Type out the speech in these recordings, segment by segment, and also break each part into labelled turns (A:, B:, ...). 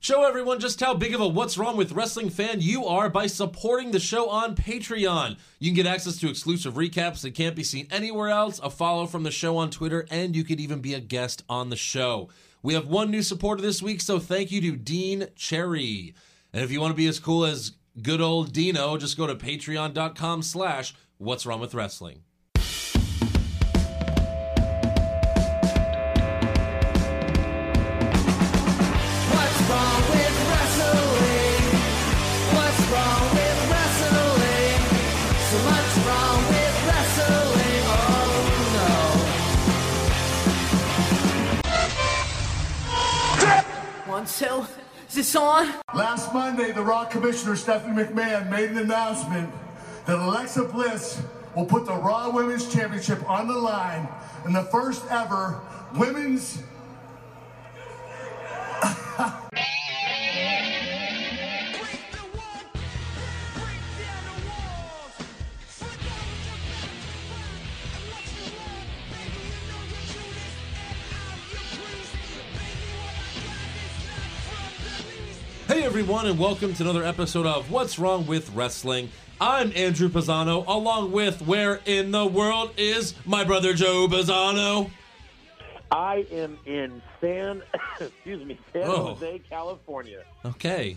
A: Show everyone just how big of a What's Wrong with Wrestling fan you are by supporting the show on Patreon. You can get access to exclusive recaps that can't be seen anywhere else, a follow from the show on Twitter, and you could even be a guest on the show. We have one new supporter this week, so thank you to Dean Cherry. And if you want to be as cool as good old Dino, just go to patreon.com slash What's Wrong with Wrestling.
B: What's wrong with wrestling? What's wrong with wrestling? So much wrong with wrestling. Oh no. One, two. Is this on?
C: Last Monday, the Raw Commissioner Stephanie McMahon made an announcement that Alexa Bliss will put the Raw Women's Championship on the line in the first ever women's.
D: Break the wall, break down the walls. Forget the past, and what you want, baby. You know your Judas, and I'm your priest. Baby, what I got is not from the least.
A: Hey everyone, and welcome to another episode of What's Wrong with Wrestling. I'm Andrew Pisano, along with where in the world is my brother Joe Pisano?
E: I am in San, excuse me, San
A: Oh.
E: Jose, California,
A: Okay.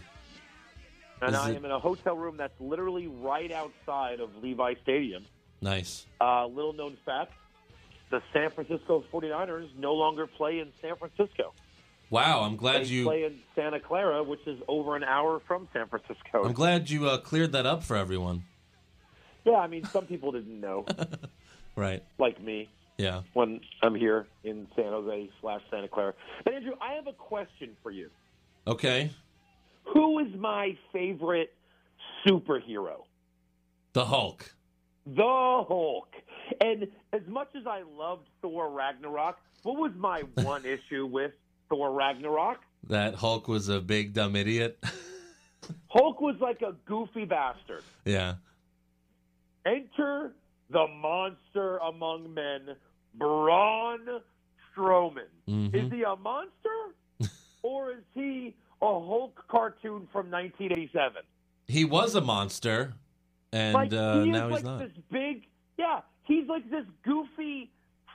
A: Is
E: and I
A: it-
E: am in a hotel room that's literally right outside of Levi Stadium.
A: Nice.
E: Uh, little known fact: the San Francisco 49ers no longer play in San Francisco.
A: Wow, I'm
E: They
A: glad
E: play
A: you
E: in Santa Clara, which is over an hour from San Francisco.
A: I'm glad you uh, cleared that up for everyone.
E: yeah, I mean, some people didn't know,
A: Right.
E: like me,
A: Yeah.
E: when I'm here in San Jose slash Santa Clara. But Andrew, I have a question for you.
A: Okay.
E: Who is my favorite superhero?
A: The Hulk.
E: The Hulk. And as much as I loved Thor Ragnarok, what was my one issue with Thor Ragnarok?
A: That Hulk was a big dumb idiot.
E: Hulk was like a goofy bastard.
A: yeah.
E: Enter the monster among men, Braun Strowman.
A: Mhm.
E: Is he a monster or is he a Hulk cartoon from 1987?
A: He was a monster, and
E: like,
A: uh,
E: he is
A: now
E: like
A: he's not.
E: this big, yeah, he's like this goofy,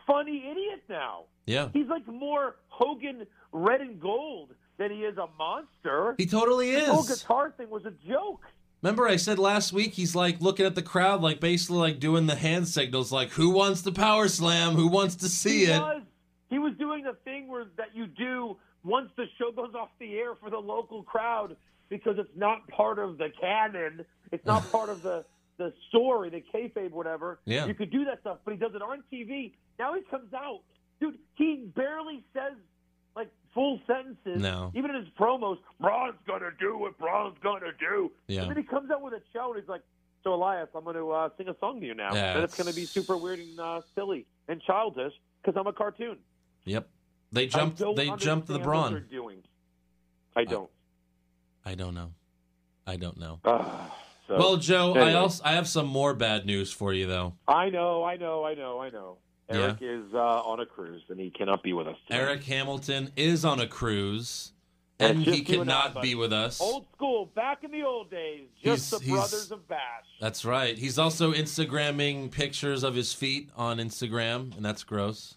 E: funny idiot now.
A: Yeah.
E: He's like more Hogan red and gold than he is a monster.
A: He totally
E: The whole
A: is.
E: guitar thing was a joke.
A: Remember, I said last week he's like looking at the crowd, like basically like doing the hand signals, like who wants the power slam? Who wants to see
E: he
A: it?
E: was he was doing the thing where that you do once the show goes off the air for the local crowd because it's not part of the canon. It's not part of the the story, the kayfabe, whatever.
A: Yeah.
E: You could do that stuff, but he does it on TV. Now he comes out, dude. He barely says like full sentences.
A: No.
E: Even in his promos, Braun's gonna do what Braun's gonna do.
A: Yeah.
E: And then he comes out with a show and he's like, "So Elias, I'm gonna uh, sing a song to you now."
A: Yeah,
E: and it's
A: it's-
E: gonna be super weird and uh, silly and childish because I'm a cartoon.
A: Yep. They jumped.
E: I don't
A: They jumped the
E: understand What
A: brawn.
E: they're doing. I don't.
A: I don't know. I don't know.
E: Ugh, so,
A: Well, Joe, I
E: anyway.
A: also I have some more bad news for you though.
E: I know, I know, I know, I know. Eric is uh, on a cruise and he cannot be with us. today.
A: Eric Hamilton is on a cruise,
E: That's
A: and
E: just
A: he
E: you and I,
A: cannot be
E: buddy.
A: with us.
E: old school, back in the old days,
A: He's-
E: just the
A: he's-
E: brothers of Bash.
A: That's right. He's also Instagramming pictures of his feet on Instagram, and that's gross.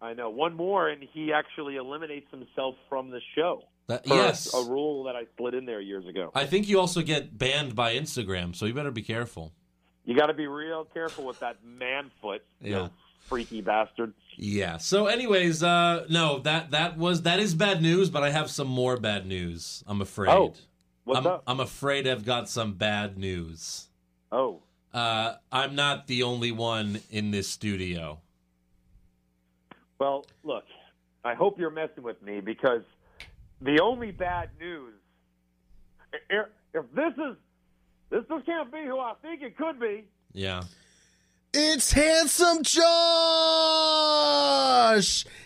E: I know. One more, and he actually eliminates himself from the show.
A: That,
E: For
A: yes.
E: a rule that I slid in there years ago.
A: I think you also get banned by Instagram, so you better be careful.
E: You got to be real careful with that man foot. you
A: Yeah.
E: know, freaky bastard.
A: Yeah. So, anyways, uh, no that that was that is bad news, but I have some more bad news. I'm afraid.
E: Oh, What's
A: I'm,
E: up?
A: I'm afraid I've got some bad news.
E: oh,
A: Uh, I'm not the only one in this studio.
E: well, look. I hope you're messing with me because the only bad news. If, if this is this just can't be who I think it could be.
A: Yeah.
B: It's handsome Josh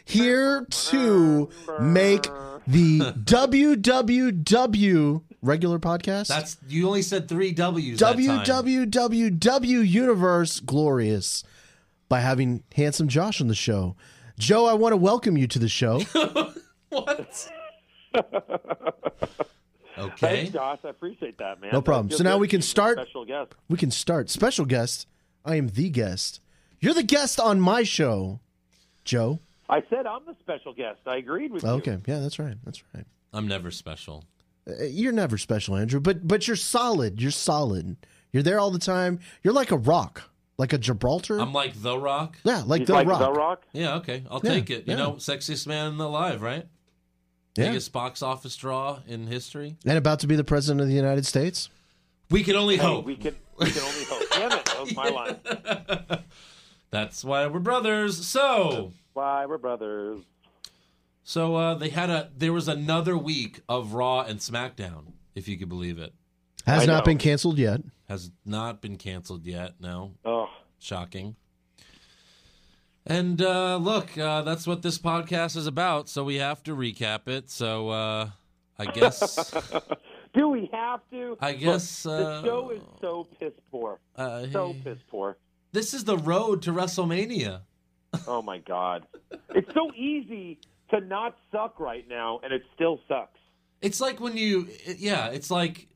B: here to make the WWW regular podcast.
A: That's you only said three W's. that time.
B: WWW Universe glorious by having handsome Josh on the show. Joe, I want to welcome you to the show.
A: What? Okay.
E: Thanks, Josh. I appreciate that, man.
B: No
E: That
B: problem.
E: feels
B: So now
E: good
B: we can
E: being a
B: start-
E: Special guest.
B: We can start. Special guest. I am the guest. You're the guest on my show, Joe. Oh,
E: I said I'm the special guest. I agreed with you.
B: Okay. Yeah, that's right. That's right.
A: I'm never special.
B: Uh, You're never special, Andrew, but but you're solid. You're solid. You're there all the time. You're like a rock, like a Gibraltar.
A: I'm like The Rock.
B: yeah, like,
E: He's
B: the,
E: like
B: rock.
E: The Rock.
A: Yeah, okay. I'll
B: Yeah,
A: take it. You
B: yeah.
A: know, sexiest man alive, right?
B: Yeah.
A: Biggest box office draw in history.
B: And about to be the president of the United States.
A: We can only
E: Hey,
A: hope.
E: we can we can only hope. Damn it, that was my line.
A: That's why we're brothers. So,
E: Why we're brothers.
A: so uh, they had a. There was another week of Raw and SmackDown, if you could believe it.
B: Has
E: I
B: not
E: know.
B: been canceled yet.
A: Has not been canceled yet. No,
E: Oh,
A: shocking. And uh, look, uh, that's what this podcast is about. So we have to recap it. So uh, I guess,
E: do we have to?
A: I guess,
E: Look,
A: uh,
E: the show is so piss poor.
A: uh,
E: So piss poor.
A: this is the road to WrestleMania.
E: Oh my god, it's so easy to not suck right now, and it still sucks.
A: It's like when you, it- yeah, it's like,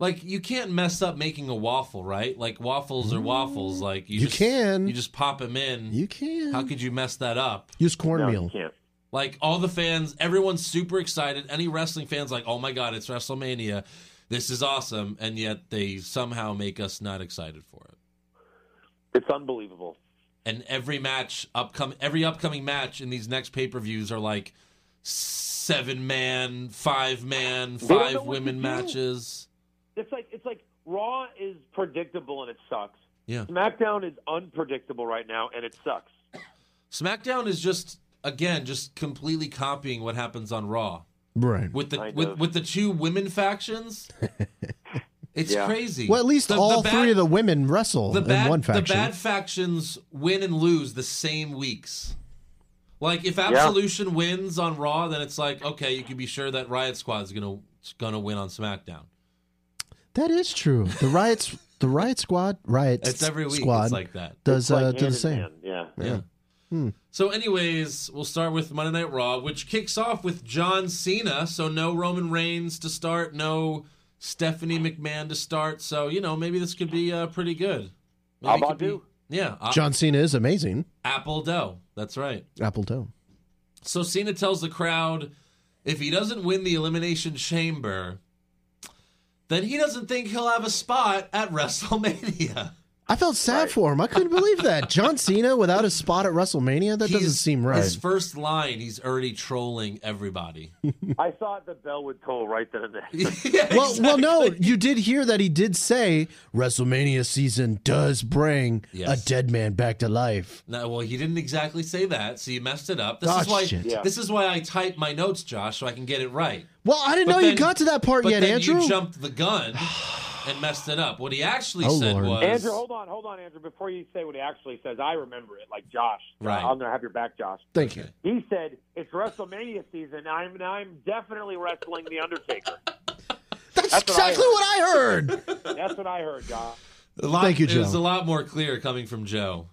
A: like you can't mess up making a waffle, right? Like waffles are waffles. Like you,
B: Mm. You
A: just,
B: can.
A: you just pop them in.
B: You can
A: How could you mess that up?
B: use
E: No,
B: cornmeal.
E: you can't.
A: Like all the fans, everyone's super excited. Any wrestling fans, like, oh my god, it's WrestleMania, this is awesome, and yet they somehow make us not excited for it.
E: It's unbelievable.
A: And every match upcoming, every upcoming match in these next pay per views are like seven man, five man,
E: don't know
A: five
E: what
A: women
E: to do.
A: matches.
E: It's like it's like Raw is predictable and it sucks.
A: Yeah.
E: SmackDown is unpredictable right now and it sucks.
A: SmackDown is just again just completely copying what happens on Raw
B: Right.
A: with the
E: Kind
A: with,
E: of.
A: with the two women factions. It's
E: Yeah.
A: crazy.
B: Well, at least
A: The- the
B: all
A: bad-
B: three of the women wrestle
A: the bad
B: in one faction.
A: the bad factions win and lose the same weeks. Like if Absolution wins on Raw, then it's like okay, you can be sure that Riot Squad's gonna gonna win on SmackDown.
B: that is true. The riots. The riot squad. Riot
A: It's every week.
B: squad
A: It's like that.
B: does
E: Like
B: uh,
E: hand
B: does
E: in
B: the same.
E: hand, Yeah.
A: Yeah.
B: Hmm.
A: So, anyways, we'll start with Monday Night Raw, which kicks off with John Cena. So, no Roman Reigns to start, no Stephanie McMahon to start. So, you know, maybe this could be uh, pretty good. Maybe
E: How
A: it could
E: about
A: be-
E: you?
A: Yeah, uh,
B: John Cena is amazing.
A: Apple Doe. That's right.
B: Apple Dome.
A: So, Cena tells the crowd if he doesn't win the Elimination Chamber, then he doesn't think he'll have a spot at WrestleMania.
B: I felt sad for him. I couldn't believe that John Cena without a spot at WrestleMania. That doesn't
A: He's-
B: seem right.
A: His first line, he's already trolling everybody.
E: I thought the bell would toll right then and there.
A: Yeah,
B: Well, well, no, you did hear that he did say WrestleMania season does bring
A: Yes.
B: a dead man back to life.
A: No, well, he didn't exactly say that, so you messed it up. This
B: Oh,
A: is why.
B: shit.
E: Yeah.
A: This is why I type my notes, Josh, so I can get it right.
B: Well, I didn't
A: But
B: know
A: then-
B: you got to that part
A: but
B: yet,
A: then
B: Andrew.
A: You jumped the gun and messed it up. What he actually
B: Oh,
A: said
B: Lord.
A: was,
E: Andrew, hold on, hold on, Andrew. Before you say what he actually says, I remember it, like Josh.
A: Right.
E: I'm gonna have your back, Josh.
B: Thank you.
E: He said it's WrestleMania season. I'm I'm definitely wrestling the Undertaker.
B: That's,
E: That's what I
B: exactly what I heard.
E: That's what I heard, Josh.
A: a lot,
B: Thank you,
A: It was
B: Joe.
A: a lot more clear coming from Joe.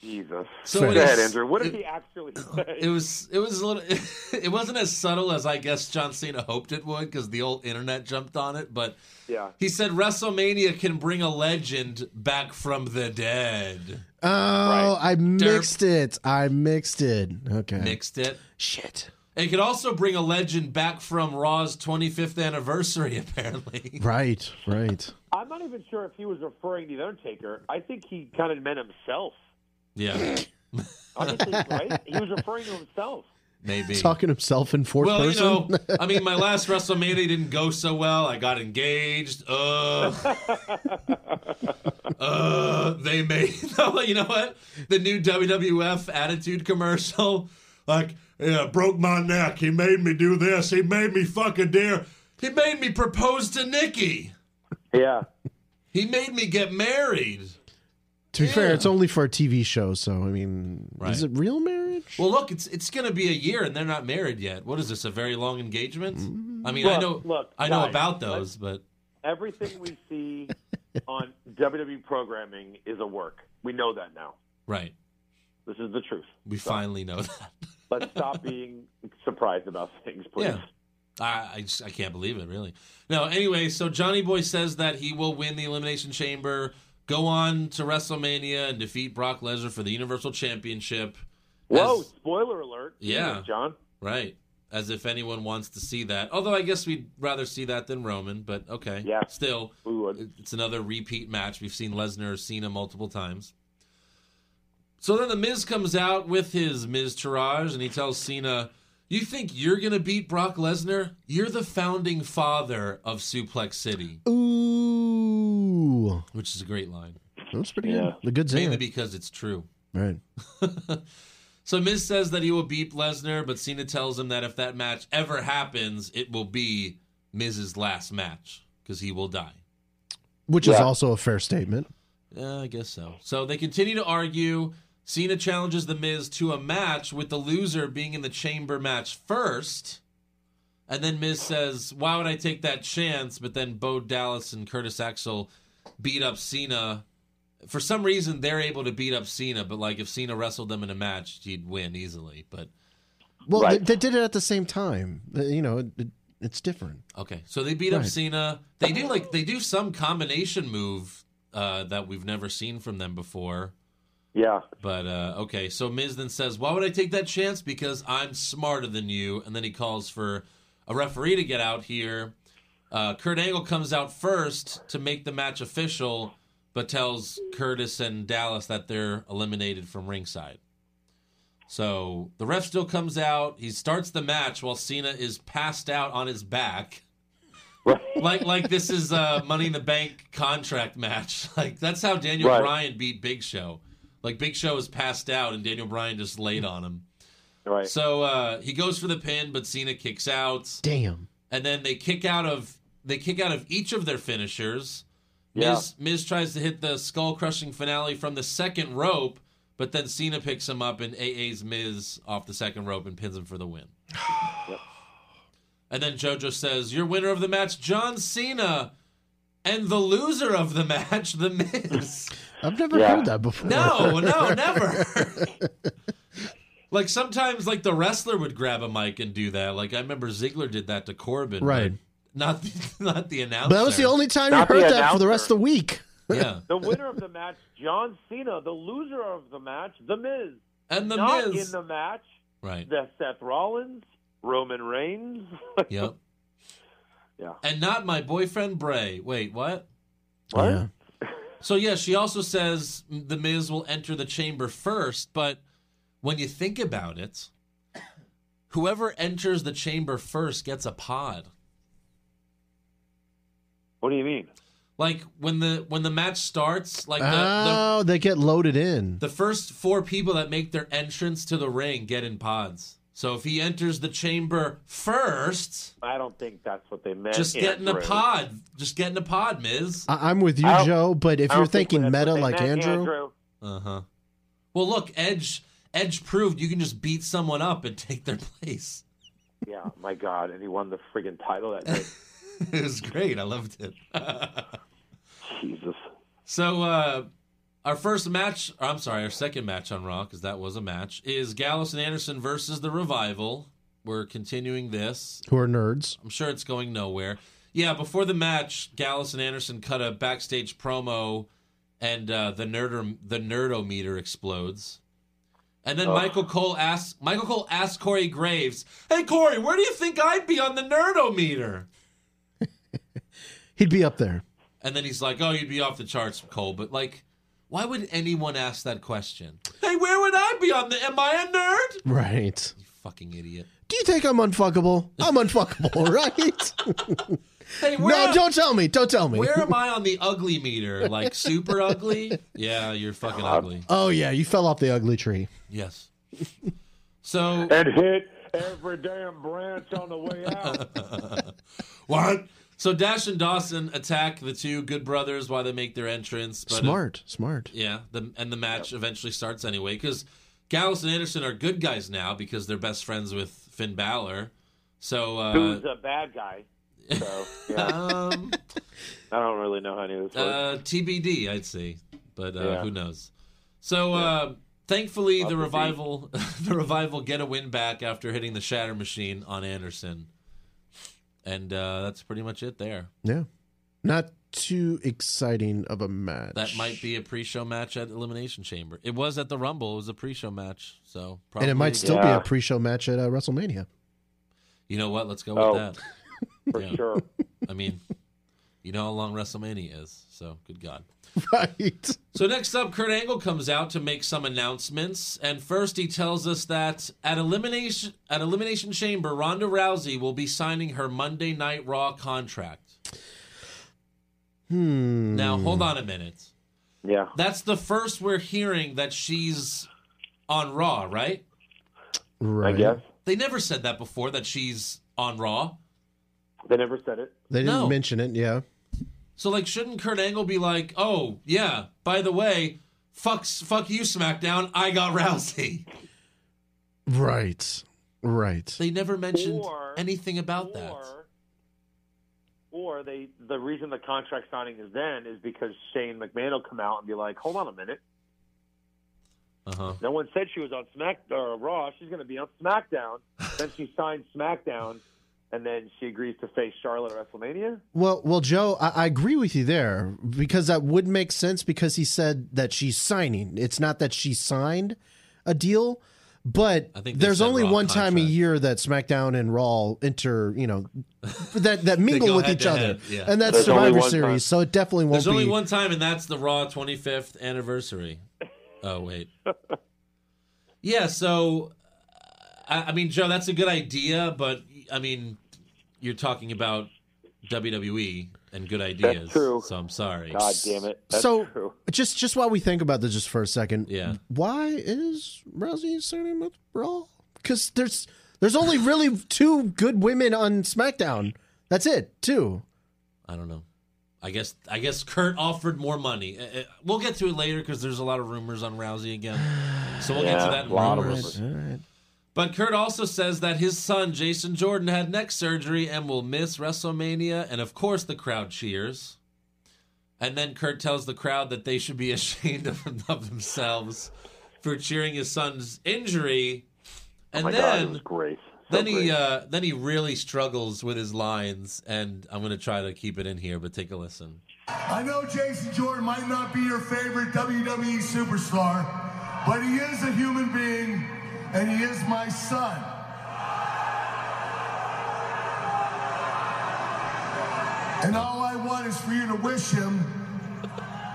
E: Jesus.
A: So
B: Fair.
A: it
E: Go ahead,
A: was-
E: Andrew. What did
A: it-
E: he actually say?
A: It was it was a little it wasn't as subtle as I guess John Cena hoped it would because the old internet jumped on it. But
E: yeah.
A: he said WrestleMania can bring a legend back from the dead.
B: Oh, I mixed it. I mixed it. Okay.
A: Mixed it.
B: Shit.
A: It could also bring a legend back from Raw's 25th anniversary, apparently.
B: Right. Right.
E: I'm not even sure if he was referring to the Undertaker. I think he kind of meant himself.
A: Yeah,
E: Honestly, right? He was referring to himself.
A: maybe.
B: Talking himself in fourth
A: well,
B: person.
A: you know, I mean, my last WrestleMania didn't go so well. I got engaged. Ugh. uh, they made. No, you know what? The new WWF Attitude commercial. Like, yeah, broke my neck. He made me do this. He made me fuck a deer. He made me propose to Nikki.
E: Yeah.
A: He made me get married.
B: to be fair,
A: yeah.
B: it's only for a TV show, so I mean,
A: Right.
B: is it real marriage?
A: Well, look, it's it's going to be a year, and they're not married yet. What is this? A very long engagement? I mean, I
E: Look,
A: know,
E: look,
A: I know
E: guys,
A: about those, but
E: Everything we see on WWE programming is a work. We know that now.
A: right,
E: This is the truth.
A: we finally know that.
E: Let's stop being surprised about things, please.
A: Yeah. I, I, just, I can't believe it, really. No, anyway, so Johnny Boy says that he will win the Elimination Chamber, go on to WrestleMania, and defeat Brock Lesnar for the Universal Championship.
E: Whoa!
A: As-
E: spoiler alert.
A: Yeah.
E: Jesus, John.
A: Right. As if anyone wants to see that. Although I guess we'd rather see that than Roman, but okay.
E: Yeah.
A: Still,
E: We would.
A: it's another repeat match. We've seen Lesnar, Cena multiple times. So then the Miz comes out with his Miz Taraj and he tells Cena, You think you're going to beat Brock Lesnar? You're the founding father of Suplex City,
B: Ooh,
A: which is a great line,
B: that's pretty
E: Yeah.
B: good. The good in
A: mainly
B: it.
A: because it's true.
B: right?
A: So Miz says that he will beat Lesnar, but Cena tells him that if that match ever happens, it will be Miz's last match because he will die.
B: Which is
E: Yeah.
B: also a fair statement.
A: Yeah, I guess so. So they continue to argue. Cena challenges The Miz to a match with the loser being in the chamber match first. And then Miz says, Why would I take that chance? But then Bo Dallas and Curtis Axel beat up Cena. For some reason, they're able to beat up Cena, but like if Cena wrestled them in a match, he'd win easily. But
B: Well,
E: Right.
B: they, they did it at the same time. Uh, You know, it, it, it's different.
A: Okay, so they beat up
B: Right.
A: Cena. They do like they do some combination move uh, that we've never seen from them before.
E: Yeah.
A: But uh, okay, so Miz then says, "Why would I take that chance? Because I'm smarter than you." And then he calls for a referee to get out here. Uh, Kurt Angle comes out first to make the match official, but tells Curtis and Dallas that they're eliminated from ringside. So the ref still comes out. He starts the match while Cena is passed out on his back
E: Right.
A: like like this is a Money in the Bank contract match. Like that's how Daniel
E: Right.
A: Bryan beat Big Show. Like Big Show was passed out and Daniel Bryan just laid on him.
E: Right.
A: So uh, he goes for the pin, but Cena kicks out,
B: Damn.
A: and then they kick out of they kick out of each of their finishers.
E: Yeah.
A: Miz Miz tries to hit the skull crushing finale from the second rope, but then Cena picks him up and AA's Miz off the second rope and pins him for the win. And then JoJo says, Your winner of the match, John Cena, and the loser of the match, The Miz.
B: I've never
E: Yeah.
B: heard that before.
A: No, no, never. like sometimes like the wrestler would grab a mic and do that. Like I remember Ziggler did that to Corbin. but
B: Right.
A: Not the, not the announcer.
B: But that was the only time
E: Not
B: you
E: the
B: heard that for the
E: announcer.
B: rest of the week.
A: Yeah.
E: The winner of the match, John Cena. The loser of the match, The Miz.
A: And the
E: Not
A: Miz.
E: in the match,
A: right.
E: the Seth Rollins, Roman Reigns.
A: Yep.
E: Yeah.
A: And not my boyfriend Bray. Wait, what?
E: What?
B: Yeah.
A: So yeah, she also says the Miz will enter the chamber first, but when you think about it, whoever enters the chamber first gets a pod.
E: What do you mean?
A: Like when the when the match starts, like the,
B: oh, they get loaded in.
A: the the first four people that make their entrance to the ring get in pods. So if he enters the chamber first,
E: I don't think that's what they meant.
A: just get in a
E: Andrew.
A: pod. Just get in a pod, Miz.
B: I, I'm with you,
E: I don't-
B: Joe. But if
E: I
B: you're
E: don't think
B: thinking
E: that's
B: meta
E: what they
B: like
E: meant,
B: Andrew,
A: Uh huh. Well, look, Edge. Edge proved you can just beat someone up and take their place.
E: Yeah, my God. And he won the friggin' title that night.
A: it was great. I loved it.
E: Jesus.
A: so, uh, our first match, or I'm sorry, our second match on Raw, because that was a match, is Gallus and Anderson versus The Revival. We're continuing this.
B: who are nerds,
A: I'm sure it's going nowhere. Yeah, before the match, Gallus and Anderson cut a backstage promo, and uh, the nerder the nerdometer explodes. And then Michael Cole asks Michael Cole asks Corey Graves, "Hey Corey, where do you think I'd be on the nerdometer?"
B: he'd be up there.
A: And then he's like, "Oh, you'd be off the charts, Cole." But like, why would anyone ask that question? Hey, where would I be on the? Am I a nerd?
B: Right.
A: Fucking idiot.
B: Do you think I'm unfuckable? I'm unfuckable, right?
A: Hey, where?
B: no, don't tell me. Don't tell me.
A: where am I on the ugly meter? Like super ugly? Yeah, you're fucking ugly.
B: Oh yeah, you fell off the ugly tree.
A: Yes. So
E: And hit every damn branch on the way out.
A: what? So Dash and Dawson attack the two good brothers while they make their entrance. But uh,
B: smart, smart.
A: Yeah, the, and the match eventually starts anyway because Gallus and Anderson are good guys now because they're best friends with Finn Balor. So uh,
E: Who's a bad guy? So, yeah,
A: um,
E: I don't really know how any of this works.
A: uh, TBD, I'd say, but uh,
E: Yeah.
A: who knows? So uh, thankfully, the
E: to see.
A: revival, the revival get a win back after hitting the Shatter Machine on Anderson. And uh, that's pretty much it there.
B: Yeah. Not too exciting of a match.
A: That might be a pre-show match at Elimination Chamber. It was at the Rumble. It was a pre-show match, so probably.
B: And it might still
E: Yeah.
B: be a pre-show match at uh, WrestleMania.
A: You know what? Let's go
E: Oh.
A: with that.
E: for
A: Yeah.
E: sure.
A: I mean, you know how long WrestleMania is, so good God.
B: Right.
A: So next up, Kurt Angle comes out to make some announcements, and first he tells us that at elimination at Elimination Chamber, Ronda Rousey will be signing her Monday Night Raw contract.
B: Hmm.
A: Now, hold on a minute.
E: Yeah.
A: That's the first we're hearing that she's on Raw, right?
B: Right.
E: I guess
A: They never said that before that she's on Raw.
E: they never said it.
B: They didn't
A: No.
B: mention it. Yeah.
A: So like, shouldn't Kurt Angle be like, "Oh yeah, by the way, fuck, fuck you, SmackDown, I got Rousey."
B: Right. Right.
A: They never mentioned
E: Or-
A: anything about that.
E: or, Or they the reason the contract signing is then is because Shane McMahon will come out and be like, hold on a minute,
A: Uh huh.
E: no one said she was on Smack or Raw. She's going to be on SmackDown. then she signs SmackDown, and then she agrees to face Charlotte at WrestleMania.
B: Well, well, Joe, I, I agree with you there because that would make sense because he said that she's signing. It's not that she signed a deal, but
A: I think they
B: there's
A: said
B: only
A: Raw
B: one time a
A: contract.
B: year that SmackDown and Raw enter, you know, that that mingle
A: go
B: with
A: head
B: each
A: to
B: other,
A: head, yeah.
B: and that's
E: There's only
B: Survivor
E: one
B: Series.
E: time.
B: So it definitely won't
A: There's only
B: be.
A: one time, and that's the Raw 25th anniversary. Oh wait. yeah. So, I, I mean, Joe, that's a good idea, but I mean, you're talking about WWE and good ideas.
E: true.
A: So I'm sorry.
E: God damn it! That's
B: so
E: true.
B: just just while we think about this, just for a second,
A: Yeah.
B: Why is Rousey signing with Raw? Because there's there's only really two good women on SmackDown. That's it. Two.
A: I don't know. I guess I guess Kurt offered more money. Uh, uh, We'll get to it later because there's a lot of rumors on Rousey again. So we'll get to
E: Yeah,
A: that in
E: a lot of
A: rumors.
E: rumors.
A: But Kurt also says that his son Jason Jordan had neck surgery and will miss WrestleMania, and of course the crowd cheers. And then Kurt tells the crowd that they should be ashamed of, of themselves for cheering his son's injury. And
E: oh my God,
A: then
E: it was great. So
A: then he
E: great.
A: uh, then he really struggles with his lines, and I'm gonna try to keep it in here, but take a listen.
C: I know Jason Jordan might not be your favorite WWE superstar, but he is a human being and he is my son. And all I want is for you to wish him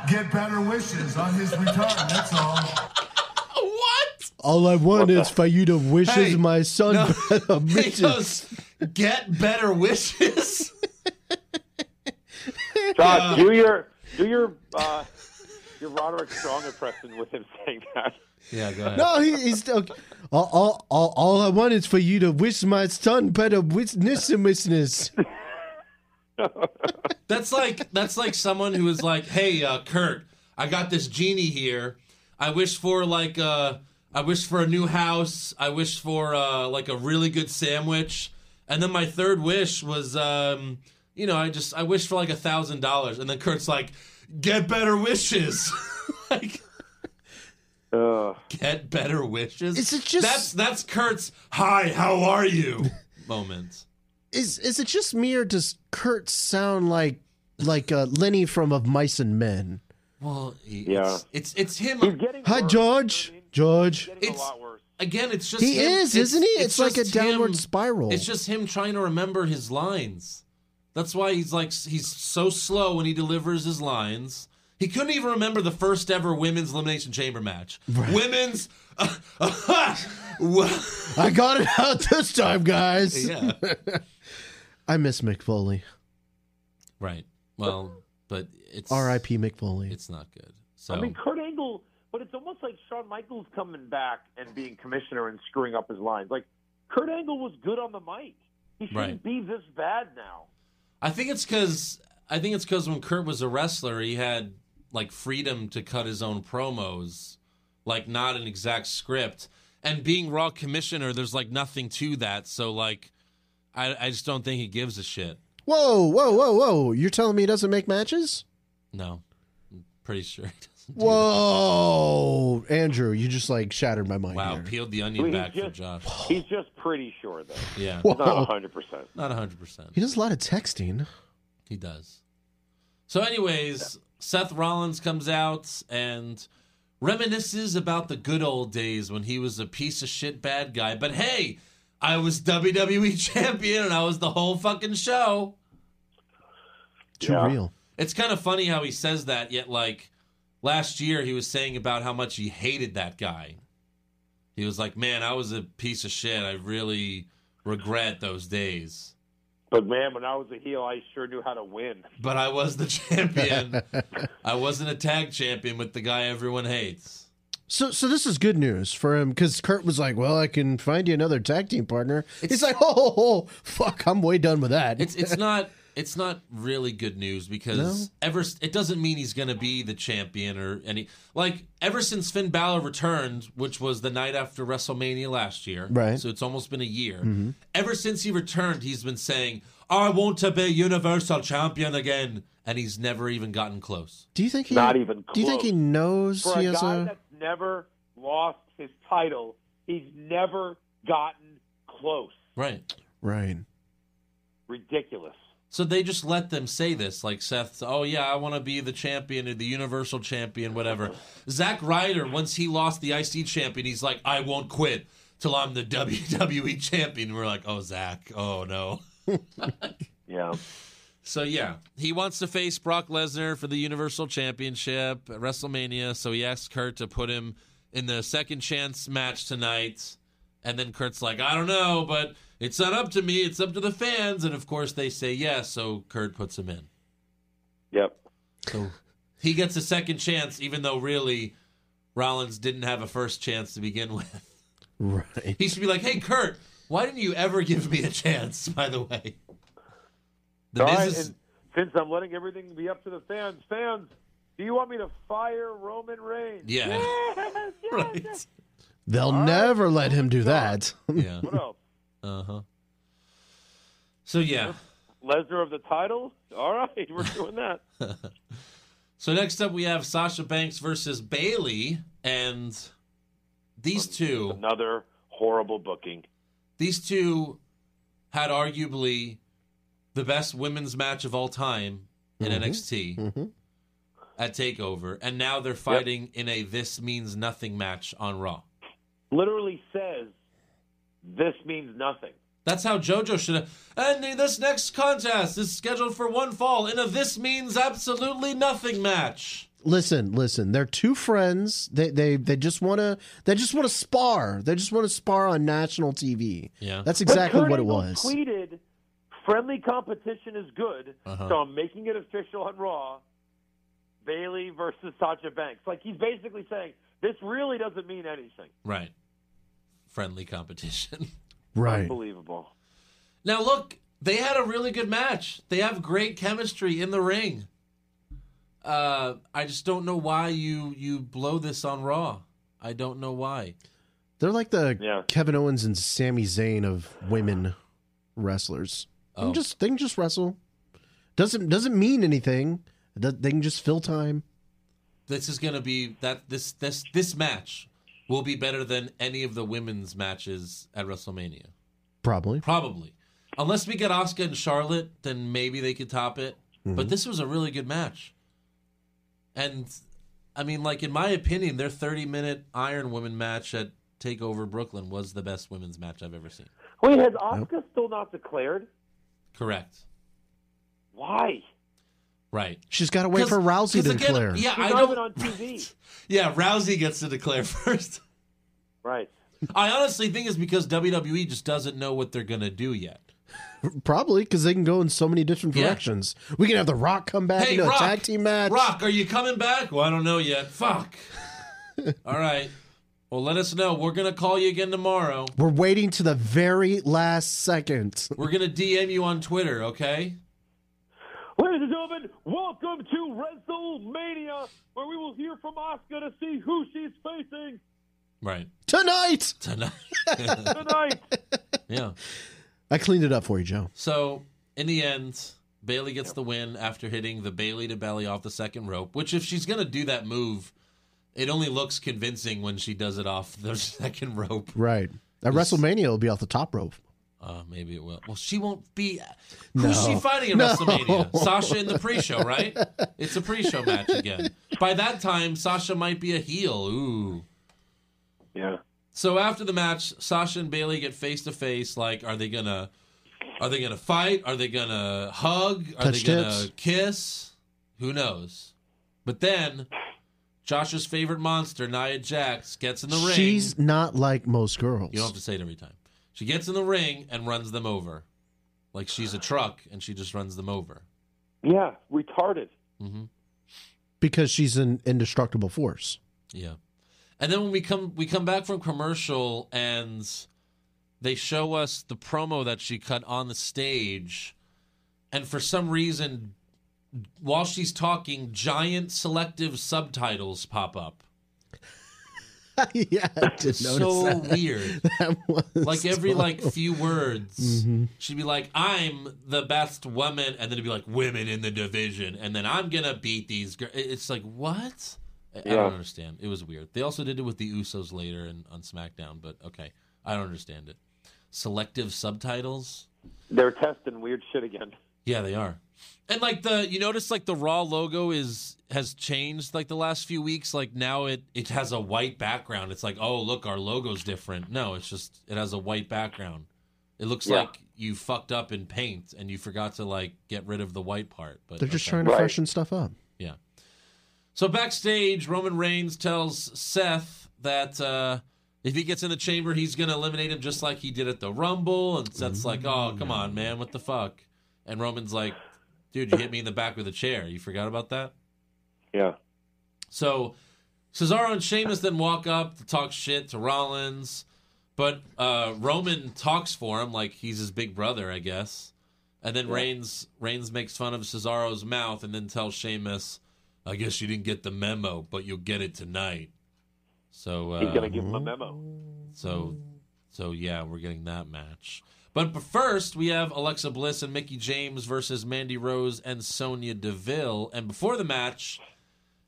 C: get better wishes on his return, that's all.
A: What?
B: All I want is for you to wish
A: Hey,
B: my son
A: no.
B: better
A: He
B: wishes.
A: goes, get better wishes.
E: Josh, do your do your uh, your Roderick Strong impression with him saying that.
A: yeah, go ahead.
B: No, he, he's okay. all, all, all, all I want is for you to wish my son better witness and witness.
A: That's like that's like someone who is like, "Hey, uh, Kurt, I got this genie here. I wish for like uh, I wish for a new house. I wish for uh, like a really good sandwich. And then my third wish was, um, you know, I just I wish for like a thousand dollars. And then Kurt's like, "Get better wishes." like.
E: Ugh.
A: Get better wishes.
B: Is it just-
A: that's that's Kurt's "Hi, how are you?" moment.
B: Is is it just me or does Kurt sound like like uh, Lenny from Of Mice and Men?
A: Well, he-
E: Yeah.
A: it's, it's it's him.
E: He's getting
B: Hi,
E: worse,
B: George.
E: you know what I mean? He's
B: George.
E: getting
A: It's-
E: a lot worse.
A: Again, it's just
B: He
A: him-
B: is, isn't he? It's, like a
A: just him-
B: downward spiral.
A: It's just him trying to remember his lines. That's why he's like he's so slow when he delivers his lines. He couldn't even remember the first ever women's elimination chamber match. Women's, Well,
B: I got it out this time, guys.
A: yeah,
B: I miss McFoley.
A: right. Well, but it's
B: R.I.P. McFoley.
A: It's not good. So
E: I mean, Kurt Angle, but it's almost like Shawn Michaels coming back and being commissioner and screwing up his lines. Like, Kurt Angle was good on the mic. He shouldn't
A: Right.
E: be this bad now.
A: I think it's because I think it's because when Kurt was a wrestler, he had like freedom to cut his own promos, like not an exact script. And being Raw commissioner, there's like nothing to that. So like, I I just don't think he gives a shit.
B: Whoa, whoa, whoa, whoa! You're telling me he doesn't make matches?
A: No, I'm pretty sure he doesn't.
B: Whoa, Andrew, you just like shattered my mind.
A: Wow,
B: here.
A: peeled the
E: I
A: onion
E: mean,
A: back
E: he's
A: for
E: just
A: Josh.
E: he's just pretty sure though.
A: Yeah,
B: Whoa.
E: Not hundred percent.
A: not 100%.
B: He does a lot of texting.
A: He does. So, anyways, Seth Rollins comes out and reminisces about the good old days when he was a piece of shit bad guy. But hey, I was WWE champion and I was the whole fucking show.
B: Too
E: Yeah.
B: real.
A: It's kind of funny how he says that, yet, like, last year he was saying about how much he hated that guy. He was like, man, I was a piece of shit. I really regret those days.
E: But man, when I was a heel, I sure knew how to win.
A: But I was the champion. I wasn't a tag champion with the guy everyone hates.
B: So, so this is good news for him because Kurt was like, "Well, I can find you another tag team partner." He's like, "Oh, oh, oh, fuck, I'm way done with that."
A: It's it's not it's not really good news because ever it doesn't mean he's going to be the champion or any like ever since Finn Balor returned, which was the night after WrestleMania last year.
B: Right.
A: So it's almost been a year. Ever since he returned, he's been saying, "I want to be Universal Champion again," and he's never even gotten close.
B: do you think he?
E: Not even
B: Do you think he
E: close.
B: knows
E: For
B: he
E: a
B: has
E: guy
B: a?
E: that's never lost his title, he's never gotten close.
A: Right.
B: Right.
E: Ridiculous.
A: So they just let them say this, like Seth, oh yeah, I want to be the champion or the universal champion, whatever. Zack Ryder, once he lost the IC champion, he's like, I won't quit till I'm the WWE champion. We're like, oh Zack, oh no.
E: Yeah.
A: So yeah, he wants to face Brock Lesnar for the Universal Championship at WrestleMania. So he asks Kurt to put him in the second chance match tonight, and then Kurt's like, "I don't know, but it's not up to me. It's up to the fans." And of course, they say yes. So Kurt puts him in.
E: Yep.
A: So he gets a second chance, even though really Rollins didn't have a first chance to begin with.
B: Right.
A: He should be like, "Hey, Kurt, why didn't you ever give me a chance?" By the way, the
E: All right,
A: Miz is-
E: and since I'm letting everything be up to the fans, fans, do you want me to fire Roman Reigns?
A: Yeah.
E: Yes, yes, yes.
A: right.
B: They'll
E: right,
B: never let him do
E: moving on.
B: that.
A: Yeah.
E: What else?
A: Uh huh. So yeah.
E: Lesnar of the title? All right, we're doing that.
A: So next up we have Sasha Banks versus Bailey, and these two,
E: Another horrible booking.
A: these two had arguably the best women's match of all time in NXT
B: Mhm.
A: at Takeover, and now they're fighting in a this means nothing match on Raw.
E: Literally says this means nothing.
A: That's how JoJo should have. And this next contest is scheduled for one fall in a this means absolutely nothing match.
B: Listen, listen. They're two friends. They they they just want to they just want to spar. They just want to spar on national TV.
A: Yeah.
B: That's exactly
E: But Kurt
B: what it
E: Angle
B: was.
E: Tweeted, friendly competition is good,
A: Uh-huh.
E: so I'm making it official on Raw. Bailey versus Sasha Banks. Like he's basically saying this really doesn't mean anything.
A: Right. Friendly competition.
B: Right.
E: Unbelievable.
A: Now look, they had a really good match. They have great chemistry in the ring. Uh, I just don't know why you you blow this on Raw. I don't know why.
B: They're like the
E: Yeah.
B: Kevin Owens and Sami Zayn of women wrestlers. They
A: Oh.
B: can just they can just wrestle. Doesn't doesn't mean anything. It does- They can just fill time.
A: This is gonna be that this this this match will be better than any of the women's matches at WrestleMania.
B: Probably.
A: Probably. Unless we get Oscar and Charlotte, then maybe they could top it.
B: Mm-hmm.
A: But this was a really good match. And I mean, like in my opinion, their 30 minute Iron Woman match at Takeover Brooklyn was the best women's match I've ever seen.
E: Wait, has Oscar still not declared?
A: Correct.
E: Why?
A: Right.
B: She's got to wait
A: 'Cause-
B: for Rousey
A: 'cause
B: to
A: again,
B: declare.
A: Yeah,
E: She's
A: I
E: not even
A: don't.
E: on TV.
A: yeah, Rousey gets to declare first.
E: right.
A: I honestly think it's because WWE just doesn't know what they're gonna do yet.
B: Probably because they can go in so many different
A: Yeah.
B: directions. We can have the Rock come back
A: Hey,
B: into
A: Rock,
B: a tag team match.
A: Rock, are you coming back? Well, I don't know yet. Fuck. All right. Well, let us know. We're gonna call you again tomorrow.
B: We're waiting to the very last second.
A: We're gonna DM you on Twitter, okay?
E: Ladies and gentlemen, welcome to WrestleMania, where we will hear from Oscar to see who she's facing
A: Right.
B: Tonight,
A: Tonight.
E: tonight.
A: yeah.
B: I cleaned it up for you, Joe.
A: So in the end, Bailey gets the win after hitting the Bailey to belly off the second rope. Which, if she's gonna do that move, It only looks convincing when she does it off the second rope.
B: Right. At WrestleMania, it'll be off the top rope.
A: Uh, maybe it will. Well, she won't be. Who's she fighting at WrestleMania? Sasha in the pre-show, right? It's a pre-show match again. By that time, Sasha might be a heel. Ooh.
E: Yeah.
A: So after the match, Sasha and Bailey get face to face. Like, are they gonna, are they gonna fight? Are they gonna hug? Are
B: Touch
A: they gonna
B: tips.
A: kiss? Who knows? But then, Josh's favorite monster, Nia Jax, gets in the ring.
B: She's not like most girls.
A: You don't have to say it every time. She gets in the ring and runs them over, like she's a truck and she just runs them over.
E: Yeah. Retarded.
B: because she's an indestructible force.
A: Yeah. And then when we come we come back from commercial and they show us the promo that she cut on the stage and for some reason while she's talking giant selective subtitles pop up.
B: yeah, I did notice
A: So
B: that.
A: weird.
B: That was
A: Like every
B: so-
A: like few words, she'd be like, "I'm the best woman," and then it'd be like, "Women in the division," and then I'm gonna beat these girls. It's like what? I, I
E: Yeah.
A: don't understand. It was weird. They also did it with the Usos later and on SmackDown, but okay, I don't understand it. Selective subtitles.
E: They're testing weird shit again.
A: Yeah, they are. And like the you notice like the Raw logo is has changed like the last few weeks. Like now it it has a white background. It's like, "Oh, look, our logo's different." No, it's just it has a white background. It looks
E: Yeah.
A: like you fucked up in paint and you forgot to like get rid of the white part. But
B: They're just
A: okay.
B: trying to
E: Right.
B: freshen stuff up.
A: Yeah. So backstage, Roman Reigns tells Seth that uh, if he gets in the chamber, he's going to eliminate him just like he did at the Rumble. And Seth's like, oh, come on, man. What the fuck? And Roman's like, dude, you hit me in the back with a chair. You forgot about that?
E: Yeah.
A: So Cesaro and Sheamus then walk up to talk shit to Rollins, but uh, Roman talks for him like he's his big brother, I guess. And then Reigns Reigns makes fun of Cesaro's mouth and then tells Sheamus, "I guess you didn't get the memo, but you'll get it tonight." So uh,
E: He's gonna give him a memo.
A: so, so yeah, we're getting that match. But but first, we have Alexa Bliss and Mickey James versus Mandy Rose and Sonya Deville. And before the match,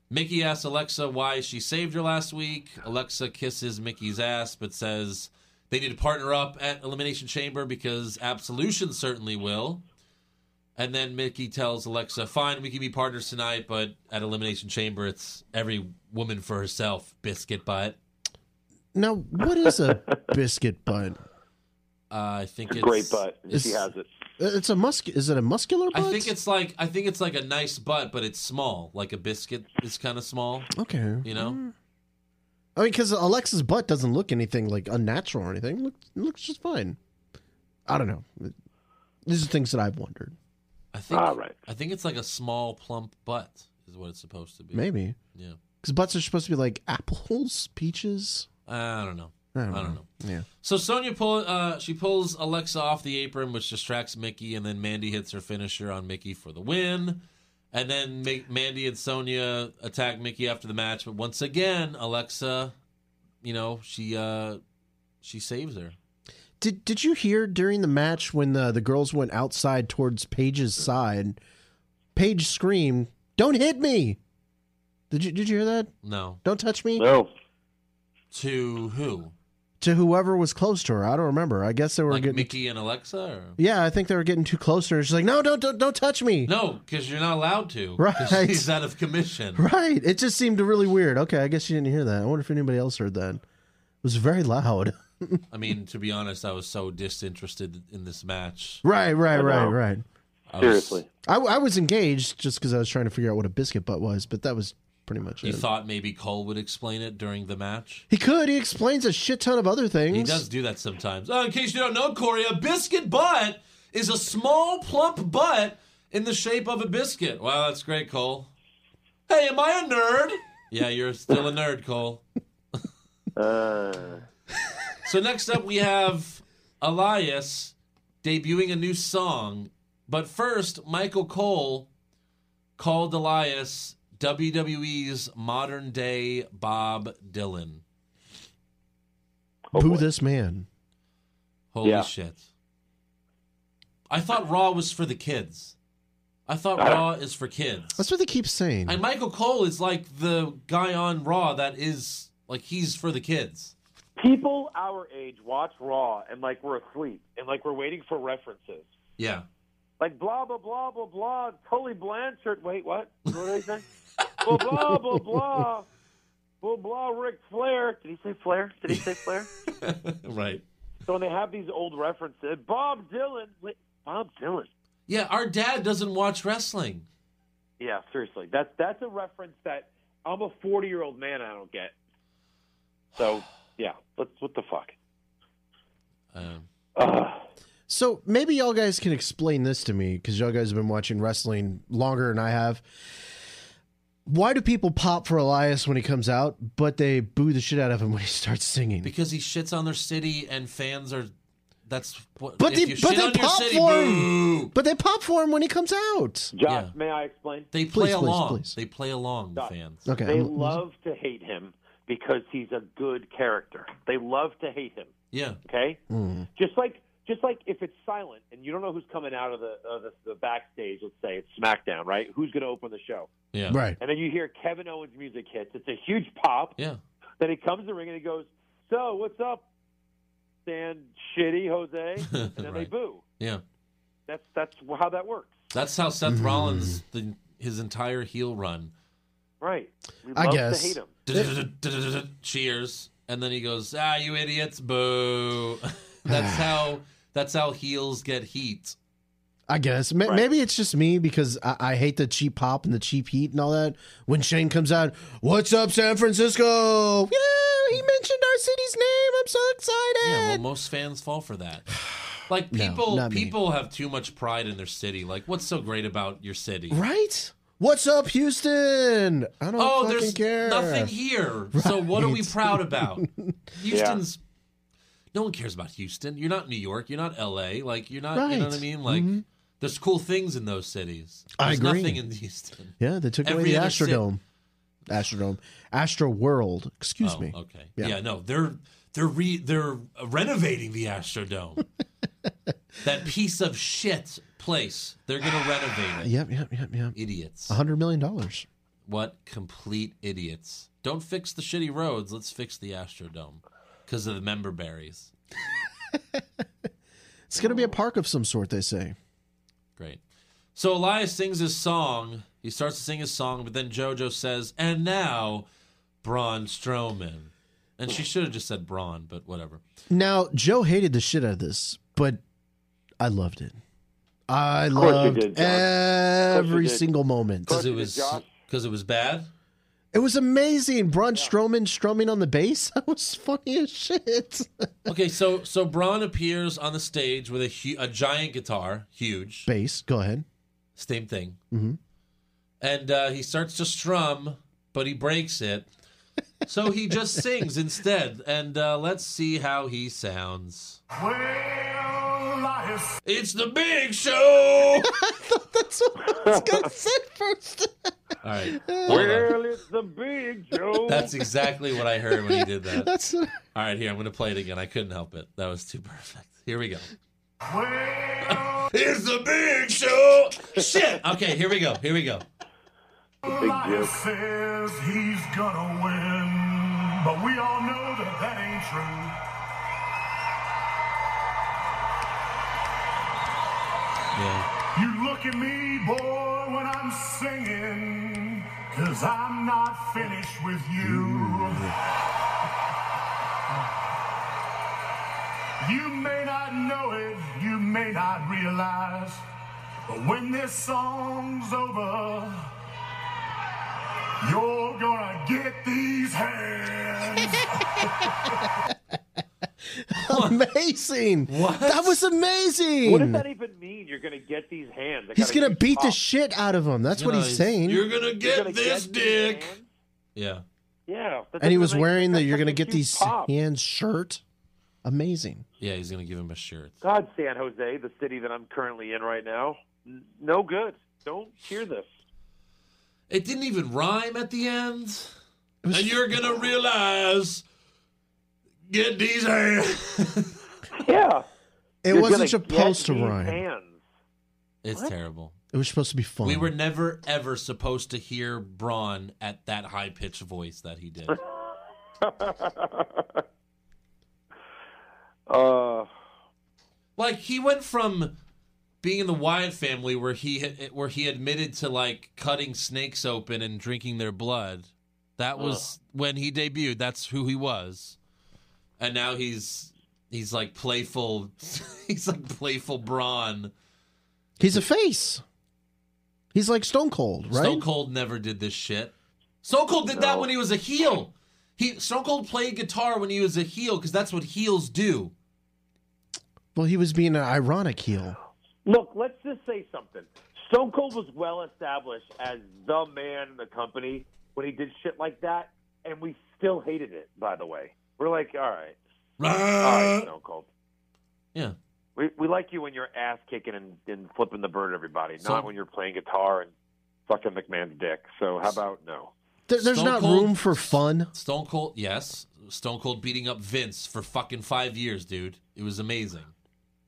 A: Mickey asks Alexa why she saved her last week. Alexa kisses Mickey's ass, but says they need to partner up at Elimination Chamber because Absolution certainly will. And then Mickey tells Alexa, "Fine, we can be partners tonight, but at Elimination Chamber, it's every woman for herself, biscuit butt."
B: Now, what is a biscuit butt?
A: Uh, I think it's
E: Great butt. She
B: it's-
E: has it.
B: It's a musc. Is it a muscular
A: I
B: butt?
A: think it's like I think it's like a nice butt, but it's small. Like a biscuit is kind of small,
B: okay.
A: you know.
B: I mean, because Alexa's butt doesn't look anything like unnatural or anything. It looks, it looks just fine. I don't know. These are things that I've wondered.
A: I think
E: All right.
A: I think it's like a small plump butt is what it's supposed to be.
B: Maybe
A: Yeah.
B: because butts are supposed to be like apples, peaches.
A: I don't know. I don't, know.
B: Yeah.
A: So Sonya pull uh, she pulls Alexa off the apron, which distracts Mickey, and then Mandy hits her finisher on Mickey for the win. And then Ma- Mandy and Sonya attack Mickey after the match, but once again, Alexa, you know, she uh, she saves her.
B: Did Did you hear during the match when the the girls went outside towards Paige's side? Paige screamed, "Don't hit me!" Did you Did you hear that?
A: No,
B: Don't touch me.
E: No.
A: to who?
B: To whoever was close to her, I don't remember. I guess they were
A: like
B: getting.
A: Mickey and Alexa? Or?
B: Yeah, I think they were getting too close to her. She's like, "No, don't don't don't touch me."
A: No, because you're not allowed to. 'cause
B: Right.
A: She's out of commission.
B: Right. It just seemed really weird. Okay, I guess you didn't hear that. I wonder if anybody else heard that. It was very loud.
A: I mean, to be honest, I was so disinterested in this match.
B: Right, right, right,
E: know.
B: right.
A: I was-
E: Seriously.
B: I, I was engaged just because I was trying to figure out what a biscuit butt was, but that was pretty much
A: you
B: it.
A: thought maybe Cole would explain it during the match?
B: he could. He explains a shit ton of other things.
A: He does do that sometimes. Oh, in case you don't know, Corey, a biscuit butt is a small, plump butt in the shape of a biscuit. Wow, that's great, Cole. Hey, am I a nerd? Yeah, you're still a nerd, Cole.
E: Uh,
A: So next up, we have Elias debuting a new song. But first, Michael Cole called Elias WWE's modern day Bob Dylan.
E: oh
B: Boo
E: boy.
B: this man.
A: Holy
E: Yeah.
A: shit. I thought Raw was for the kids. I I thought Raw is for kids.
B: That's what they keep saying.
A: And Michael Cole is like the guy on Raw that is like he's for the kids.
E: People our age watch Raw and like we're asleep and like we're waiting for references.
A: Yeah.
E: Like blah blah blah blah blah. Tully Blanchard. Wait, what? What did I say? blah blah blah blah. Blah blah. Ric Flair. Did he say Flair? Did he say Flair?
A: Right.
E: so when they have these old references, Bob Dylan. Wait, Bob Dylan.
A: Yeah, our dad doesn't watch wrestling.
E: Yeah, seriously. That's that's a reference that I'm a 40 year old man. I don't get. So yeah, let's what the fuck.
A: Um,
B: So maybe y'all guys can explain this to me because y'all guys have been watching wrestling longer than I have. Why do people pop for Elias when he comes out, but they boo the shit out of him when he starts singing?
A: because he shits on their city and fans are that's what
B: but
A: if
B: they
A: you
B: but
A: shit
B: they
A: on your
B: pop
A: city,
B: for
A: boo.
B: him. But they pop for him when he comes out.
E: Josh,
A: Yeah.
E: may I explain?
A: They play
B: Please, please,
A: along.
B: please.
A: They play along, the
E: Stop.
A: fans.
B: Okay. mm,
E: They
B: I'm-
E: love to hate him because he's a good character. They love to hate him.
A: Yeah.
E: Okay,
B: mm,
E: just like just like if it's silent and you don't know who's coming out of the of the, the backstage. Let's say it's SmackDown, right? Who's going to open the show?
A: Yeah.
B: right.
E: And then you hear Kevin Owens' music hits. It's a huge pop.
A: Yeah.
E: Then he comes to the ring and he goes, "So what's up, Stan? Shitty Jose?" And then they
A: Right.
E: boo.
A: Yeah.
E: That's that's how that works,
A: That's how Seth
B: Mm.
A: Rollins the, his entire heel run.
E: right? We
B: I
E: love
B: guess.
E: to hate him.
A: Cheers. And then he goes, "Ah, you idiots, boo." that's how that's how heels get heat.
B: I guess Ma-
E: Right.
B: maybe it's just me because I-, I hate the cheap pop and the cheap heat and all that. When Shane comes out, what's up, San Francisco? You know, he mentioned our city's name. I'm so excited.
A: Yeah, well, most fans fall for that. Like
B: Eh. No,
A: people,
B: not me.
A: people have too much pride in their city. Like, what's so great about your city?
B: Right? What's up, Houston? I don't
A: Oh,
B: fucking
A: there's
B: care.
A: nothing here. So what are we proud about? Houston's. No one cares about Houston. You're not New York. You're not L.A. Like you're not. You know what I
B: Right. Mm-hmm.
A: mean? Like there's cool things in those cities.
B: I
A: There's
B: agree.
A: Nothing in Houston.
B: Yeah, they took
A: Every
B: away the
A: other city-
B: Astrodome. Astrodome. Astro World. Excuse
A: oh,
B: me.
A: okay. Yeah.
B: Yeah.
A: no, they're they're re, they're renovating the Astrodome. that piece of shit place. They're gonna renovate it.
B: Yep, yep, yep, yep.
A: Idiots.
B: A hundred million dollars.
A: What complete idiots. Don't fix the shitty roads. Let's fix the Astrodome because of the member berries.
B: It's gonna
A: Oh.
B: be a park of some sort, they say.
A: Great. So Elias sings his song. He starts to sing his song, but then JoJo says, and now Braun Strowman. And she should have just said Braun, but whatever.
B: Now, Joe hated the shit out of this, but I loved it. I
E: course you
B: loved
E: did, John. Of course you
B: every
E: did.
B: single moment.
A: Because it
E: Fucking
A: was
E: Josh.
A: because it was bad.
B: It was amazing. Braun Strowman strumming on the bass. That was funny as shit.
A: Okay, so so Braun appears on the stage with a hu- a giant guitar, huge,
B: bass. Go ahead.
A: same thing,
B: Mhm.
A: and uh, he starts to strum, but he breaks it, so he just sings instead. And uh, let's see how he sounds.
C: Well, I have
A: It's the Big Show.
B: That's what I was gonna say first.
A: All right, hold on.
E: Well, it's the big Joe.
A: that's exactly what I heard when he did that.
B: That's
A: All right, here I'm going to play it again. I couldn't help it. That was too perfect. Here we go.
C: Well,
A: It's the Big Show. Shit. Okay, here we go. Here we go.
C: Elias says he's gonna win, but we all know that that ain't true.
A: Yeah.
C: You look at me, boy, when I'm singing, cause I'm not finished with you. You may not know it, you may not realize, but when this song's over, you're gonna get these hands.
B: amazing.
A: What?
B: That was amazing.
E: What does that even mean? You're going to get these hands. I
B: he's
E: gotta
B: gonna
E: get
B: beat the
E: pop.
B: shit out of him. That's what he's saying.
A: You're gonna get
E: You're gonna
A: this
E: get these
A: dick.
E: hands?
A: Yeah.
E: Yeah. that
B: and he
E: doesn't
B: was
E: make-
B: wearing the
E: that's
B: "You're gonna
E: fucking
B: get
E: huge
B: these
E: pop.
B: hands" shirt. Amazing.
A: Yeah, he's gonna give him a shirt.
E: God, San Jose, the city that I'm currently in right now, n- no good. Don't hear this.
A: It didn't even rhyme at the end. And you're gonna realize get these hands.
E: Yeah.
B: It wasn't supposed to rhyme.
A: it's terrible.
B: It was supposed to be fun.
A: We were never ever supposed to hear Braun at that high pitched voice that he did.
E: Uh,
A: like he went from being in the Wyatt family where he where he admitted to like cutting snakes open and drinking their blood. That was when he debuted. That's who he was. And now he's he's like playful he's like playful brawn.
B: He's a face. He's like Stone Cold, right?
A: Stone Cold never did this shit. Stone Cold did that when he was a heel. He Stone Cold played guitar when he was a heel because that's what heels do.
B: Well, he was being an ironic heel.
E: look, let's just say something. Stone Cold was well established as the man in the company when he did shit like that, and we still hated it. By the way, we're like, all right, all
A: Uh,
E: right, Stone Cold.
A: Yeah.
E: We, we like you when you're ass kicking and, and flipping the bird at everybody,
A: So-
E: not when you're playing guitar and sucking McMahon's dick. So how about no?
B: There, there's
A: Stone
B: not
A: Cold-
B: room for fun.
A: Stone Cold, yes. Stone Cold beating up Vince for fucking five years, dude. It was amazing.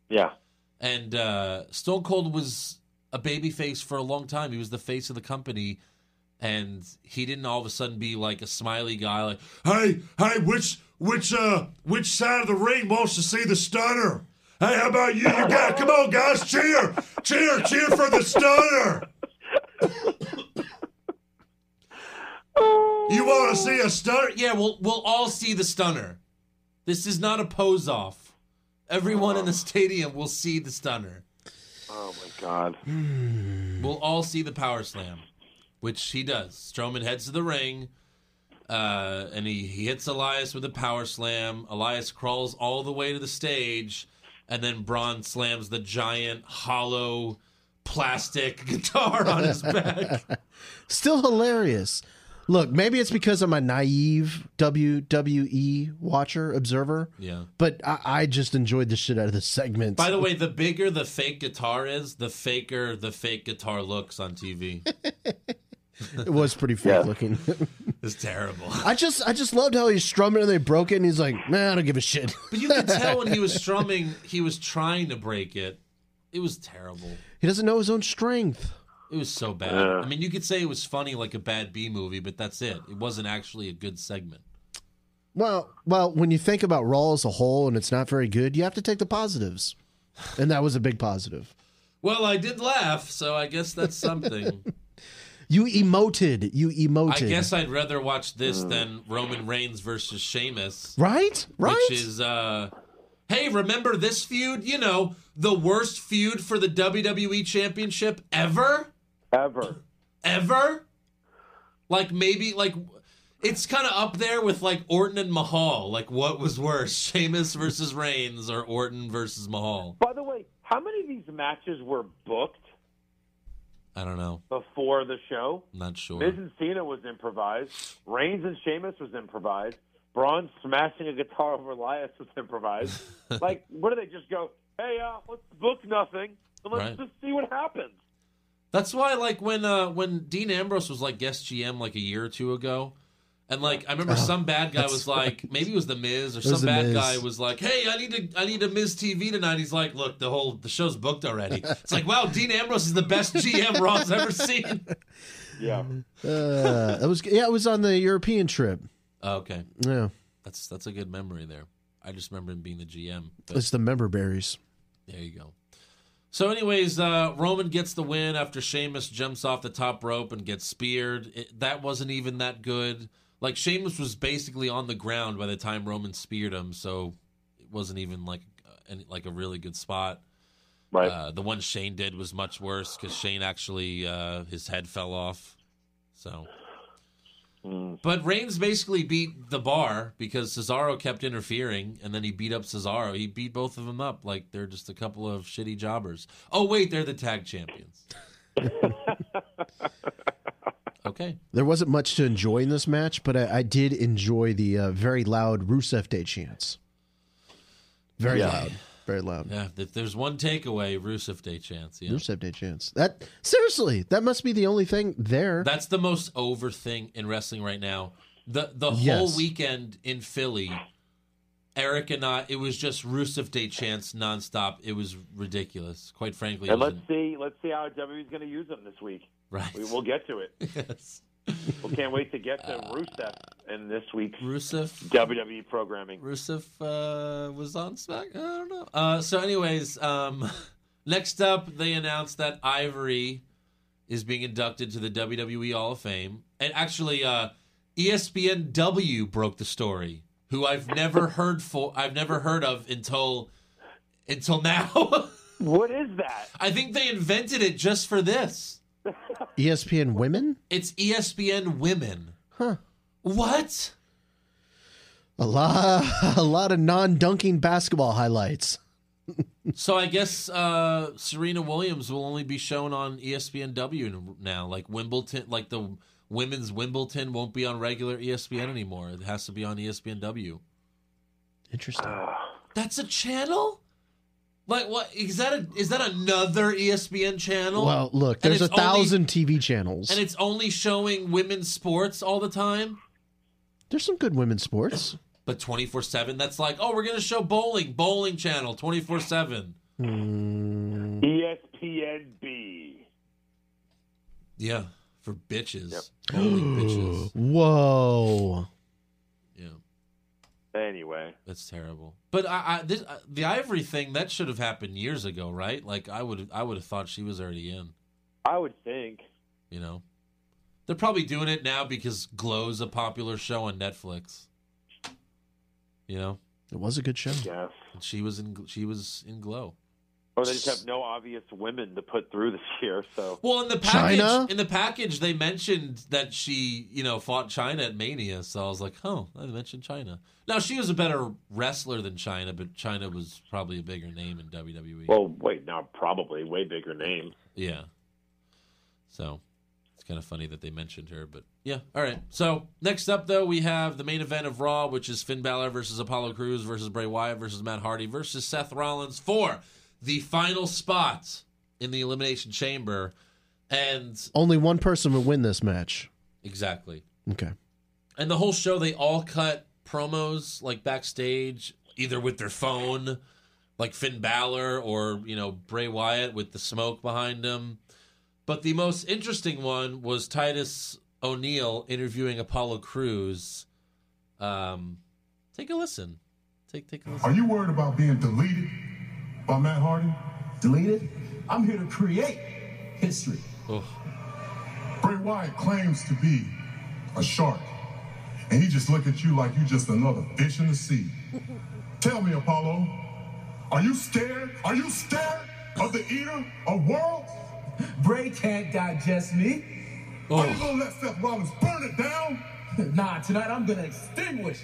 E: Yeah.
A: And uh, Stone Cold was a babyface for a long time. He was the face of the company, and he didn't all of a sudden be like a smiley guy, like, "Hey, hey, which which uh which side of the ring wants to see the stunner? Hey, how about you, you guys? Come on, guys, cheer, cheer, cheer for the stunner! You want to see a stunner? Yeah, we'll we'll all see the stunner. This is not a pose off. Everyone in the stadium will see the stunner. Hmm.
E: Oh my God.
A: We'll all see the power slam, which he does. Strowman heads to the ring, uh, and he, he hits Elias with a power slam. Elias crawls all the way to the stage, and then Braun slams the giant hollow plastic guitar on his back.
B: Still hilarious. Look, maybe it's because I'm a naive WWE watcher, observer,
A: yeah.
B: but I, I just enjoyed the shit out of the segment.
A: By the way, the bigger the fake guitar is, the faker the fake guitar looks on TV.
B: it was pretty fake looking.
A: It's terrible.
B: I just I just loved how he's strumming and they broke it and he's like, man, I don't give a shit.
A: But you could tell when he was strumming, he was trying to break it. It was terrible.
B: He doesn't know his own strength.
A: It was so bad.
E: Yeah.
A: I mean, you could say it was funny like a bad B movie, but that's it. It wasn't actually a good segment.
B: Well, well, when you think about Raw as a whole and it's not very good, you have to take the positives. And that was a big positive.
A: Well, I did laugh, so I guess that's something.
B: You emoted. You emoted.
A: I guess I'd rather watch this than Roman Reigns versus Sheamus,
B: right? Right?
A: which is uh Hey, remember this feud? You know, the worst feud for the WWE championship ever?
E: Ever.
A: ever. Like maybe like it's kind of up there with like Orton and Mahal. Like what was worse, Sheamus versus Reigns or Orton versus Mahal?
E: By the way, how many of these matches were booked
A: I don't know.
E: before the show?
A: I'm not sure.
E: Miz and Cena was improvised. Reigns and Sheamus was improvised. Braun smashing a guitar over Elias was improvised. like, what do they just go? Hey, uh, let's book nothing and let's
A: Right.
E: just see what happens.
A: That's why like when uh when Dean Ambrose was like guest GM like a year or two ago. And like I
B: Oh,
A: remember, some bad guy was like, maybe it was the Miz or
B: was
A: some
B: The
A: bad
B: Miz.
A: guy was like, "Hey, I need to, I need a Miz TV tonight." He's like, "Look, the whole the show's booked already." It's like, wow, Dean Ambrose is the best GM Raw's ever seen.
E: Yeah.
B: Uh, it was yeah, it was on the European trip.
A: Oh, Okay,
B: Yeah.
A: That's that's a good memory there. I just remember him being the GM. But
B: It's the member berries.
A: there you go. So, anyways, uh, Roman gets the win after Sheamus jumps off the top rope and gets speared. It, that wasn't even that good. Like Sheamus was basically on the ground by the time Roman speared him, so it wasn't even like uh, any, like a really good spot.
E: Right.
A: Uh, the one Shane did was much worse because Shane actually uh, his head fell off. So, but Reigns basically beat the bar because Cesaro kept interfering, and then he beat up Cesaro. He beat both of them up like they're just a couple of shitty jobbers. Oh wait, they're the tag champions. okay,
B: There wasn't much to enjoy in this match, but I, I did enjoy the uh, very loud Rusev Day chants. Very loud. Very loud.
A: yeah. If there's one takeaway, Rusev Day chance. Yeah,
B: Rusev Day chants. That seriously, that must be the only thing there.
A: That's the most over thing in wrestling right now. The the whole
B: Yes.
A: weekend in Philly Eric and I, it was just Rusev Day chants nonstop. It was ridiculous, quite frankly.
E: And
A: it was
E: let's see, let's see how WWE's going to use them this week.
A: right.
E: We, we'll get to it.
A: yes.
E: We can't wait to get
A: Uh,
E: to Rusev in this week's
A: Rusev.
E: WWE programming.
A: Rusev uh, was on Smack. I don't know. Uh, so, anyways, um, next up, they announced that Ivory is being inducted to the WWE Hall of Fame, and actually, uh, ESPNW broke the story. Who I've never heard for, I've never heard of until until now.
E: What is that?
A: I think they invented it just for this.
B: E ESPN Women?
A: It's E ESPN Women.
B: Huh.
A: What?
B: A lot, a lot of non-dunking basketball highlights.
A: So I guess uh, Serena Williams will only be shown on E ESPNW now. Like Wimbledon, like the women's Wimbledon won't be on regular E ESPN anymore. It has to be on E ESPNW.
B: Interesting.
A: That's a channel. Like what is that? A, is that another E ESPN channel?
B: Well, look,
A: And
B: there's a
A: it's only-
B: thousand TV channels.
A: and it's only showing women's sports all the time.
B: there's some good women's sports.
A: But twenty four seven, that's like, oh, we're gonna show bowling, bowling channel, twenty four seven.
B: Hmm.
E: E ESPNB.
A: Yeah, for bitches, bowling bitches.
B: Whoa.
A: Yeah.
E: Anyway,
A: That's terrible. But I, I this, uh, the Ivory thing that should have happened years ago, right? Like I would I would have thought she was already in.
E: I would think.
A: You know, they're probably doing it now because Glow's a popular show on Netflix. You know,
B: It was a good show.
E: Yes.
A: and she was in she was in Glow.
E: Or they just have no obvious women to put through this year, so
A: Well, in the package,
B: China?
A: in the package, they mentioned that she, you know, fought China at Mania. So I was like, oh, they mentioned China. Now she was a better wrestler than China, but China was probably a bigger name in E. WWE.
E: well wait, no, probably way bigger name.
A: Yeah. So it's kind of funny that they mentioned her, but yeah. All right. So next up, though, we have the main event of Raw, which is Finn Balor versus Apollo Crews versus Bray Wyatt versus Matt Hardy versus Seth Rollins for the final spot in the Elimination Chamber. And
B: Only one person would win this match.
A: exactly.
B: Okay.
A: And the whole show, they all cut promos like backstage, either with their phone, like Finn Balor or, you know, Bray Wyatt with the smoke behind him. But the most interesting one was Titus O'Neil interviewing Apollo Cruz. Um, take a listen. Take take a listen.
C: Are you worried about being deleted by Matt Hardy?
F: deleted. I'm here to create history.
C: Bray Wyatt claims to be a shark, and he just look at you like you just another fish in the sea. Tell me, Apollo, are you scared? Are you scared of the eater of worlds?
F: Bray can't digest me.
C: Are you gonna let Seth Rollins burn it down?
F: Nah, tonight I'm gonna extinguish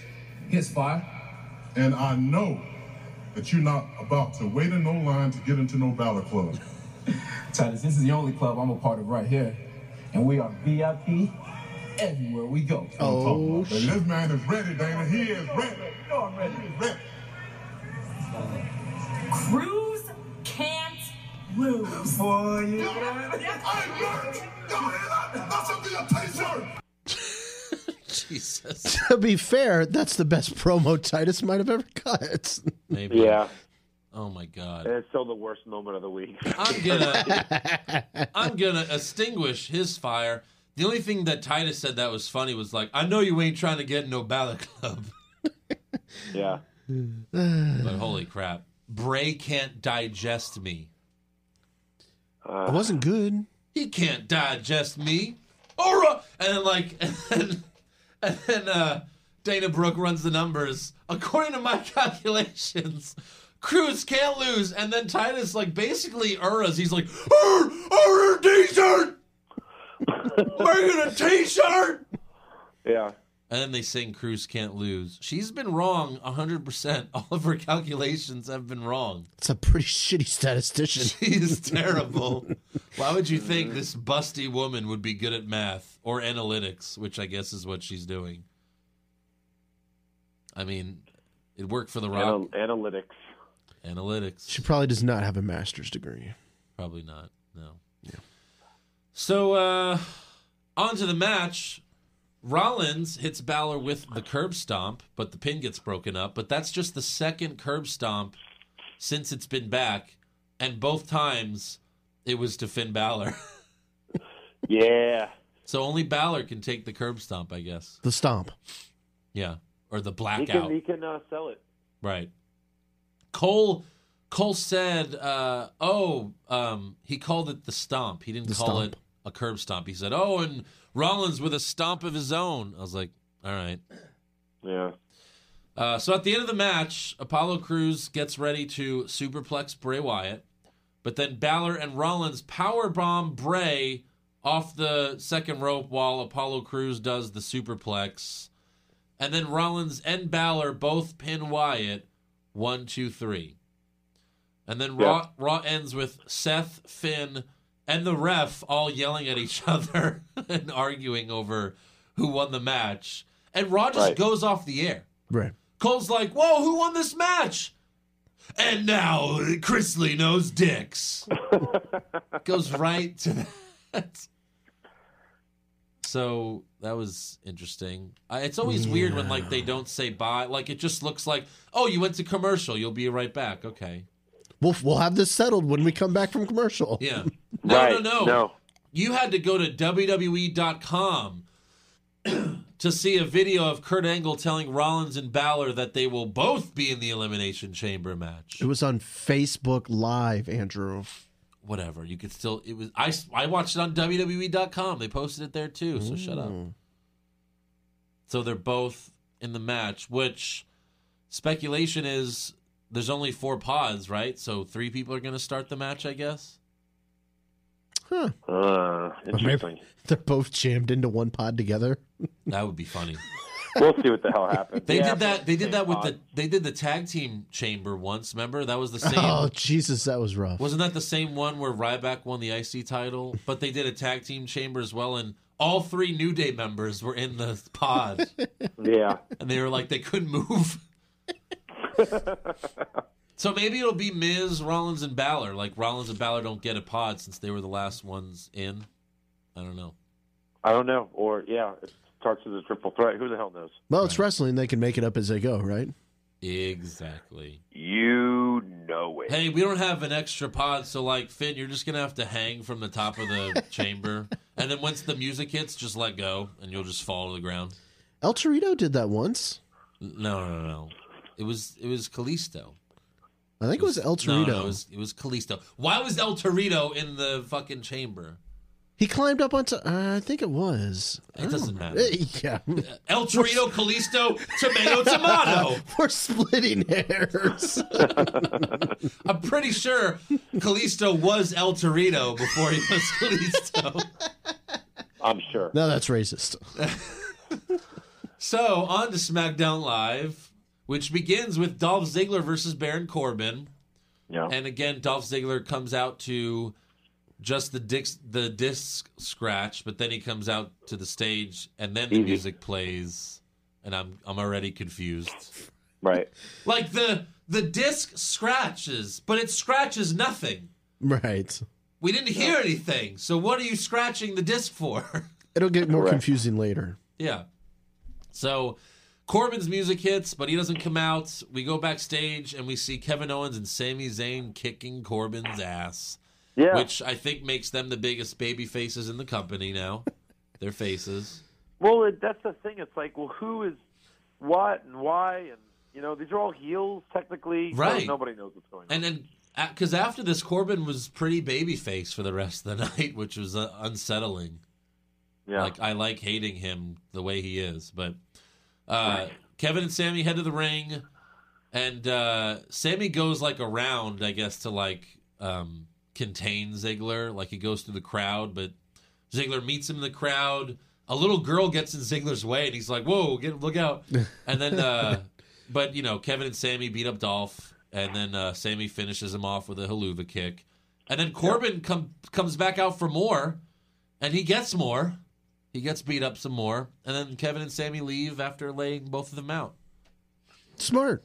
F: his fire.
C: And I know that you're not about to wait in no line to get into no Valor Club.
F: Titus, this is the only club I'm a part of right here. And we are VIP everywhere we go.
B: Oh,
C: And this man is ready, Dana. He is ready.
F: No, I'm ready.
C: Ready.
G: Cruz can't lose.
F: Boy, you
C: I learned. Y'all hear that? That should be a t-shirt.
A: Jesus.
B: To be fair, that's the best promo Titus might have ever cut.
A: Maybe.
E: Yeah.
A: Oh my God.
E: And it's still the worst moment of the week.
A: I'm gonna I'm gonna extinguish his fire. The only thing that Titus said that was funny was like, I know you ain't trying to get in no ballot club.
E: yeah.
A: But holy crap. Bray can't digest me. Ah.
B: It wasn't good.
A: He can't digest me. Or uh, and then like and then, and then uh Dana Brooke runs the numbers. According to my calculations, Cruz can't lose, and then Titus like basically errs. He's like, "Er, er, t-shirt, making a t-shirt."
E: Yeah.
A: And then they sing Cruz can't lose. She's been wrong 100%. All of her calculations have been wrong.
B: It's a pretty shitty statistician.
A: She is terrible. Why would you think this busty woman would be good at math or analytics, which I guess is what she's doing? I mean, it worked for The Rock.
E: Anal-
H: Um,
E: analytics.
A: analytics.
B: She probably does not have a master's degree.
A: Probably not. No. Yeah. So uh on to the match. Rollins hits Balor with the curb stomp, but the pin gets broken up. But that's just the second curb stomp since it's been back, and both times it was to Finn Balor.
E: Yeah.
A: so only Balor can take the curb stomp, I guess.
B: The stomp.
A: Yeah, or the
E: He
A: blackout.
E: can, he can uh, sell it.
A: Right. Cole Cole said, uh, "Oh, um, he called it the stomp. He didn't
B: The
A: call
B: stomp.
A: it a curb stomp. He said, "Oh, and Rollins with a stomp of his own." I was like, "All right."
E: Yeah.
A: Uh, so at the end of the match, Apollo Cruz gets ready to superplex Bray Wyatt, but then Balor and Rollins powerbomb Bray off the second rope while Apollo Cruz does the superplex. And then Rollins and Balor both pin Wyatt one, two, three. And then Raw, Raw ends with Seth, Finn, and the ref all yelling at each other and arguing over who won the match. And Raw just
E: Right.
A: goes off the air.
B: Right.
A: Cole's like, "Whoa, who won this match?" And now Chris Lee knows dicks. Goes right to that. So that was interesting. I, it's always weird when like they don't say bye. Like it just looks like, "Oh, you went to commercial. You'll be right back." Okay.
B: We'll we'll have this settled when we come back from commercial.
A: Yeah. No,
E: right.
A: no, no. You had to go to WWE.com to see a video of Kurt Angle telling Rollins and Balor that they will both be in the Elimination Chamber match.
B: It was on Facebook Live, Andrew.
A: whatever. You could still it was I I watched it on WWE.com. They posted it there too. So shut up. So they're both in the match, which speculation is there's only four pods, right? So three people are going to start the match, I guess.
B: Huh.
E: Uh, interesting.
B: Maybe they're both jammed into one pod together.
A: That would be funny.
E: we'll see what the hell happens.
A: They
E: Yeah,
A: did that. They did that with the
E: same
A: they did the tag team chamber once. Remember that was the same.
B: Oh Jesus, that was rough.
A: Wasn't that the same one where Ryback won the IC title? But they did a tag team chamber as well, and all three New Day members were in the pod.
E: pod. Yeah.
A: and they were like they couldn't move. so maybe it'll be Miz, Rollins, and Balor. Like Rollins and Balor don't get a pod since they were the last ones in. I don't know.
E: I don't know. Or yeah, it starts as a triple threat. Who the hell knows?
B: well, it's wrestling; they can make it up as they go, right?
A: Exactly.
E: You know it.
A: Hey, we don't have an extra pod, so like Finn, you're just gonna have to hang from the top of the chamber, and then once the music hits, just let go, and you'll just fall to the ground.
B: El Torito did that once.
A: No, no, no, no. It was it was Kalisto.
B: I think it was El
A: No,
B: Torito.
A: no, it was it was Kalisto. Why was El Torito in the fucking chamber?
B: He climbed up onto. Uh, I think it was. Oh,
A: It doesn't matter.
B: Yeah,
A: El Torito, Callisto, tomato, tomato.
B: we're splitting hairs.
A: I'm pretty sure Callisto was El Torito before he was Callisto.
E: I'm sure.
B: no, that's racist.
A: So on to SmackDown Live, which begins with Dolph Ziggler versus Baron Corbin,
E: Yeah.
A: and again Dolph Ziggler comes out to just the disc, the disc scratch, but then he comes out to the stage, and then the
E: Easy.
A: music plays, and I'm I'm already confused.
E: right.
A: Like the the disc scratches, but it scratches nothing.
B: Right.
A: We didn't hear anything. So what are you scratching the disc for?
B: It'll get more
E: Correct.
B: confusing later.
A: yeah. So Corbin's music hits, but he doesn't come out. We go backstage and we see Kevin Owens and Sami Zayn kicking Corbin's ass,
E: Yeah.
A: which I think makes them the biggest baby faces in the company now. Their faces.
E: Well, it, that's the thing. It's like, well, who is what and why, and you know, these are all heels technically. so
A: Right.
E: Nobody knows what's going on.
A: And then because after this, Corbin was pretty babyface for the rest of the night, which was uh, unsettling.
E: yeah.
A: Like I like hating him the way he is, but uh, Kevin and Sammy head to the ring, and uh, Sammy goes like around, I guess, to like um, contain Ziggler. Like he goes through the crowd, but Ziggler meets him in the crowd. A little girl gets in Ziggler's way, and he's like, "Whoa, get look out!" And then, uh, but you know, Kevin and Sammy beat up Dolph, and then uh, Sammy finishes him off with a haluva kick, and then Corbin come comes back out for more, and he gets more. He gets beat up some more, and then Kevin and Sammy leave after laying both of them out.
B: Smart.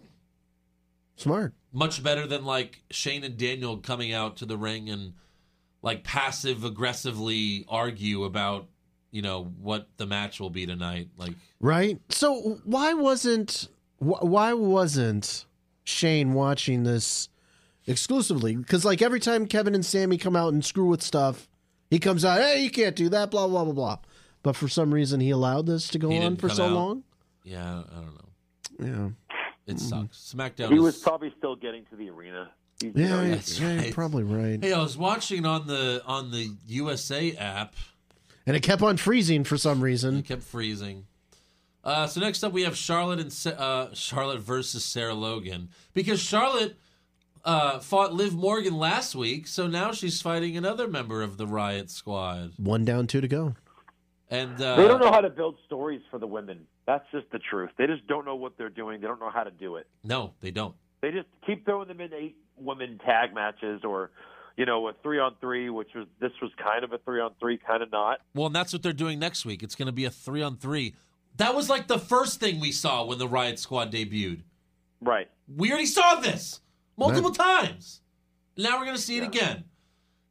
B: Smart.
A: Much better than like Shane and Daniel coming out to the ring and like passive aggressively argue about you know what the match will be tonight. Like
B: Right? So why wasn't wh- why wasn't Shane watching this exclusively? Because like every time Kevin and Sammy come out and screw with stuff, he comes out, hey, you can't do that, blah blah blah blah. But for some reason, he allowed this to go
A: He
B: on
A: didn't
B: for
A: come
B: so
A: out.
B: long.
A: yeah, I don't know.
B: Yeah,
A: It sucks. SmackDown.
E: Mm-hmm. He
A: is-
E: was probably still getting to the arena. He's
B: yeah,
E: very-
B: yeah,
A: That's
B: yeah,
A: right.
B: probably right.
A: Hey, I was watching on the on the USA app.
B: And it kept on freezing for some
A: It
B: reason.
A: kept freezing. Uh, so next up, we have Charlotte and Sa- uh, Charlotte versus Sarah Logan because Charlotte uh, fought Liv Morgan last week, so now she's fighting another member of the Riot Squad.
B: One down, two to go.
A: And uh,
E: They don't know how to build stories for the women. That's just the truth. They just don't know what they're doing. They don't know how to do it.
A: No, they don't.
E: They just keep throwing them in eight women tag matches or, you know, a three on three, which was this was kind of a three on three, kind of not.
A: Well, and that's what they're doing next week. It's going to be a three on three. That was like the first thing we saw when the Riot Squad debuted.
E: Right.
A: We already saw this multiple times. Now we're going to see it again.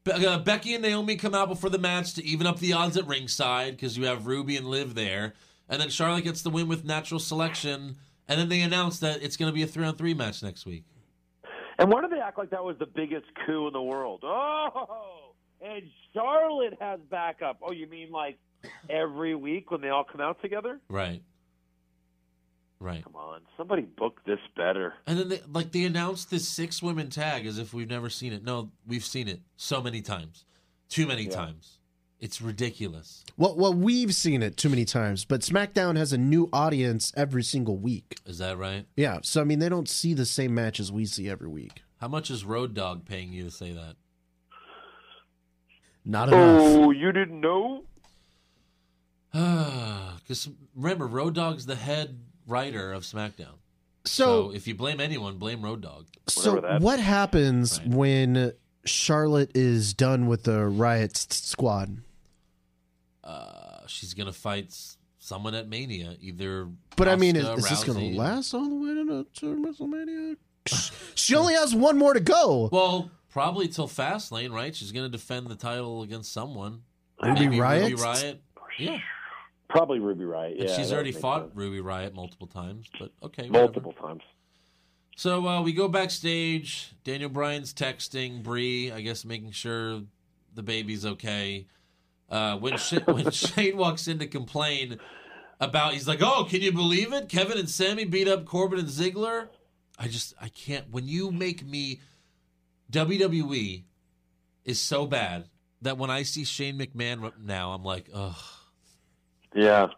A: Be- uh, Becky and Naomi come out before the match to even up the odds at ringside because you have Ruby and Liv there. And then Charlotte gets the win with natural selection. And then they announce that it's going to be a three on three match next week.
E: And why do they act like that was the biggest coup in the world? Oh, and Charlotte has backup. Oh, you mean like every week when they all come out together?
A: Right. Right.
E: Come on, somebody book this better.
A: And then they, like they announced this six women tag as if we've never seen it. No, we've seen it so many times. Too many times. It's ridiculous.
B: Well, well, we've seen it too many times, but SmackDown has a new audience every single week.
A: Is that right?
B: Yeah, so I mean, they don't see the same matches we see every week.
A: How much is Road Dog paying you to say that?
B: Not enough.
E: Oh, you didn't know?
A: Because remember, Road Dog's the head writer of SmackDown. So,
B: So,
A: if you blame anyone, blame Road Dog.
B: so,
E: whatever that-
B: what happens
A: Right.
B: when Charlotte is done with the Riot s- Squad?
A: Uh, she's gonna fight s- someone at Mania, either.
B: But I mean, is,
A: Asuka,
B: is this going
A: Rousey-
B: to last all the way to, to WrestleMania? she only has one more to go.
A: Well, probably till Fastlane, right? She's gonna defend the title against someone.
B: Ruby
A: Maybe
B: Riot.
A: Ruby Riot. Yeah,
E: Probably Ruby Riot.
A: and
E: yeah,
A: she's
E: that
A: already
E: makes
A: fought
E: sense.
A: Ruby Riot multiple times. But okay, whatever.
E: multiple times.
A: So uh, we go backstage. Daniel Bryan's texting Bree, I guess, making sure the baby's okay. Uh, when Sh- when Shane walks in to complain about, he's like, "Oh, can you believe it? Kevin and Sammy beat up Corbin and Ziggler." I just I can't. When you make me WWE is so bad that when I see Shane McMahon now, I'm like, "Ugh,
E: Yeah,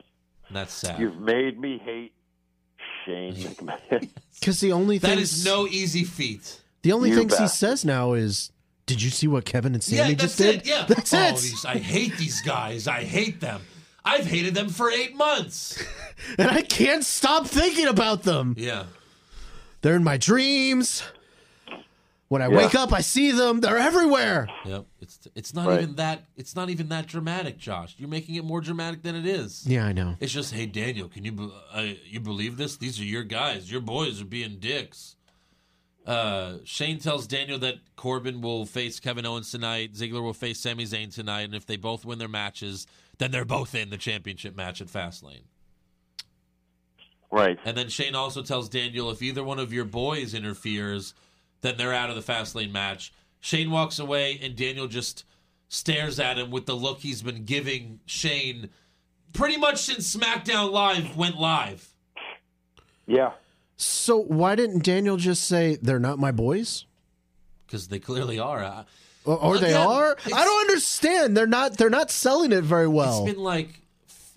A: that's sad."
E: you've made me hate Shane McMahon.
B: Because the only
A: that
B: thing
A: is no easy feat.
B: the only
E: You
B: things he
E: bastard.
B: says now is, "Did you see what Kevin and Sammy
A: that's
B: just did?
A: It, yeah,
B: That's
A: Oh,
B: it."
A: these- I hate these guys. I hate them. I've hated them for eight months.
B: and I can't stop thinking about them.
A: Yeah,
B: They're in my dreams. When I
E: Yeah.
B: wake up, I see them. They're everywhere.
A: yep. It's it's not
E: Right.
A: even that. It's not even that dramatic, Josh. You're making it more dramatic than it is.
B: Yeah, I know.
A: It's just, hey Daniel, can you be- uh, you believe this? These are your guys. Your boys are being dicks. Uh, Shane tells Daniel that Corbin will face Kevin Owens tonight. Ziggler will face Sami Zayn tonight, and if they both win their matches, then they're both in the championship match at Fastlane.
E: right.
A: And then Shane also tells Daniel if either one of your boys interferes, then they're out of the fast lane match. Shane walks away, and Daniel just stares at him with the look he's been giving Shane pretty much since SmackDown Live went live.
E: Yeah.
B: So why didn't Daniel just say they're not my boys,
A: Because they clearly are. I-
B: or, or they
A: Again,
B: are?
A: it's-
B: I don't understand. They're not. They're not selling it very well.
A: It's been like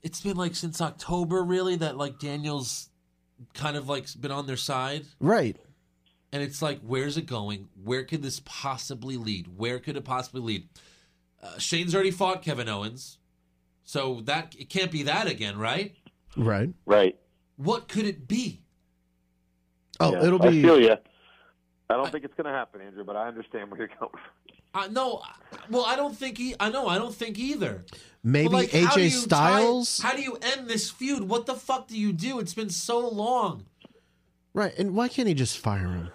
A: it's been like since October, really, that like Daniel's kind of like been on their side.
B: right.
A: and it's like where's it going where could this possibly lead where could it possibly lead uh, shane's already fought kevin owens so that it can't be that again right
B: Right.
E: Right.
A: what could it be
B: Oh,
E: Yeah.
B: it'll
E: I
B: be.
E: feel you. I don't think it's going to happen, Andrew, but I understand where you're coming from.
A: uh, no I- well i don't think he i know i don't think either
B: Maybe
A: But, like, how do
B: AJ
A: you tie-
B: Styles.
A: how do you end this feud what the fuck do you do it's been so long
B: right. And why can't he just fire him?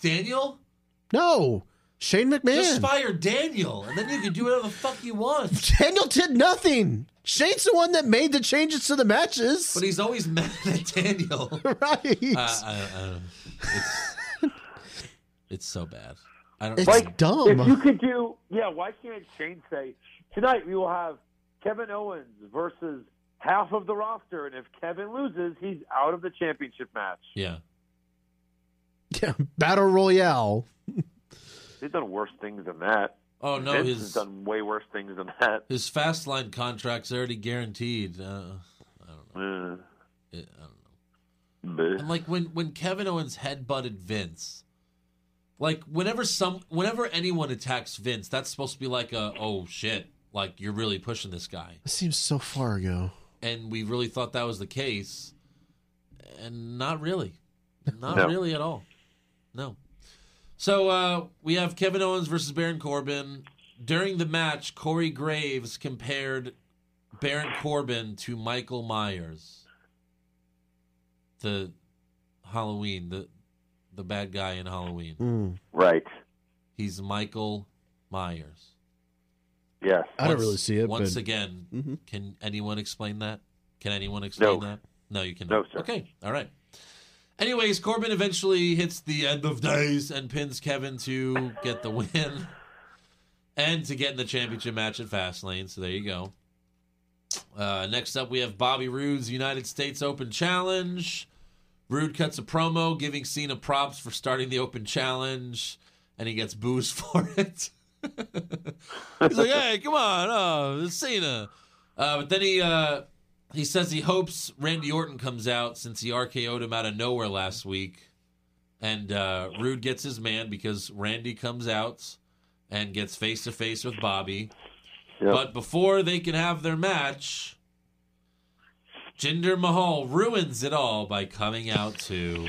A: daniel
B: No. Shane
A: Just
B: McMahon.
A: fire Daniel, and then you can do whatever the fuck you want.
B: Daniel did nothing. Shane's the one that made the changes to the matches.
A: But he's always mad at Daniel. Uh,
B: right.
A: I, I don't know. It's, it's so bad. I don't
B: it's
A: know.
B: dumb.
E: If you could do, yeah, why can't Shane say tonight we will have Kevin Owens versus half of the roster, and if Kevin loses, he's out of the championship match.
A: yeah.
B: yeah, battle royale.
E: They've done worse things than that.
A: Oh no,
E: Vince has
A: his
E: done way worse things than that.
A: his fast line contract's already guaranteed. Uh,
E: Uh,
A: it, I don't know.
E: bleh.
A: And like when when Kevin Owens headbutted Vince, like whenever some whenever anyone attacks Vince, that's supposed to be like a oh shit, like you're really pushing this guy.
B: That seems so far ago.
A: and we really thought that was the case, and not really, not
E: No.
A: really at all. No. So uh, we have Kevin Owens versus Baron Corbin. During the match, Corey Graves compared Baron Corbin to Michael Myers, the Halloween, the the bad guy in Halloween.
B: Mm.
E: Right.
A: He's Michael Myers.
E: Yes.
B: I don't
A: Once-
B: really see it.
A: Once
B: but
A: again,
B: Mhm.
A: can anyone explain that? Can anyone explain
E: Mm-hmm. No.
A: that? No, you cannot.
E: No, sir.
A: Okay, all right. Anyways, Corbin eventually hits the end of days and pins Kevin to get the win and to get in the championship match at Fastlane. So there you go. Uh, next up, we have Bobby Roode's United States Open Challenge. Rude cuts a promo giving Cena props for starting the Open Challenge, and he gets booze for it. He's like, "Hey, come on, oh, it's Cena." Uh, but then he uh, he says he hopes Randy Orton comes out since he RKO'd him out of nowhere last week, and uh, Rude gets his man because Randy comes out and gets face to face with Bobby.
E: Yep.
A: But before they can have their match, Jinder Mahal ruins it all by coming out to.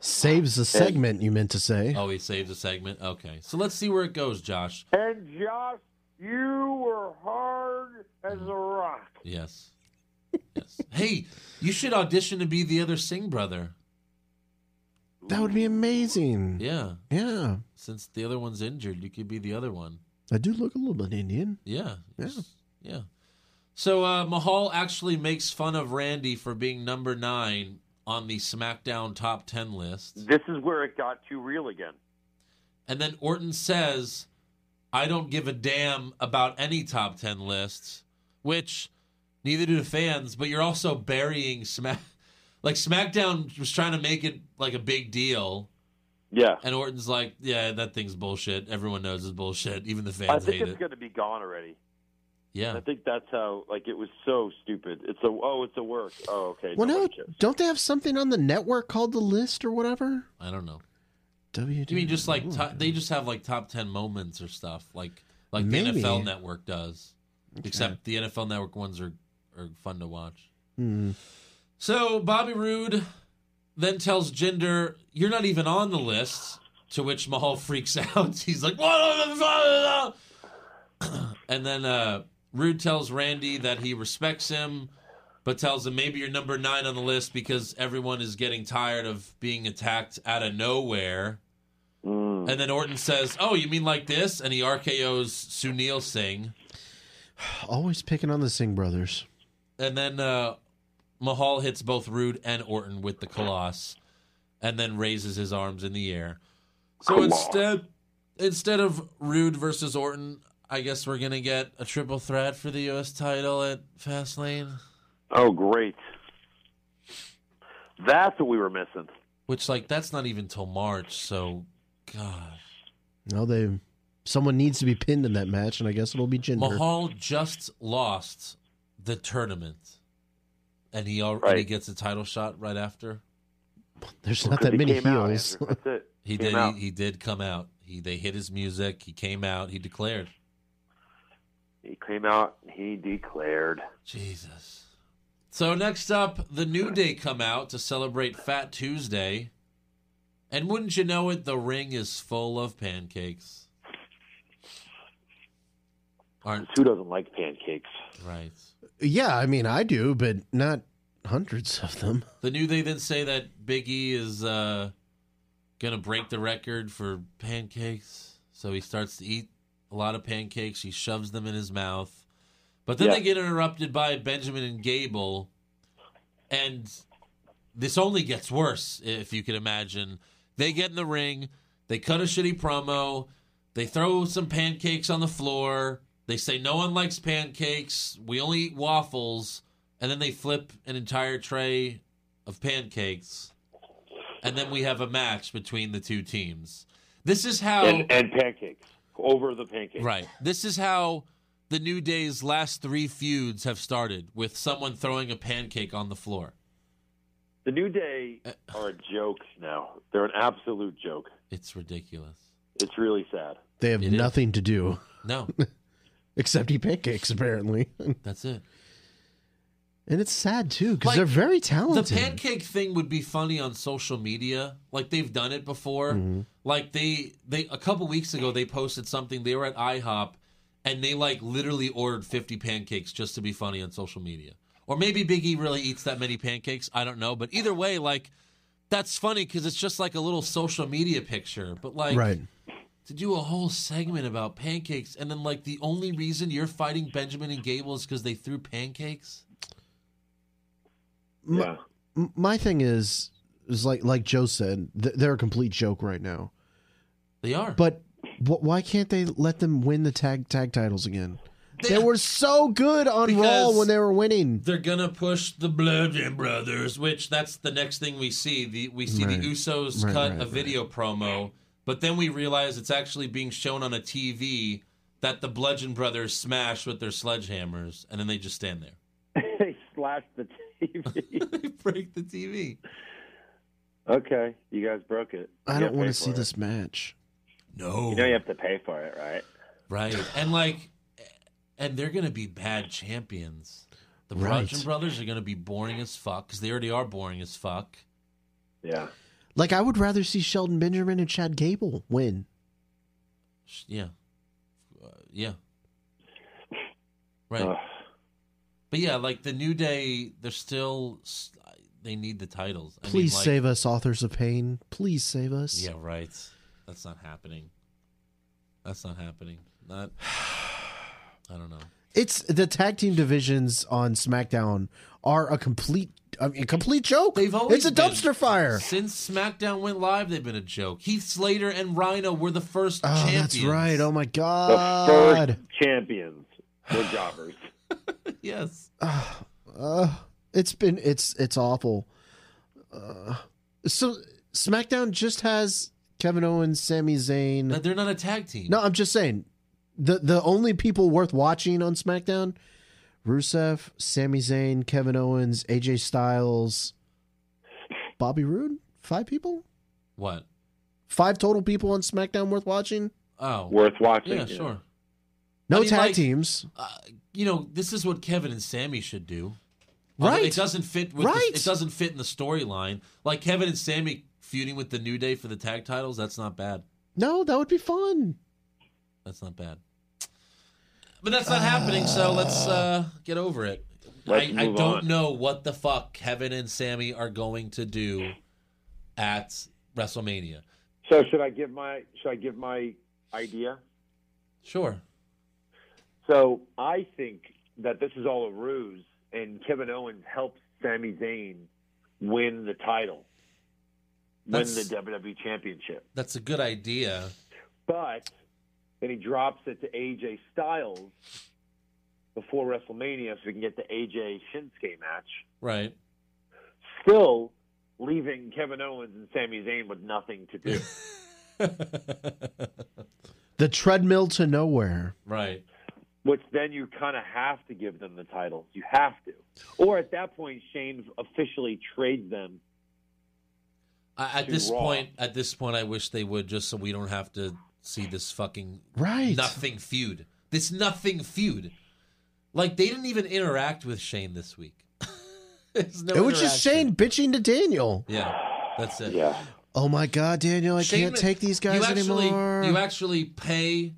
B: saves the segment. You meant to say.
A: Oh, he saves a segment. Okay, so let's see where it goes, Josh.
E: And Josh, you were hard as a rock.
A: Yes. Yes. hey, you should audition to be the other Singh brother.
B: That would be amazing.
A: Yeah.
B: yeah.
A: Since the other one's injured, you could be the other one.
B: I do look a little bit Indian.
A: Yeah. Yes. Yeah. So uh, Mahal actually makes fun of Randy for being number nine on the SmackDown top 10 list.
E: This is where it got too real again.
A: And then Orton says, I don't give a damn about any top 10 lists, which neither do the fans, but you're also burying Smack. Like SmackDown was trying to make it like a big deal,
E: Yeah.
A: and Orton's like, "Yeah, that thing's bullshit. Everyone knows it's bullshit. Even the
E: I
A: fans
E: think
A: hate
E: it's
A: it."
E: going to be gone already.
A: Yeah,
E: I think that's how, like, it was so stupid. It's a, oh, it's a work. Oh, okay.
B: Well, no,
E: nobody cares.
B: don't they have something on the network called the list or whatever?
A: I don't know.
B: WD.
A: You mean just like to- they just have like top ten moments or stuff like like the
B: Maybe.
A: NFL Network does, except the NFL Network ones are are fun to watch.
B: Hmm.
A: So Bobby Roode then tells Jinder, "You're not even on the list." To which Mahal freaks out. He's like, "What?" and then uh, Rude tells Randy that he respects him, but tells him maybe you're number nine on the list because everyone is getting tired of being attacked out of nowhere. And then Orton says, "Oh, you mean like this?" And he RKO's Sunil Singh.
B: Always picking on the Singh brothers.
A: And then uh, Mahal hits both Rude and Orton with the Colossus, and then raises his arms in the air. So instead, instead of Rude versus Orton, I guess we're gonna get a triple threat for the U.S. title at Fastlane,
E: Oh, great. That's what we were missing.
A: which like that's not even till March. So, God,
B: No, they. Someone needs to be pinned in that match, and I guess it'll be Jinder.
A: Mahal just lost the tournament, and he already
E: Right.
A: gets a title shot right after.
B: There's not
E: 'Cause
B: that
E: he
B: many
E: came out,
B: heels.
E: Andrew. That's it.
A: He
E: Came
A: did.
E: out.
A: He, he did come out. He they hit his music. He came out. He declared.
E: He came out. He declared.
A: Jesus. So next up, the New Day come out to celebrate Fat Tuesday, and wouldn't you know it, the ring is full of pancakes. Aren't
E: Who doesn't like pancakes?
A: right.
B: yeah, I mean, I do, but not hundreds of them.
A: The New Day then say that Big E is uh, gonna break the record for pancakes. So he starts to eat a lot of pancakes. He shoves them in his mouth, but then
E: Yeah.
A: they get interrupted by Benjamin and Gable, and this only gets worse if you can imagine. They get in the ring, they cut a shitty promo, they throw some pancakes on the floor. They say no one likes pancakes. We only eat waffles, and then they flip an entire tray of pancakes, and then we have a match between the two teams. This is how
E: and, and pancakes over the pancakes.
A: Right. This is how the New Day's last three feuds have started with someone throwing a pancake on the floor.
E: The New Day
A: Uh,
E: are a joke now. They're an absolute joke.
A: It's ridiculous.
E: It's really sad.
B: They have
A: It is.
B: nothing to do
A: No,
B: except eat pancakes, apparently. and
A: that's it.
B: it's sad too because
A: Like,
B: they're very
A: The
B: talented.
A: pancake thing would be funny on social media. Like they've done it before. Like they they a couple weeks ago they posted something. They were at IHOP and they like literally ordered 50 pancakes just to be funny on social media. Or maybe Big E really eats that many pancakes. I don't know, but either way like that's funny cuz it's just like a little social media picture. But like
B: right?
A: to do a whole segment about pancakes and then like the only reason you're fighting Benjamin and Gable is cuz they threw pancakes?
E: Yeah.
B: M- My thing is is like like Joe said, th- they're a complete joke right now.
A: They are.
B: But wh- why can't they let them win the tag tag titles again?
A: They-
B: They were so good on Raw
A: Because-
B: when they were winning.
A: they're gonna push the Bludgeon Brothers, which that's the next thing we see. The we see
B: Right.
A: the Usos
B: Right,
A: cut
B: right,
A: a
B: right.
A: video promo, but then we realize it's actually being shown on a TV that the Bludgeon Brothers smash with their sledgehammers, and then they just stand there.
E: they slashed the TV.
A: they break the TV.
E: okay, you guys broke it.
B: I
E: You
B: don't
E: gotta
B: want
E: pay
B: to see
E: for it.
B: this match.
A: No.
E: You know you have to pay for it, right?
A: Right. And like and they're gonna be bad champions. The
B: Right.
A: Bludgeon Brothers are gonna be boring as fuck, because they already are boring as fuck.
E: Yeah.
B: Like I would rather see Sheldon Benjamin and Chad Gable win.
A: Sh- Yeah. Uh, yeah. Right.
E: Ugh.
A: But yeah, like the New Day, they're still s- they need the titles. I mean,
B: Please
A: like-
B: save us, authors of pain. Please save us.
A: Yeah, right. That's not happening. That's not happening. Not. I don't know.
B: It's the tag team divisions on SmackDown are a complete I mean, a complete joke.
A: They've always
B: it's a dumpster
A: been-
B: fire.
A: Since SmackDown went live, they've been a joke. Heath Slater and Rhino were the first
B: Oh,
A: champions.
B: that's right. Oh my
E: The
B: god.
E: first champions were jobbers.
A: yes.
B: Uh, it's been it's it's awful. Uh, so SmackDown just has Kevin Owens, Sami Zayn.
A: But They're not a tag team.
B: No, I'm just saying the the only people worth watching on SmackDown: Rusev, Sami Zayn, Kevin Owens, AJ Styles, Bobby Roode. Five people,
A: What?
B: five total people on SmackDown worth watching.
A: Oh.
E: Worth watching.
A: yeah, sure.
B: No
A: I mean,
B: tag
A: like-
B: teams.
A: Uh, you know, this is what Kevin and Sammy should do. Although
B: Right.
A: It doesn't fit with the-
B: Right.
A: it doesn't fit in the storyline. Like Kevin and Sammy feuding with the New Day for the tag titles, that's not bad.
B: No, that would be fun.
A: That's not bad. But that's not happening, so let's uh, get over it.
E: Uh, Let's
A: I, I
E: move
A: don't
E: on.
A: know what the fuck Kevin and Sammy are going to do at WrestleMania.
E: So should I give my should I give my idea?
A: Sure.
E: So I think that this is all a ruse, and Kevin Owens helps Sami Zayn win the title,
A: That's-
E: win the WWE Championship.
A: That's a good idea.
E: But then he drops it to AJ Styles before WrestleMania, so we can get the AJ Shinsuke match.
A: Right.
E: Still leaving Kevin Owens and Sami Zayn with nothing to do.
B: The treadmill to nowhere.
A: right.
E: which then you kind of have to give them the titles. You have to. Or at that point, Shane officially trades them.
A: I, at
E: to
A: this
E: Raw.
A: point, at this point, I wish they would just so we don't have to see this fucking
B: Right.
A: nothing feud. This nothing feud. Like they didn't even interact with Shane this week. There's no
B: it was just Shane
A: interaction.
B: bitching to Daniel.
A: Yeah, that's it.
B: Oh my God, Daniel, I
A: Shane-
B: can't take these guys
A: you actually,
B: anymore.
A: You actually pay,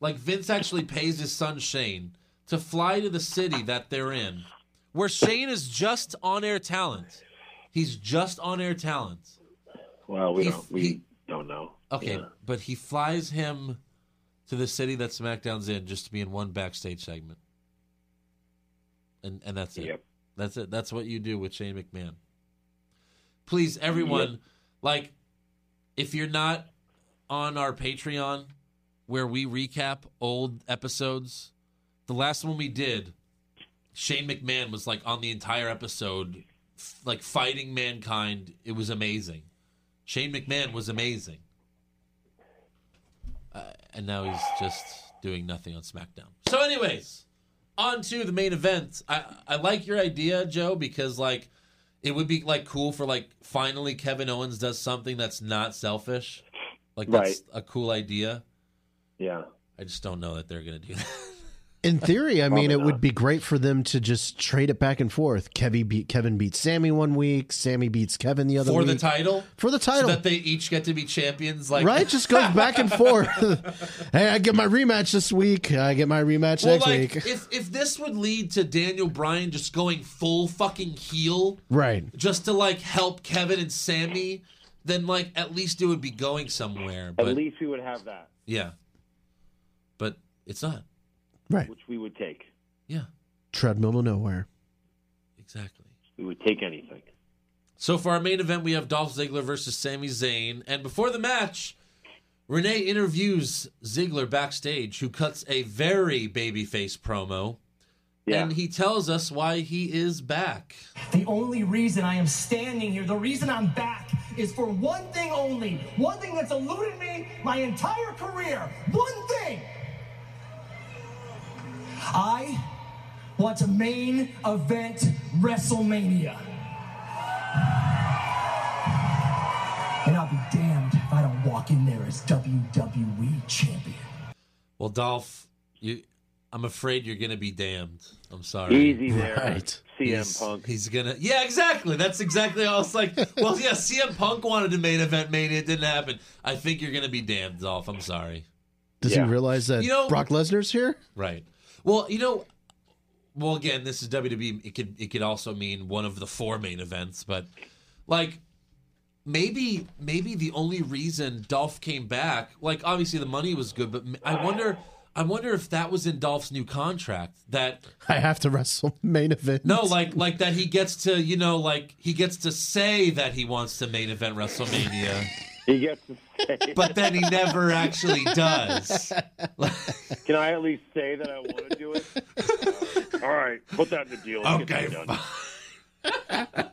A: like Vince actually pays his son Shane to fly to the city that they're in, where Shane is just on air talent. He's just on air talent.
E: Well, we
A: He-
E: don't. We
A: he-
E: don't know.
A: Okay,
E: Yeah.
A: but he flies him to the city that SmackDown's in just to be in one backstage segment. And and that's it.
E: Yep.
A: That's it. That's what you do with Shane McMahon. Please, everyone, like, if you're not on our Patreon where we recap old episodes, the last one we did, Shane McMahon was like on the entire episode, f- like fighting mankind. It was amazing. Shane McMahon was amazing. Uh, and now he's just doing nothing on SmackDown. So, anyways, on to the main event. I, I like your idea, Joe, because like it would be like cool for like finally Kevin Owens does something that's not selfish. Like that's a cool idea.
E: Yeah.
A: I just don't know that they're gonna do that.
B: In theory, I mean,
E: Probably
B: it would
E: not.
B: be great for them to just trade it back and forth. Kevin beat Kevin beats Sammy one week, Sammy beats Kevin the other
A: for
B: week
A: the title.
B: for the title.
A: So that they each get to be champions, like
B: right? Just goes back and forth. hey, I get my rematch this week. I get my rematch
A: Well,
B: next
A: like
B: week.
A: if if this would lead to Daniel Bryan just going full fucking heel,
B: Right.
A: just to like help Kevin and Sammy, then like at least it would be going somewhere.
E: At
A: But
E: least we would have that,
A: yeah, but it's not.
B: Right.
E: which we would take.
A: Yeah,
B: Treadmill to nowhere.
A: exactly.
E: We would take anything.
A: So for our main event, we have Dolph Ziggler versus Sami Zayn, and before the match, Renee interviews Ziggler backstage, who cuts a very babyface promo,
E: Yeah.
A: and he tells us why he is back.
F: The only reason I am standing here, the reason I'm back, is for one thing only. One thing that's eluded me my entire career. One thing. I want a main event WrestleMania. And I'll be damned if I don't walk in there as WWE champion.
A: Well, Dolph, you, I'm afraid you're gonna be damned. I'm sorry.
E: Easy there,
B: Right.
E: CM
A: He's,
E: Punk.
A: he's gonna. Yeah, exactly. That's exactly. I was like, well, yeah. CM Punk wanted a main event Mania. It didn't happen. I think you're gonna be damned, Dolph. I'm sorry.
B: Does
E: Yeah.
B: he realize that
A: You know-
B: Brock Lesnar's here?
A: Right. Well, you know. Well, again, this is WWE. It could it could also mean one of the four main events, but like maybe maybe the only reason Dolph came back, like obviously the money was good, but m- I wonder I wonder if that was in Dolph's new contract that
B: I have to wrestle main event.
A: No, like like that he gets to you know like he gets to say that he wants to main event WrestleMania,
E: He gets to say,
A: but then he never actually does.
E: "Can I at least say that I want to do it?" All right, put that in the deal. Let's get
A: Okay,
E: that done.
A: fine.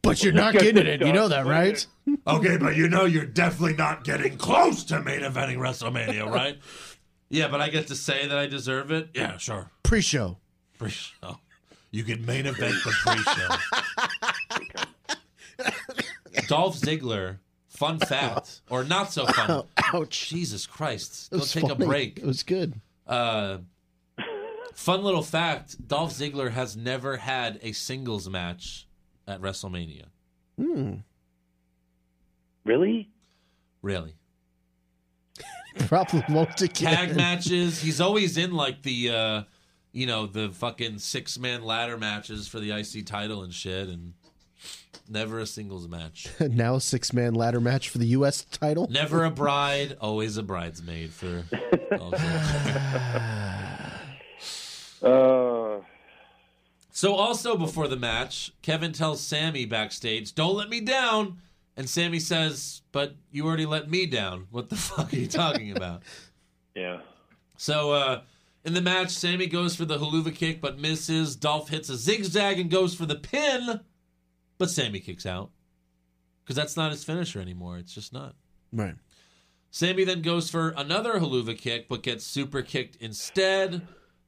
B: but you're not getting it. You know that, right?
A: okay, but you know you're definitely not getting close to main eventing WrestleMania, right? yeah, but I get to say that I deserve it. Yeah, sure.
B: Pre-show.
A: Pre-show, you can main event the pre-show. Dolph Ziggler. Fun fact, or not so fun?
B: Oh, Ouch.
A: Jesus Christ!
B: It
A: Go
B: was
A: take
B: funny.
A: a break.
B: It was good.
A: Uh, fun little fact: Dolph Ziggler has never had a singles match at WrestleMania.
E: Really?
A: Really,
B: Problem won't again.
A: tag matches. He's always in like the, uh, you know, the fucking six man ladder matches for the IC title and shit, and never a singles match.
B: now a six-man ladder match for the U.S. title.
A: Never a bride, always a bridesmaid for. Dolph Ziggler.
E: Uh,
A: So also before the match, Kevin tells Sammy backstage, "Don't let me down." And Sammy says, "But you already let me down. What the fuck are you talking about?"
E: yeah.
A: so uh, in the match, Sammy goes for the haluva kick but misses. Dolph hits a zigzag and goes for the pin, but Sammy kicks out because that's not his finisher anymore. It's just not.
B: Right.
A: Sammy then goes for another haluva kick, but gets super kicked instead.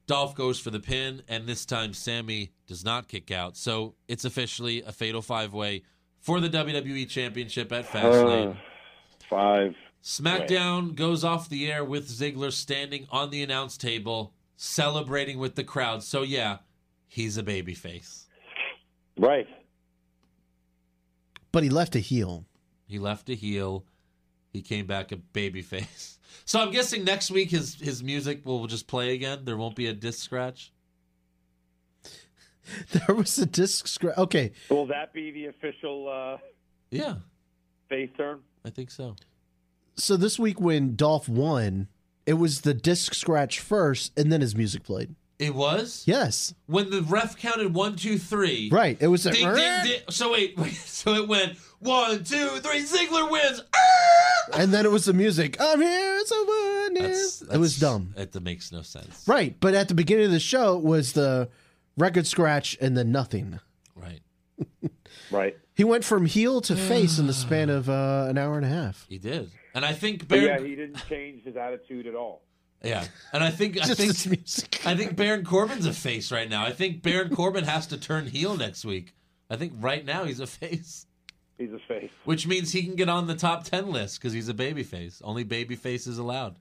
A: Dolph goes for the pin, and this time Sammy does not kick out. So it's officially a fatal five way for the WWE Championship at Fastlane.
E: Uh, five.
A: SmackDown goes off the air with Ziggler standing on the announce table, celebrating with the crowd. So yeah, he's a babyface.
E: Right.
B: But he left a heel.
A: He left a heel. He came back a babyface. So I'm guessing next week his his music will just play again. There won't be a disc scratch.
B: There was a disc scratch. Okay.
E: Will that be the official uh,
A: Yeah,
E: face turn?
A: I think so.
B: so this week when Dolph won, it was the disc scratch first, and then his music played.
A: It was
B: Yes,
A: when the ref counted one, two, three.
B: right. It was a,
A: Ding, ding, ding. So wait, wait, so it went one, two, three. Ziggler wins. Ah!
B: and then it was the music. I'm here, someone is.
A: That's-
B: it
A: that's-
B: was dumb,
A: It, that makes no sense.
B: right? But at the beginning of the show, it was the record scratch and then nothing.
A: Right.
E: Right.
B: He went from heel to face in the span of uh, an hour and a half.
A: He did, and I think
E: But yeah,
A: Baron.
E: he didn't change his attitude at all.
A: Yeah, and I think I
B: Just his
A: think
B: music.
A: I think Baron Corbin's a face right now. I think Baron Corbin has to turn heel next week. I think right now he's a face,
E: He's a face.
A: which means he can get on the top ten list because he's a baby face. Only baby face is allowed.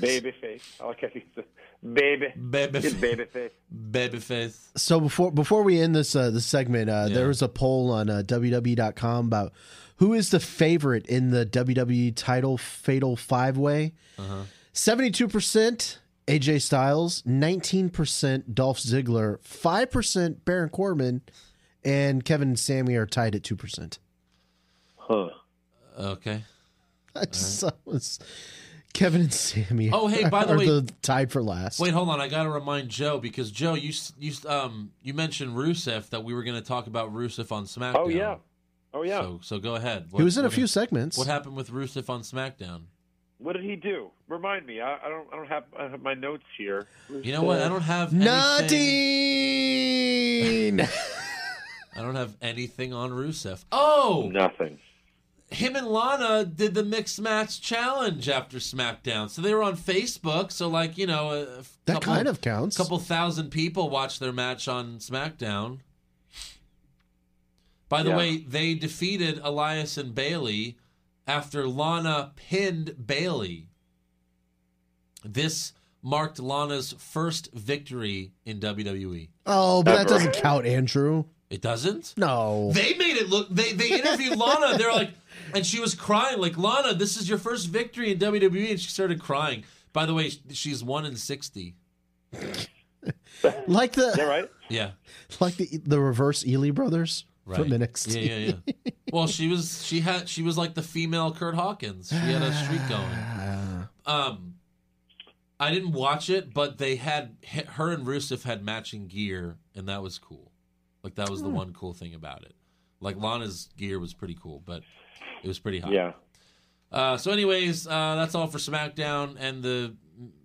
E: Baby face. I like how he's a baby.
A: Baby
E: He's
A: face.
E: baby face.
A: Baby face.
B: So before before we end this uh, this segment, uh,
A: Yeah.
B: there was a poll on uh, WWE.com about who is the favorite in the WWE title fatal five way.
A: Uh-huh.
B: Seventy two percent AJ Styles, nineteen percent Dolph Ziggler, five percent Baron Corbin, and Kevin and Sammy are tied at two percent.
E: Huh.
A: Okay.
B: I just thought it was Kevin and Sammy.
A: Oh, hey, by the
B: are
A: way-
B: tied for last.
A: Wait, hold on. I gotta remind Joe because Joe, you s- you s- um you mentioned Rusev that we were gonna talk about Rusev on SmackDown.
E: Oh yeah. Oh yeah.
A: So so go ahead.
B: he was in a
A: what-
B: few segments.
A: What happened with Rusev on SmackDown?
E: what did he do? Remind me. I, I don't. I don't have, I have my notes here.
A: You know what? I don't have anything.
B: Nadine.
A: I don't have anything on Rusev. Oh,
E: Nothing.
A: him and Lana did the mixed match challenge after SmackDown, so they were on Facebook. So like you know, a f-
B: That
A: couple,
B: kind of counts.
A: couple thousand people watched their match on SmackDown. By the
E: Yeah.
A: way, they defeated Elias and Bailey after Lana pinned Bailey. This marked Lana's first victory in WWE.
B: Oh, but that
E: Ever.
B: doesn't count, Andrew.
A: It doesn't?
B: No.
A: They made it look. They they interviewed Lana. They're like, and she was crying. Like Lana, this is your first victory in WWE, and she started crying. By the way, sh- she's one in sixty.
B: Like the
E: Is that right?
A: Yeah,
B: like the the reverse Ely brothers
A: right.
B: from NXT.
A: Yeah, yeah, yeah. Well, she was she had she was like the female Kurt Hawkins. She had a streak going.
B: Ah.
A: Um, I didn't watch it, but they had h- her and Rusev had matching gear, and that was cool. Like that was the one cool thing about it. Like Lana's gear was pretty cool, but it was pretty hot.
E: Yeah.
A: Uh, so, anyways, uh, that's all for SmackDown and the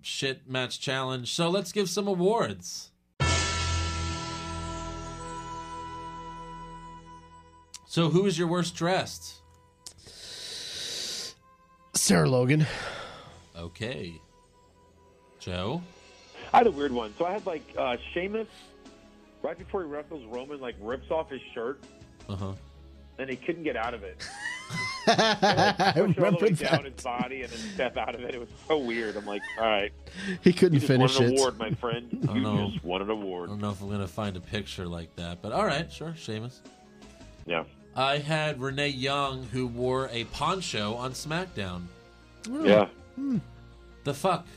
A: shit match challenge. So, let's give some awards. So, who is your worst dressed?
B: Sarah Logan.
A: Okay. Joe?
E: I had a weird one. So I had like uh, Sheamus right before he wrestles Roman, like rips off his shirt
A: Uh
B: Uh-huh.
A: huh.
E: and he couldn't get out of it.
B: I
E: Push it all the
B: remember
E: way down
B: that.
E: his body and then step out of it. It was so weird. I'm like, all right,
B: He
E: you
B: couldn't
E: just won
B: finish
E: an
B: it.
E: award, my friend.
A: I
E: You
A: know. Um,
E: just won an
A: I
E: award.
A: don't know if I'm going to find a picture like that, but all right, sure, Seamus.
E: Yeah.
A: I had Renee Young, who wore a poncho on SmackDown.
E: Yeah.
A: The fuck?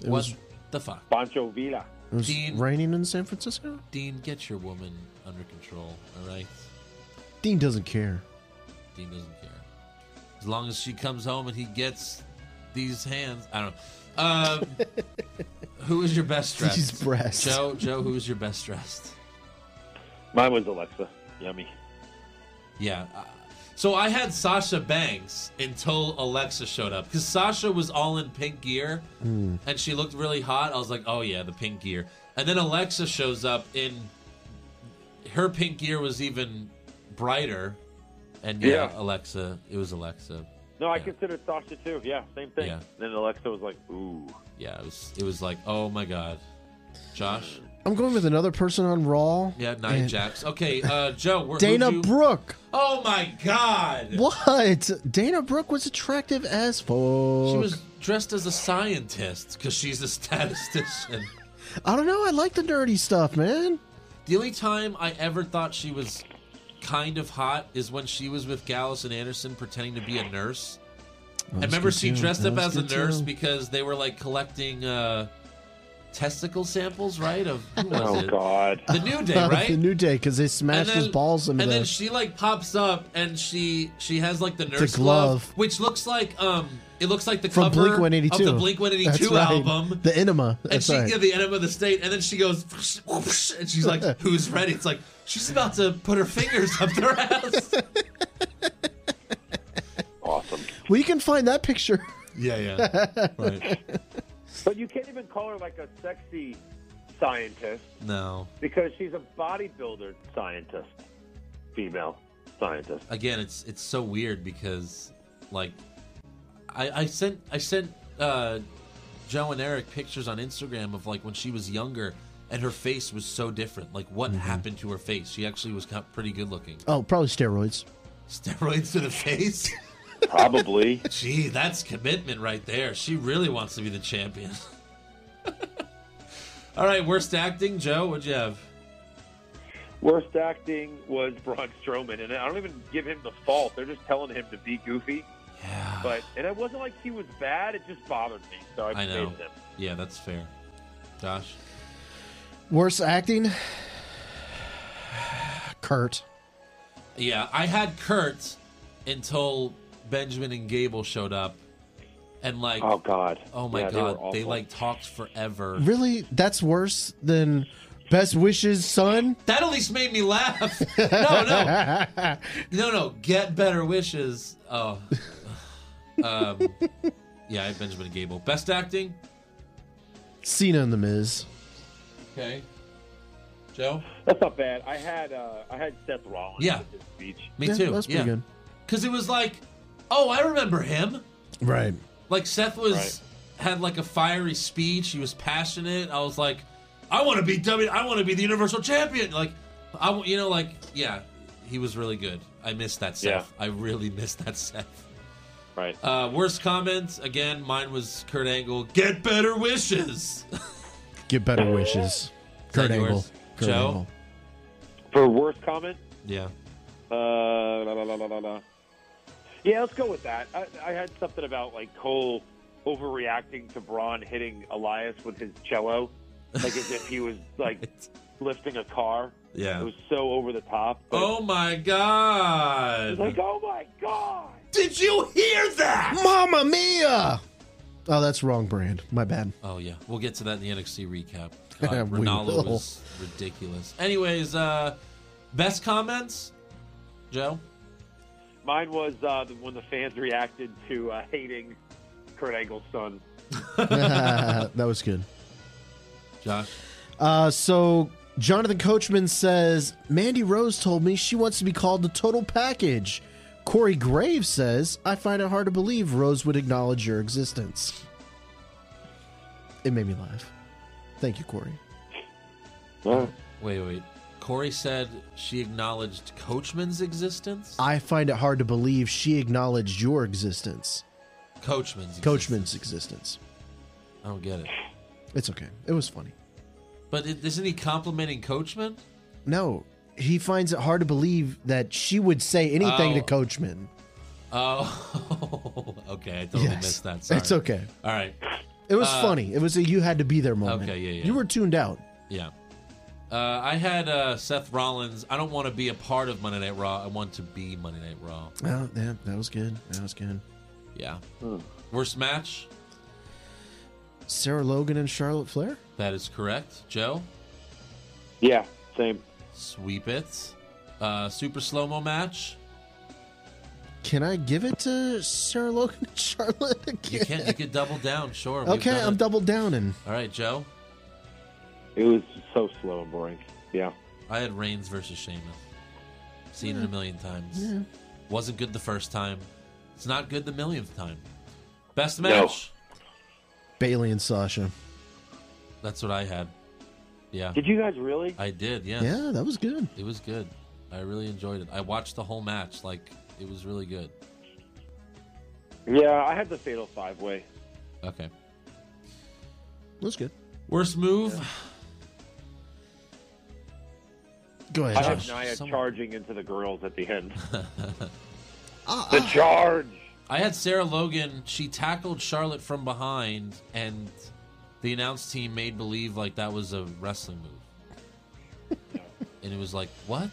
B: It
A: what
B: was,
A: the fuck?
E: Pancho Villa.
B: it was
A: Dean-
B: raining in San Francisco.
A: Dean, get your woman under control, all right?
B: Dean doesn't care.
A: Dean doesn't care. As long as she comes home and he gets these hands, I don't know. Uh, who is your best dressed?
B: These breasts.
A: Joe, Joe, who is your best dressed?
E: Mine was Alexa. Yummy.
A: Yeah. uh, So I had Sasha Banks until Alexa showed up because Sasha was all in pink gear and she looked really hot. I was like, oh yeah, the pink gear. And then Alexa shows up in her pink gear was even brighter. And yeah,
E: Yeah.
A: Alexa, it was Alexa.
E: No, I
A: Yeah.
E: considered Sasha too. Yeah, same thing.
A: Yeah.
E: Then Alexa was like, ooh.
A: yeah, it was it was like, oh my god, Josh,
B: I'm going with another person on Raw.
A: yeah, nine
B: and
A: jacks. Okay, uh, Joe, we're,
B: Dana
A: who'd you-
B: Brooke.
A: oh my god,
B: What? Dana Brooke was attractive as fuck.
A: she was dressed as a scientist because she's a statistician.
B: I don't know. I like the nerdy stuff, man.
A: the only time I ever thought she was kind of hot is when she was with Gallus and Anderson pretending to be a nurse. I remember she dressed up as a nurse because they were like collecting uh, testicle samples, right? Of who was
H: Oh
A: it?
H: God.
A: The New Day, right?
B: Uh, the new day because they smashed his balls into
A: and
B: the.
A: then she like pops up and she she has like the nurse glove,
B: glove.
A: which looks like um it looks like the
B: from
A: cover
B: Blink 182.
A: of the Blink One Eighty
B: That's
A: Two
B: right.
A: album.
B: The Enema.
A: and
B: That's
A: she
B: right.
A: yeah, the enema of the state, and then she goes whoosh, whoosh, and she's like, "Who's ready?" It's like she's about to put her fingers up their ass.
H: Awesome.
B: well, you can find that picture.
A: yeah, yeah, right.
H: But you can't even call her like a sexy scientist
A: No,
H: because she's a bodybuilder scientist, female scientist.
A: again, it's it's so weird because like I I sent I sent uh Joe and Eric pictures on Instagram of like when she was younger and her face was so different. Like what happened to her face? She actually was kind of pretty good looking.
B: Oh, probably steroids.
A: Steroids to the face?
H: Probably.
A: Gee, that's commitment right there. She really wants to be the champion. All right, worst acting, Joe. What'd you have?
H: Worst acting was Braun Strowman, and I don't even give him the fault. They're just telling him to be goofy.
A: Yeah,
H: But and it wasn't like he was bad. It just bothered me, so I,
A: I know.
H: hated him.
A: Yeah, that's fair. Josh.
B: Worst acting? Kurt.
A: Yeah, I had Kurt until Benjamin and Gable showed up, and like,
H: Oh
A: oh,
H: God.
A: my
H: Yeah, they were
A: god, they,
H: awful.
A: like talked forever.
B: Really? That's worse than Best Wishes, son?
A: That at least made me laugh. no, no, no, no. Get better wishes. Oh, um, yeah, I had Benjamin and Gable. Best acting.
B: Cena and The Miz.
A: Okay, Joe.
H: that's not bad. I had uh, I had Seth Rollins.
A: Yeah.
H: with his speech.
A: Me
B: Yeah,
A: too.
B: That's pretty
A: yeah,
B: good.
A: because it was like, oh, I remember him.
B: Right.
A: Like Seth was
H: Right.
A: had like a fiery speech. He was passionate. I was like, I want to be W. I want to be the Universal Champion. Like, I w- you know like yeah, he was really good. I missed that Seth. I really missed that Seth.
H: Right.
A: Uh, worst comments again. Mine was Kurt Angle. Get better wishes.
B: Get better wishes.
A: that
B: Kurt Angle.
A: yours?
B: Kurt
A: Joe?
B: Angle.
H: For worst comment,
A: yeah.
H: uh, la, la, la, la, la, la. yeah, let's go with that. I, I had something about like Cole overreacting to Braun hitting Elias with his cello, like as if he was like lifting a car.
A: Yeah.
H: It was so over the top. but
A: Oh my
H: it was
A: god.
H: like oh my god.
A: Did you hear that?
B: Mamma Mia! Oh, that's wrong brand. My bad.
A: Oh yeah, we'll get to that in the NXT recap.
B: Yeah,
A: God,
B: we
A: Ronaldo
B: will.
A: was ridiculous. Anyways, uh best comments, Joe.
H: Mine was uh, the- when the fans reacted to uh, hating Kurt Angle's son.
B: that was good.
A: Josh.
B: Uh, so Jonathan Coachman says Mandy Rose told me she wants to be called the total package. Corey Graves says I find it hard to believe Rose would acknowledge your existence. It made me laugh. Thank you, Corey.
A: Wait, wait. Corey said she acknowledged Coachman's existence.
B: I find it hard to believe she acknowledged your existence,
A: Coachman's. Existence.
B: Coachman's existence.
A: I don't get it.
B: It's okay. It was funny.
A: But i- isn't he complimenting Coachman?
B: No, he finds it hard to believe that she would say anything to
A: Oh.
B: Coachman.
A: Oh, okay. I totally
B: Yes.
A: missed that. Sorry.
B: It's okay.
A: All right.
B: It was funny. It was a you had to be there moment.
A: Uh, okay, yeah, yeah.
B: You were tuned out.
A: Yeah. Uh, I had uh, Seth Rollins. I don't want to be a part of Monday Night Raw. I want to be Monday Night Raw.
B: Oh, yeah, that was good. That was good.
A: Yeah. Worst match?
B: Sarah Logan and Charlotte Flair?
A: That is correct. Joe?
H: Yeah, same.
A: Sweep it. Uh, super slow mo match?
B: Can I give it to Sarah Logan and Charlotte
A: You
B: again?
A: can you could double down, sure. we've
B: okay,
A: done
B: I'm
A: it.
B: double downing.
A: All right, Joe.
H: It was so slow and boring. Yeah.
A: I had Reigns versus Sheamus. Seen it a million times. Wasn't good the first time. It's not good the millionth time. Best match?
B: Bailey and Sasha.
A: That's what I had. Yeah.
H: Did you guys really?
A: I did, yes.
B: Yeah, that was good.
A: It was good. I really enjoyed it. I watched the whole match. Like it was really good.
H: Yeah, I had the fatal five way.
A: Okay.
B: That was good.
A: Worst move?
B: Go ahead,
H: I
B: Josh.
H: had Nia
A: someone-
H: charging into the girls at the end.
B: Ah,
H: the charge.
A: I had Sarah Logan. She tackled Charlotte from behind and the announce team made believe like that was a wrestling move, and it was like what?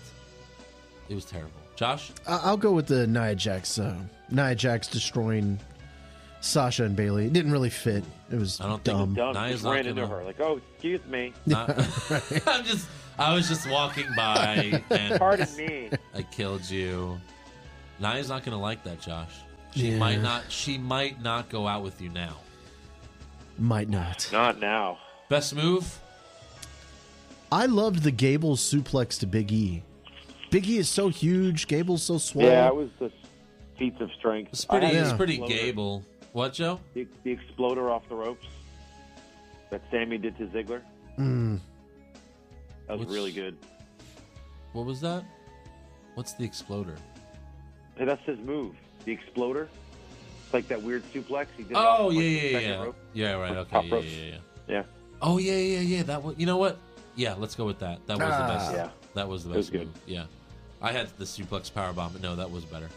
A: It was terrible. Josh,
B: I- I'll go with the Nia Jax. Uh, Nia Jax destroying Sasha and Bailey. It didn't really fit. It was
A: I don't think it
B: dumb.
H: Dumb.
A: Nia's
H: just
A: not
H: ran into
A: gonna-
H: her. Like, oh, excuse me.
A: I'm just I was just walking by and
H: Pardon me.
A: I killed you. Naya's not gonna like that, Josh. She might not. She might not go out with you now.
B: Might not.
H: Not now.
A: Best move.
B: I loved the Gable suplex to Big E. Big E is so huge. Gable's so swole.
H: Yeah, it was the feats of strength.
A: It's pretty.
H: I had
A: It's
B: Yeah.
A: pretty
H: Exploder.
A: Gable. What, Joe?
H: The, the exploder off the ropes that Sammy did to Ziggler. That was
A: What's-
H: really good.
A: What was that? What's the exploder?
H: Hey, that's his move. The exploder. It's like that weird suplex he did. off
A: Oh
H: the
A: yeah, yeah,
H: second
A: yeah, yeah.
H: rope.
A: Yeah, right. Okay.
H: Top
A: Yeah,
H: rope.
A: yeah, yeah.
H: Yeah.
A: Oh yeah, yeah, yeah. That was. You know what? Yeah, let's go with that. That was the best.
H: Ah. Yeah.
A: That was the
H: was
A: best
H: good.
A: move. Yeah. I had the suplex powerbomb, but no, that was better.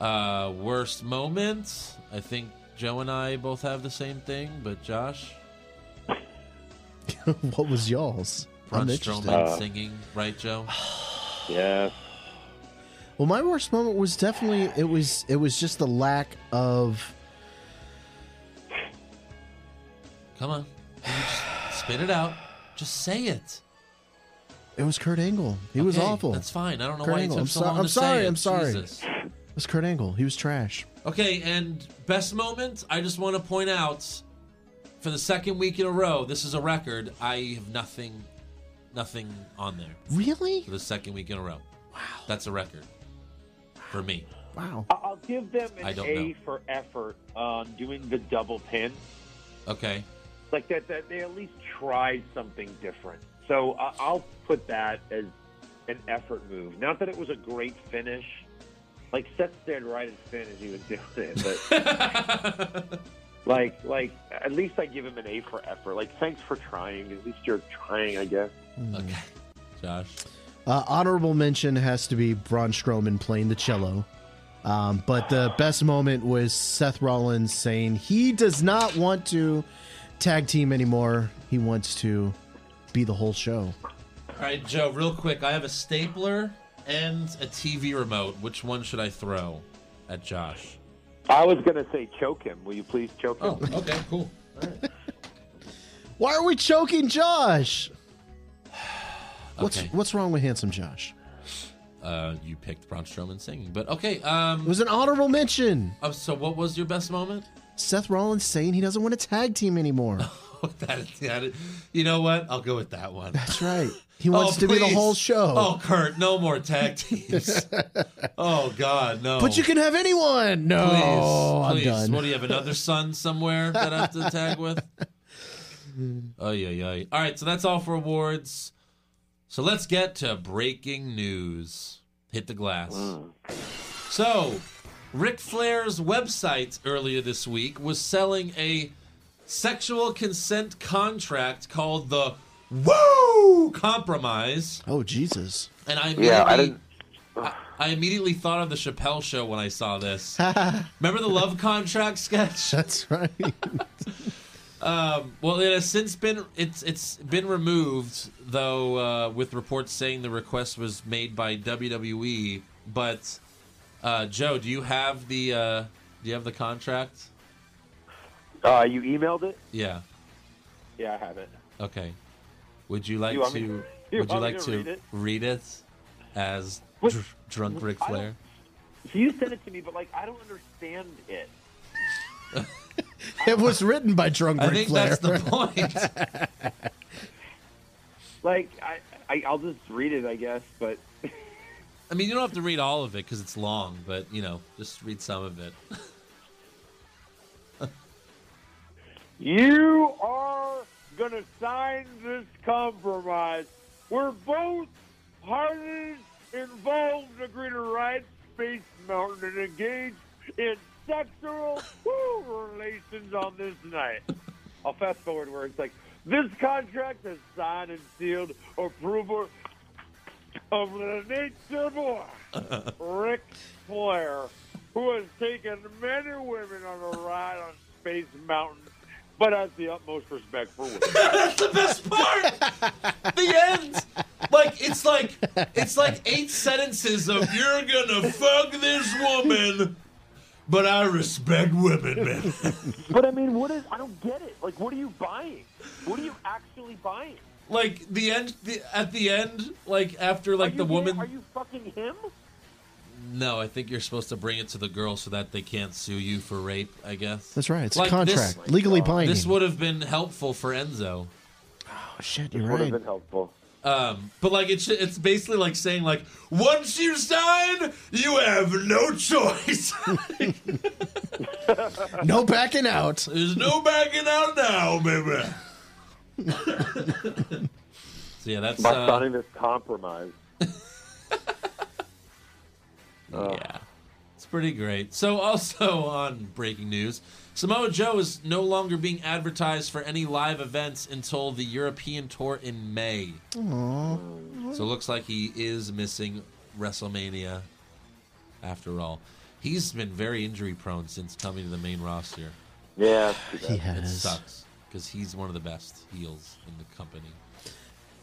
A: Uh, worst moment. I think Joe and I both have the same thing, but Josh,
B: what was y'all's? I'm
A: Braun
B: interested.
A: Strowman
H: Uh.
A: singing, right, Joe?
H: Yes.
B: Well, my worst moment was definitely it was it was just the lack of
A: Come on, You just spit it out. Just say it.
B: it was Kurt Angle. He was
A: Okay,
B: awful.
A: That's fine. I don't know
B: Kurt
A: why it
B: Angle.
A: took
B: I'm
A: so
B: so-
A: long
B: I'm
A: to
B: sorry,
A: say it.
B: I'm sorry.
A: Jesus.
B: It was Kurt Angle. He was trash.
A: Okay, and best moment, I just want to point out for the second week in a row, this is a record. I have nothing nothing on there
B: Really?
A: for the second week in a row. Wow. That's a record for me.
B: Wow.
A: Uh,
H: I- I'll give them
A: I
H: an
A: don't
H: A
A: know.
H: for effort on doing the double pin.
A: Okay.
H: Like that, that they at least tried something different. So I I'll put that as an effort move. Not that it was a great finish. Like Seth stared right at Finn as he was doing it, but like, like at least I give him an A for effort. Like, thanks for trying. At least you're trying, I guess.
A: Okay. Josh.
B: Uh, honorable mention has to be Braun Strowman playing the cello. Um, but the best moment was Seth Rollins saying he does not want to tag team anymore. He wants to be the whole show.
A: All right, Joe, real quick. I have a stapler and a TV remote. Which one should I throw at Josh?
H: I was gonna say choke him. Will you please choke him?
A: Oh, okay, cool.
B: Why are we choking Josh? What's
A: Okay.
B: what's wrong with handsome Josh?
A: Uh, you picked Braun Strowman singing, but okay. Um,
B: It was an honorable mention.
A: oh, so what was your best moment?
B: Seth Rollins saying he doesn't want to tag team anymore.
A: that, that, you know what? I'll go with that one. Oh,
B: That's right. He wants to be the
A: please.
B: whole show.
A: Oh, Kurt, no more tag teams. oh God, no.
B: But you can have anyone. No,
A: Please,
B: Oh, I'm
A: please.
B: done.
A: What do you have? Another son somewhere that I have to tag with? Oh yeah, yeah. All right, so that's all for awards. So let's get to breaking news. Hit the glass. So, Ric Flair's website earlier this week was selling a sexual consent contract called the Woo Compromise.
B: oh Jesus.
A: And I immediately,
H: Yeah, I
A: I,
H: didn't-
A: I, immediately thought of the Chappelle show when I saw this. Remember the love contract sketch?
B: That's right.
A: Well, it has since been it's it's been removed, though, uh, with reports saying the request was made by WWE. But uh, Joe, do you have the uh, do you have the contract?
H: Uh, you emailed it?
A: Yeah.
H: Yeah, I have it.
A: Okay. Would you like
H: You want
A: to?
H: me- you
A: would you
H: want me
A: like
H: to
A: to
H: read it?
A: as
H: What-
A: dr- drunk Ric
H: I don't-
A: Flair?
H: So you sent it to me, but like I don't understand it.
B: it was written by drunk
A: I
B: Ric
A: think
B: Flair.
A: that's the point.
H: Like I, I I'll just read it, I guess. But
A: I mean, you don't have to read all of it because it's long, but you know, just read some of it.
H: you are gonna sign this compromise. We're both parties involved agree to ride Space Mountain and engage in sexual woo, relations on this night. I'll fast forward where it's like this contract is signed and sealed approval of the nature boy. Rick Flair, who has taken men and women on a ride on Space Mountain
E: but has the utmost respect for women.
A: That's the best part. the end. Like it's like it's like eight sentences of you're gonna fuck this woman, but I respect women, man.
E: But I mean, what is? I don't get it. Like, what are you buying? What are you actually buying?
A: Like the end. The, at the end, like after
E: Are
A: like
E: you
A: the
E: him-
A: woman.
E: Are you fucking him?
A: No, I think you're supposed to bring it to the girl so that they can't sue you for rape. I guess
B: That's right. It's
A: Like,
B: a
A: this-
B: contract, legally binding.
A: This would have been helpful for Enzo.
B: oh shit, you're
E: Would have
B: right.
E: been helpful.
A: Um, but like it's it's basically like saying like once you sign, you have no choice.
B: No backing out.
A: There's no backing out now, baby. so yeah, that's
E: By
A: uh,
E: signing this compromise.
A: yeah, it's pretty great. So also on breaking news, Samoa Joe is no longer being advertised for any live events until the European tour in May. So it looks like he is missing WrestleMania. After all, he's been very injury prone since coming to the main roster.
E: Yeah. it's too
B: He
E: bad.
A: It
B: has.
A: sucks because he's one of the best heels in the company.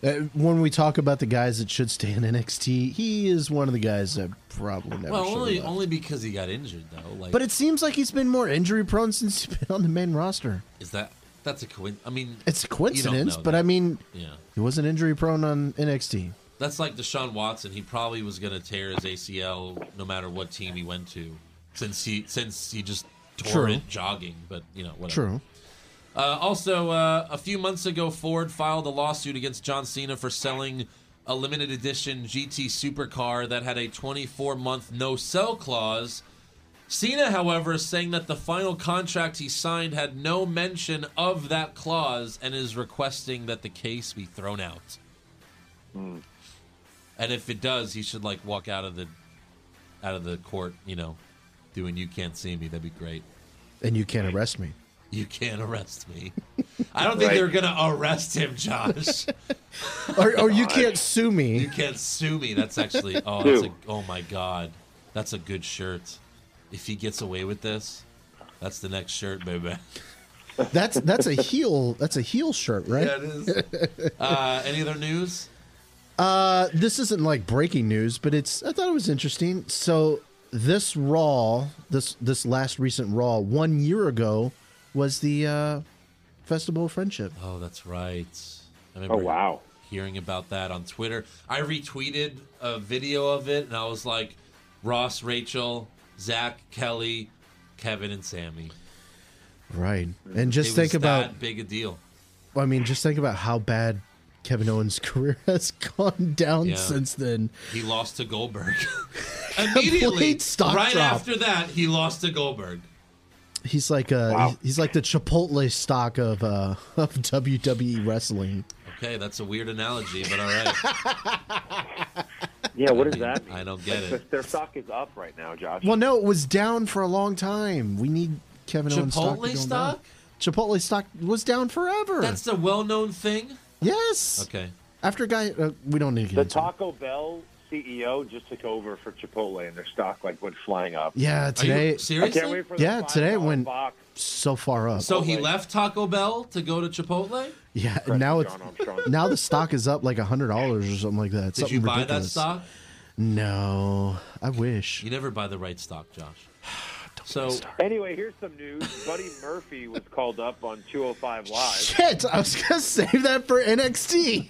B: Uh, when we talk about the guys that should stay in NXT, he is one of the guys that probably never
A: Well,
B: should.
A: only
B: have left.
A: only because he got injured though. Like,
B: but it seems like he's been more injury prone since he's been on the main roster.
A: is that that's a coincidence? I mean,
B: It's a coincidence,
A: know
B: but
A: that.
B: I mean,
A: yeah,
B: he wasn't injury prone on NXT.
A: that's like Deshaun Watson. He probably was gonna tear his ACL no matter what team he went to, since he since he just tore
B: True.
A: it jogging. But you know, whatever.
B: True.
A: Uh, also, uh, a few months ago, Ford filed a lawsuit against John Cena for selling a limited edition GT supercar that had a 24 month no sell clause. Cena, however, is saying that the final contract he signed had no mention of that clause and is requesting that the case be thrown out. And if it does, he should like walk out of the out of the court, you know, doing "You Can't See Me." That'd be great
B: And you can't arrest me.
A: you can't arrest me. I don't think
E: Right.
A: they're gonna arrest him, Josh.
B: Or, or you can't sue
A: you
B: me.
A: can't sue me. That's actually oh, that's a,
E: Dude.
A: oh my god, that's a good shirt. If he gets away with this, that's the next shirt, baby.
B: That's that's a heel that's a heel shirt, right?
A: Yeah, it is. Uh, any other news?
B: Uh, this isn't like breaking news, but it's. I thought it was interesting. So this Raw, this this last recent Raw, one year ago, was the uh, Festival of Friendship.
A: Oh, that's right. I
E: Oh
A: remember
E: wow.
A: hearing about that on Twitter. I retweeted a video of it, and I was like, Ross, Rachel, Zach, Kelly, Kevin, and Sammy.
B: Right, and
A: it
B: just think
A: was
B: about.
A: that big a deal.
B: I mean, just think about how bad Kevin Owens' career has gone down
A: Yeah.
B: since then.
A: He lost to Goldberg. Immediately,
B: Complete stock
A: right
B: drop.
A: after that, he lost to Goldberg.
B: He's like uh
E: Wow.
B: he's, he's like the Chipotle stock of uh, of WWE wrestling.
A: Okay, that's a weird analogy, but all right.
E: Yeah. What does that mean?
A: I don't get
E: Like,
A: it.
E: Their stock is up right now, Josh.
B: Well, no, it was down for a long time. We need Kevin Owens stock. to
A: Chipotle
B: go down.
A: stock?
B: Chipotle stock was down forever.
A: That's a well-known thing.
B: yes.
A: Okay,
B: After guy, uh, we don't need to get
E: The
B: into it.
E: Taco Bell CEO just took over for Chipotle, and their stock like went flying up.
B: Yeah,
A: are
B: today
A: you serious?
E: I can't wait for the
B: Yeah,
E: $5
B: today when-
E: box.
B: so far up.
A: so he
E: Chipotle.
A: left Taco Bell to go to Chipotle.
B: yeah, and now it's
E: John Armstrong.
B: now the stock is up like a hundred dollars or something like that.
A: Did you buy that stock?
B: No, I wish.
A: You never buy the right stock, Josh. So
E: Anyway, here's some news. Buddy Murphy was called up on 205 Live.
B: Shit, I was gonna save that for NXT.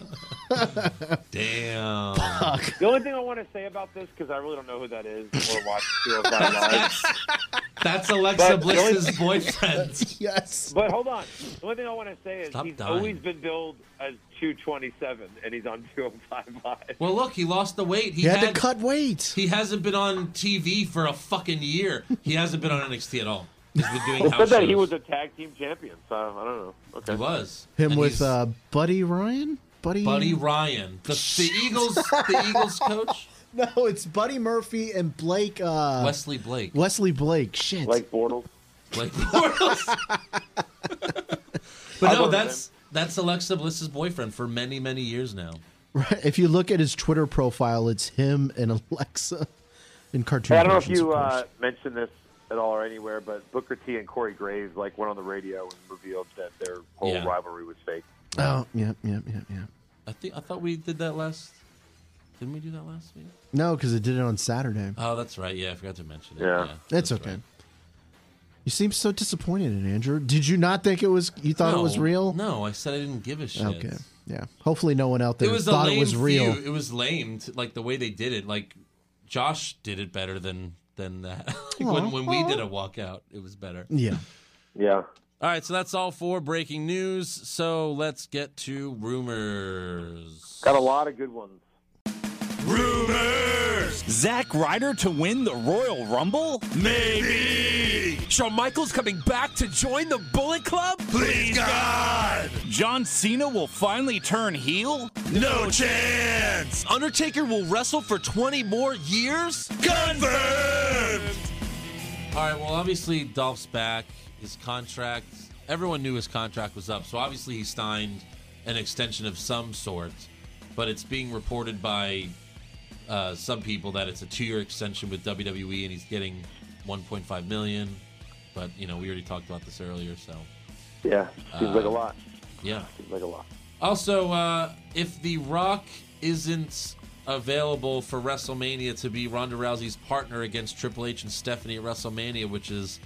A: damn.
E: The only thing I want to say about this, because I really don't know who that is or watch 205 Live.
A: That's Alexa
E: But the only-
A: Bliss's boyfriend.
B: yes.
E: But hold on. The only thing I want to say is
A: Stop
E: he's
A: dying.
E: always been billed as 227, and he's on 205 Live.
A: Well, look, he lost the weight. He
B: He had,
A: had
B: to cut weight.
A: He hasn't been on TV for a fucking year. He hasn't been on NXT at all. He's been doing
E: They
A: house
E: said that he
A: shows.
E: was a tag team champion, so I don't know. Okay.
A: He was.
B: Him
A: And
B: with
A: he's
B: uh, Buddy Ryan. Buddy.
A: Buddy Ryan, the, the Eagles, the Eagles coach,
B: No, it's Buddy Murphy and Blake. Uh,
A: Wesley Blake.
B: Wesley Blake. Shit.
E: Blake Bortles.
A: Blake Bortles. but
E: I
A: no,
E: love
A: that's that's Alexa Bliss's boyfriend for many many years now.
B: Right. If you look at his Twitter profile, it's him and Alexa in cartoon.
E: Hey, I don't know if
B: versions,
E: you
B: of course.
E: uh, mentioned this at all or anywhere, but Booker T and Corey Graves like went on the radio and revealed that their whole
A: Yeah.
E: rivalry was fake.
B: Oh, yeah, yeah, yeah, yeah.
A: I think I thought we did that last. Didn't we do that last week?
B: No, because it did it on Saturday.
A: Oh, that's right. Yeah, I forgot to mention it.
E: Yeah.
B: That's okay.
A: right.
B: You seem so disappointed in Andrew. Did you not think it was? You thought it was
A: No,
B: real?
A: No, I said I didn't give a shit.
B: Okay. Yeah. Hopefully, no one out there
A: It was a
B: thought
A: lame
B: it was real.
A: feud. It was lamed, like the way they did it. Like Josh did it better than than that. Like,
B: Aw.
A: when when we did a walkout, it was better.
B: Yeah.
E: Yeah.
A: All right, so that's all for breaking news. So let's get to rumors.
E: Got a lot of good ones.
H: Zack Ryder to win the Royal Rumble? Maybe. Shawn Michaels coming back to join the Bullet Club? Please, God. John Cena will finally turn heel? No chance.
A: Undertaker will wrestle for 20 more years?
H: Confirmed.
A: All right, well, obviously Dolph's back. His contract, everyone knew his contract was up. So obviously he signed an extension of some sort, but it's being reported by uh, some people that it's a two-year extension with WWE and he's getting 1.5 million. But, you know, we already talked about this earlier, so
E: Yeah. Seems like a
A: Uh,
E: lot.
A: yeah.
E: Seems like a lot.
A: Also, uh, if The Rock isn't available for WrestleMania to be Ronda Rousey's partner against Triple H and Stephanie at WrestleMania, which is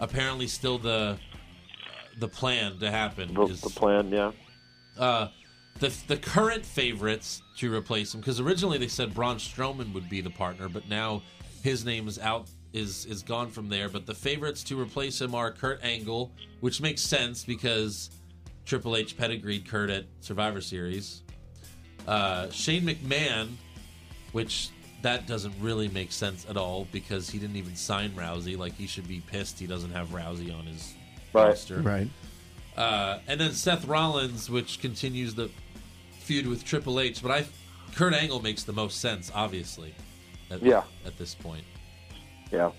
A: apparently still the uh, the plan to happen,
E: The,
A: is
E: the plan, yeah.
A: uh, the the current favorites to replace him because originally they said Braun Strowman would be the partner, but now his name is out is is gone from there. But the favorites to replace him are Kurt Angle, which makes sense because Triple H pedigreed Kurt at Survivor Series. Uh, Shane McMahon, which that doesn't really make sense at all because he didn't even sign Rousey. Like he should be pissed he doesn't have Rousey on his
E: Right.
A: roster.
B: Right.
A: Uh, and then Seth Rollins, which continues the feud with Triple H. But I, Kurt Angle makes the most sense, obviously. At,
E: Yeah.
A: At this point,
E: Yeah.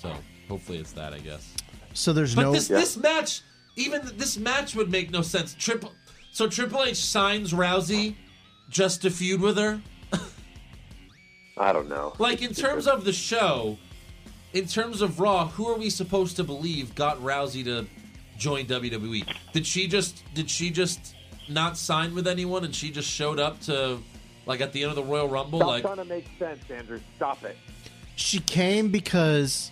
A: so hopefully it's that, I guess.
B: So there's
A: But
B: no.
A: this this match, even th- this match would make no sense. Triple, so Triple H signs Rousey just to feud with her.
E: I don't know.
A: Like in terms of the show, in terms of Raw, who are we supposed to believe got Rousey to join WWE? Did she just did she just not sign with anyone and she just showed up to like at the end of the Royal Rumble?
E: Stop
A: like
E: trying to make sense, Andrew. Stop it.
B: she came because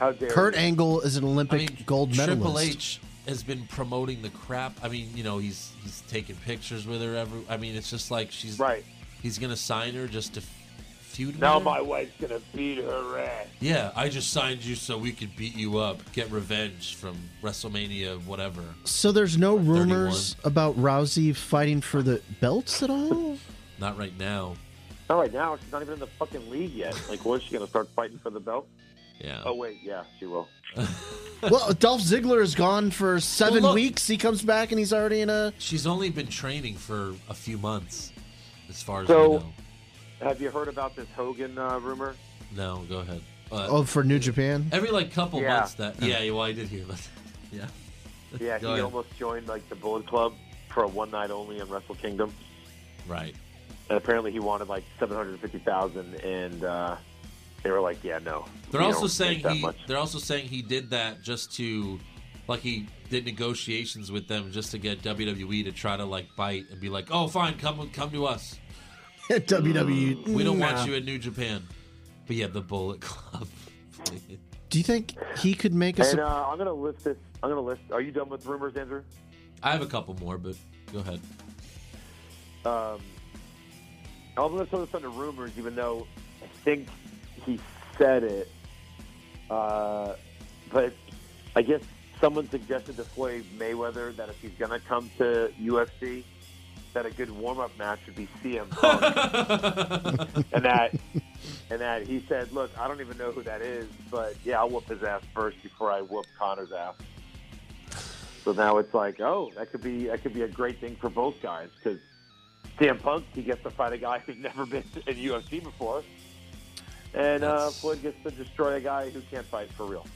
E: How dare
B: Kurt
E: you.
B: Angle is an
A: I
B: Olympic
A: mean,
B: gold medalist.
A: Triple H has been promoting the crap. I mean, you know, he's he's taking pictures with her every. I mean, it's just like she's
E: Right.
A: He's gonna sign her just to f- feud. with
E: Now
A: her?
E: my wife's gonna beat her ass.
A: Yeah, I just signed you so we could beat you up, get revenge from WrestleMania, whatever.
B: So there's no rumors about Rousey fighting for the belts at all.
A: Not right now.
E: Not right now. She's not even in the fucking league yet. Like, was she gonna start fighting for the belt?
A: Yeah.
E: Oh wait, yeah, she will.
B: well, Dolph Ziggler is gone for seven
A: Well, look-
B: weeks. He comes back and he's already in a.
A: She's only been training for a few months, as far as
E: So-
A: we know.
E: Have you heard about this Hogan uh, rumor?
A: No, go ahead. Uh,
B: Oh, for New Japan.
A: Every like couple
E: Yeah.
A: months that. Yeah, well, I did hear about that. Yeah.
E: Yeah, he
A: Go ahead.
E: almost joined like the Bullet Club for a one night only in Wrestle Kingdom,
A: Right.
E: and apparently he wanted like seven hundred fifty thousand, and uh, they were like, "Yeah, no."
A: They're
E: we
A: also
E: don't
A: saying
E: make that
A: he.
E: much.
A: They're also saying he did that just to, like, he did negotiations with them just to get WWE to try to like bite and be like, oh, fine, come come to us.
B: WWE.
A: We don't want
B: Nah.
A: you in New Japan. But yeah, the Bullet Club. please.
B: Do you think he could make a?
E: And
B: sup-
E: uh, I'm gonna list this. I'm gonna list. Are you done with rumors, Andrew?
A: I have a couple more, but go ahead.
E: Um, I'll list some of this under rumors, even though I think he said it. Uh, but I guess someone suggested to Floyd Mayweather that if he's going to come to UFC, that a good warm-up match would be CM Punk, and that and that he said, "Look, I don't even know who that is, but yeah, I'll whoop his ass first before I whoop Connor's ass." So now it's like, oh, that could be that could be a great thing for both guys because CM Punk he gets to fight a guy who's never been in UFC before, and uh,
A: That's-
E: Floyd gets to destroy a guy who can't fight for real.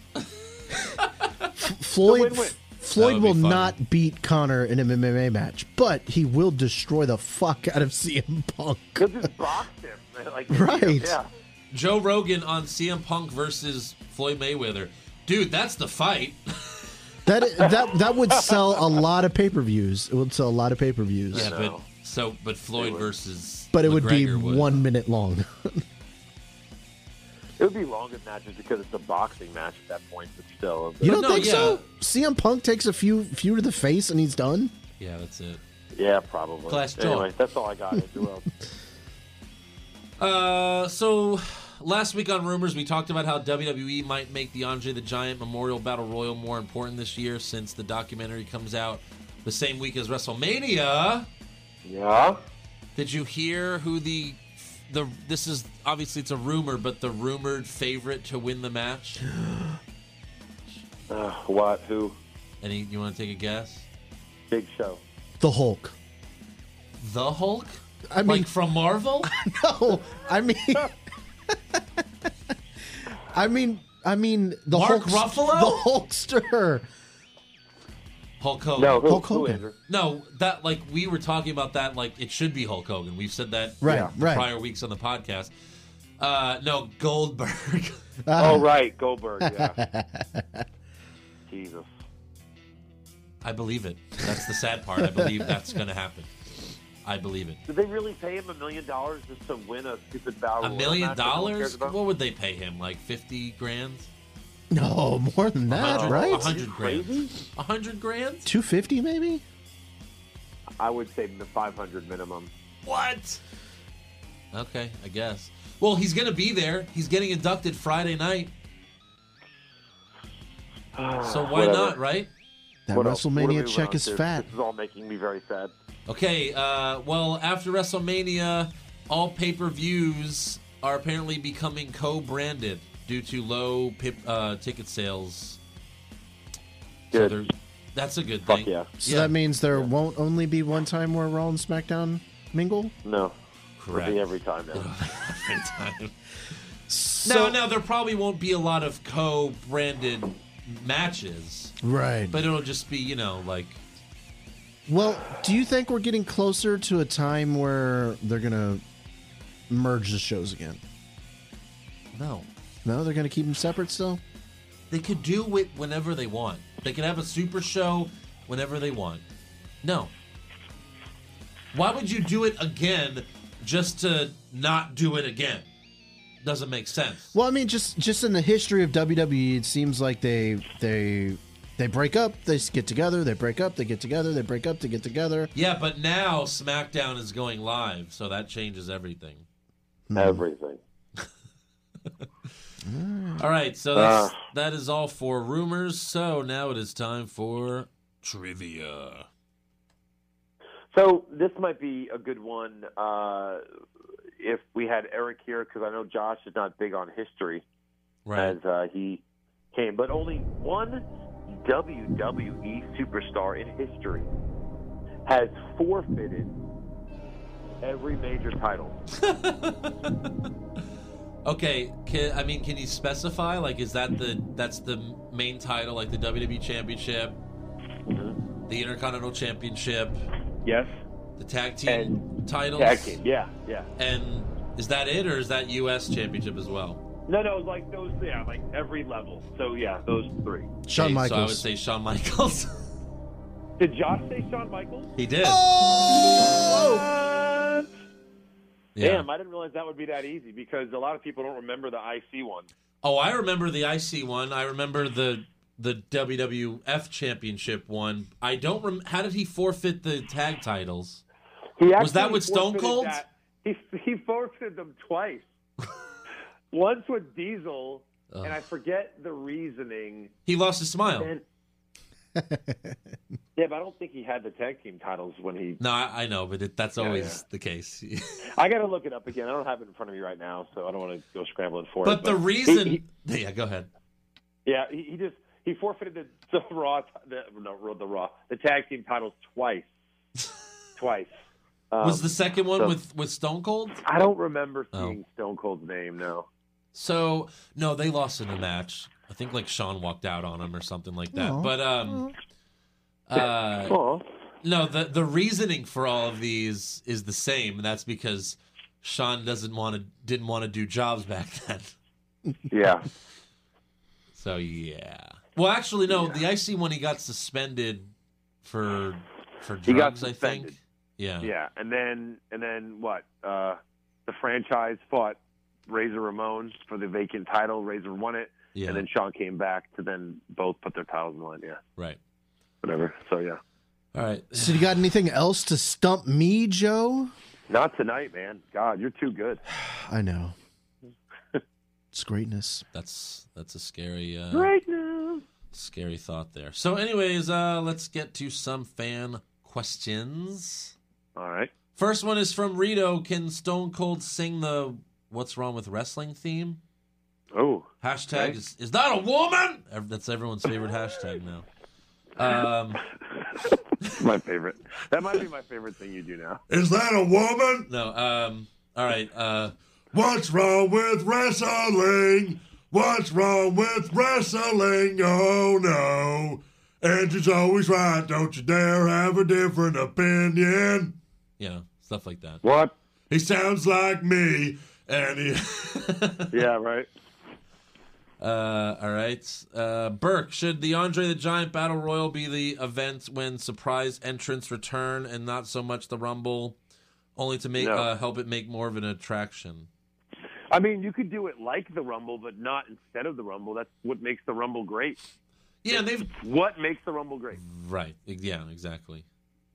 B: Floyd.
E: win-win.
A: That
B: Floyd
A: would
B: will
A: be fun.
B: not beat Connor in an MMA match, but he will destroy the fuck out of CM Punk.
E: He'll just box him, like
B: Right.
E: Yeah.
A: Joe Rogan on CM Punk versus Floyd Mayweather. Dude, that's the fight.
B: That that that would sell a lot of pay per views. It would sell a lot of pay per views.
A: Yeah, but so but Floyd versus
B: But it would be
A: McGregor
B: one minute long.
E: It would be longer matches because it's a boxing match at that point, but still.
B: You don't
A: No,
B: think so? CM Punk takes a few few to the face and he's done.
A: Yeah, that's it.
E: yeah, probably.
A: Class Joe.
E: anyway, that's all I got. Who else?
A: Uh, so last week on Rumors, we talked about how WWE might make the Andre the Giant Memorial Battle Royal more important this year since the documentary comes out the same week as WrestleMania.
E: Yeah.
A: Did you hear who the the this is obviously it's a rumor, but the rumored favorite to win the match?
E: Uh, what? Who?
A: Any you want to take a guess?
E: Big Show.
B: The Hulk.
A: The Hulk?
B: I mean-
A: like from Marvel?
B: No, Oh, I mean, I mean, I mean the
A: Mark
B: Hulkst-
A: Ruffalo?
B: the Hulkster.
A: Hulk Hogan.
E: No, who?
B: Hulk
E: who,
B: Hogan.
E: Andrew?
A: No, that like we were talking about that like it should be Hulk Hogan. We've said that
B: Right,
E: Yeah.
B: right.
A: prior weeks on the podcast. Uh no, Goldberg.
B: Uh,
E: Oh, right. Goldberg, yeah. Jesus.
A: I believe it. That's the sad part. I believe that's going to happen. I believe it.
E: Did they really pay him a million dollars just to win a stupid battle?
A: A million dollars? What would they pay him? Like 50 grand?
B: No, more than that,
A: hundred-
B: right?
A: a hundred grand.
E: Crazy?
A: A 100 grand?
B: Two fifty, maybe.
E: I would say the 500 minimum.
A: What? Okay, I guess. Well, he's going to be there. He's getting inducted Friday night. So why
E: Ah, Whatever.
A: not, right?
B: That
E: What else? What are we
B: WrestleMania
E: moving
B: check
E: on
B: is
E: to?
B: fat.
E: This is all making me very sad.
A: Okay, uh, well, after WrestleMania, all pay per views are apparently becoming co branded due to low pip, uh, ticket sales.
E: Good.
A: they're- that's a good
E: Fuck
A: thing.
E: yeah.
B: So that means there won't only be one time where Raw and SmackDown mingle.
E: No.
A: Correct.
E: It'll be every time now.
A: Every time.
B: So
A: now, now, there probably won't be a lot of co branded matches,
B: right.
A: but it'll just be, you know, like.
B: Well, do you think we're getting closer to a time where they're gonna merge the shows again?
A: No.
B: No, they're gonna keep them separate still.
A: They could do it whenever they want, they can have a super show whenever they want. No. Why would you do it again just to not do it again? Doesn't make sense.
B: Well, I mean, just just in the history of WWE, it seems like they they they break up, they s- get together, they break up, they get together, they break up, they get together.
A: Yeah, but now SmackDown is going live, so that changes everything.
B: Mm.
E: Everything.
A: All right, so that's, that is all for rumors. So now it is time for trivia.
E: So this might be a good one uh, if we had Eric here, because I know Josh is not big on history
A: Right.
E: as uh, he came, but only one WWE superstar in history has forfeited every major title.
A: Okay. Can, I mean, can you specify? Like, is that the that's the main title, like the WWE Championship,
E: Mm-hmm.
A: the Intercontinental Championship,
E: Yes.
A: the Tag Team
E: And
A: titles,
E: Tag team. Yeah, yeah.
A: and is that it, or is that U.S. Championship as well?
E: No, no, like those. Yeah, like every level. So yeah, those three.
B: Shawn
A: Okay, So I would
B: Michaels.
A: say Shawn Michaels.
E: Did Josh say Shawn Michaels?
A: he did. Yeah.
E: Oh! Damn, I didn't realize that would be that easy because a lot of people don't remember the IC one.
A: Oh, I remember the IC one. I remember the the WWF Championship one. I don't rem- how did he forfeit the tag titles?
E: He
A: Was that
E: actually
A: with Stone
E: forfeited
A: Cold?
E: that- He he forfeited them twice. Once with Diesel, and I forget the reasoning.
A: He lost his smile.
E: And yeah, but I don't think he had the tag team titles when he.
A: No, I, I know, but it, that's always the case.
E: I got to look it up again. I don't have it in front of me right now, so I don't want to go scrambling for it.
A: but the
E: he-
A: reason,
E: he-
A: yeah, go ahead.
E: yeah, he, he just he forfeited the, the raw the no the raw the tag team titles twice, twice. Um,
A: Was the second one
E: so-
A: with with Stone Cold?
E: I don't remember
A: Oh.
E: seeing Stone Cold's name. No.
A: So no, they lost in the match. I think like Sean walked out on him or something like that. But um, uh,
E: Oh.
A: No, the the reasoning for all of these is the same, and that's because Sean doesn't want to didn't want to do jobs back then.
I: Yeah.
A: So yeah. Well, actually, no. The IC one he got suspended for for drugs.
E: He got
A: I
E: suspended.
A: think. Yeah.
E: Yeah, and then and then what? Uh, the franchise fought Razor Ramon for the vacant title. Razor won it,
A: Yeah.
E: and then Sean came back to then both put their titles in line. Yeah,
A: right.
E: whatever. So yeah,
A: All right.
B: So you got anything else to stump me, Joe?
E: not tonight, man. God, you're too good.
B: I know. It's greatness.
A: That's that's a scary uh,
E: Right now.
A: scary thought there. So, anyways, uh, let's get to some fan questions.
E: All right.
A: First one is from Rito. Can Stone Cold sing the "What's Wrong with Wrestling" theme?
E: Oh,
A: Hashtag
E: Okay.
A: is, is that a woman? Ev- That's everyone's favorite hashtag now. Um,
E: my favorite. That might be my favorite thing you do now.
C: Is that a woman?
A: no. Um, all right. Uh,
C: What's wrong with wrestling? What's wrong with wrestling? Oh no. Angie's always right. Don't you dare have a different opinion.
A: you know, stuff like that.
E: What?
C: He sounds like me.
A: And he-
E: Yeah, right.
A: uh, all right. Uh, Burke, should the Andre the Giant Battle Royal be the event when surprise entrants return and not so much the Rumble, only to make
E: No.
A: uh, help it make more of an attraction?
E: I mean, you could do it like the Rumble, but not instead of the Rumble. That's what makes the Rumble great.
A: Yeah, they've
E: What makes the Rumble great?
A: right. Yeah, exactly.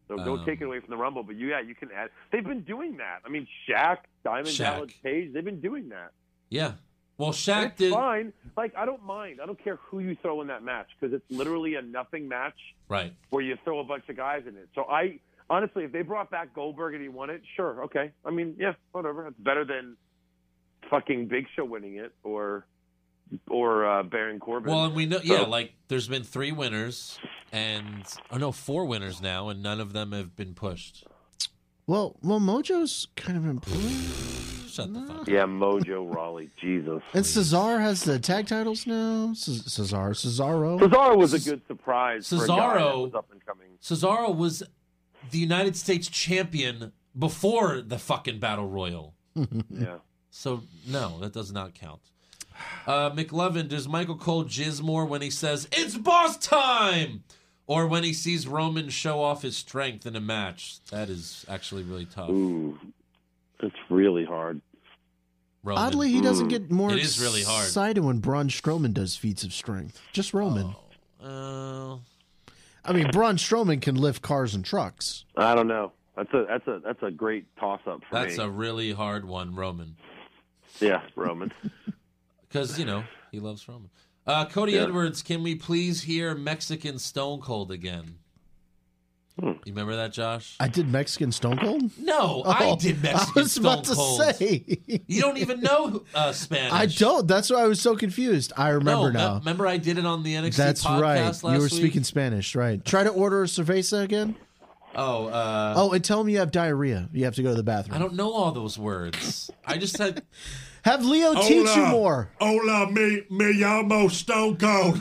E: So don't
A: Um,
E: take it away from the Rumble, but you, yeah, you can add. They've been doing that. I mean, Shaq, Diamond
A: Shaq.
E: Dallas Page, they've been doing that.
A: Yeah. Well, Shaq
E: It's
A: did
E: fine. Like I don't mind. I don't care who you throw in that match because it's literally a nothing match
A: right.
E: where you throw a bunch of guys in it. So I honestly, if they brought back Goldberg and he won it, sure, okay. I mean, yeah, whatever. It's better than fucking Big Show winning it or or uh, Baron Corbin.
A: Well, and we know, yeah,
E: So-
A: like there's been three winners and, oh no, four winners now, and none of them have been pushed.
B: Well, well, Mojo's kind of improved,
A: Shut the fuck up.
E: yeah, Mojo Raleigh, Jesus.
B: and Cesar has the tag titles now. C- Cesar, Cesaro.
E: Cesaro was a good surprise. for a guy that
A: Cesaro-
E: was up and coming.
A: Cesaro was the United States champion before the fucking battle royal.
E: Yeah.
A: So, no, that does not count. Uh, McLovin, does Michael Cole jizz more when he says, it's boss time? Or when he sees Roman show off his strength in a match? That is actually really tough.
E: Ooh, that's really hard.
A: Roman.
B: Oddly, he doesn't get more
A: It is really hard.
B: excited when Braun Strowman does feats of strength. Just Roman.
A: Oh. Uh,
B: I mean, Braun Strowman can lift cars and trucks.
E: I don't know. That's a that's a that's a great toss up for
A: that's
E: me.
A: a really hard one, Roman.
E: yeah, Roman.
A: Because, you know, he loves Roman. Uh, Cody
E: Yeah.
A: Edwards, can we please hear Mexican Stone Cold again?
E: Hmm.
A: You remember that, Josh?
B: I did Mexican Stone Cold.
A: no, I
B: Oh,
A: did Mexican
B: I was
A: Stone
B: about
A: Cold.
B: to say.
A: You don't even know uh, Spanish.
B: I don't. That's why I was so confused. I
A: No,
B: remember
A: me-
B: now.
A: Remember, I did it on the NXT
B: That's
A: podcast
B: right.
A: last
B: You were
A: week?
B: speaking Spanish, right? Try to order a cerveza again.
A: Oh, uh,
B: Oh, and tell him you have diarrhea. You have to go to the bathroom.
A: I don't know all those words. I just had.
B: Have Leo teach you more.
C: Hola, me, me llamo Stone Cold.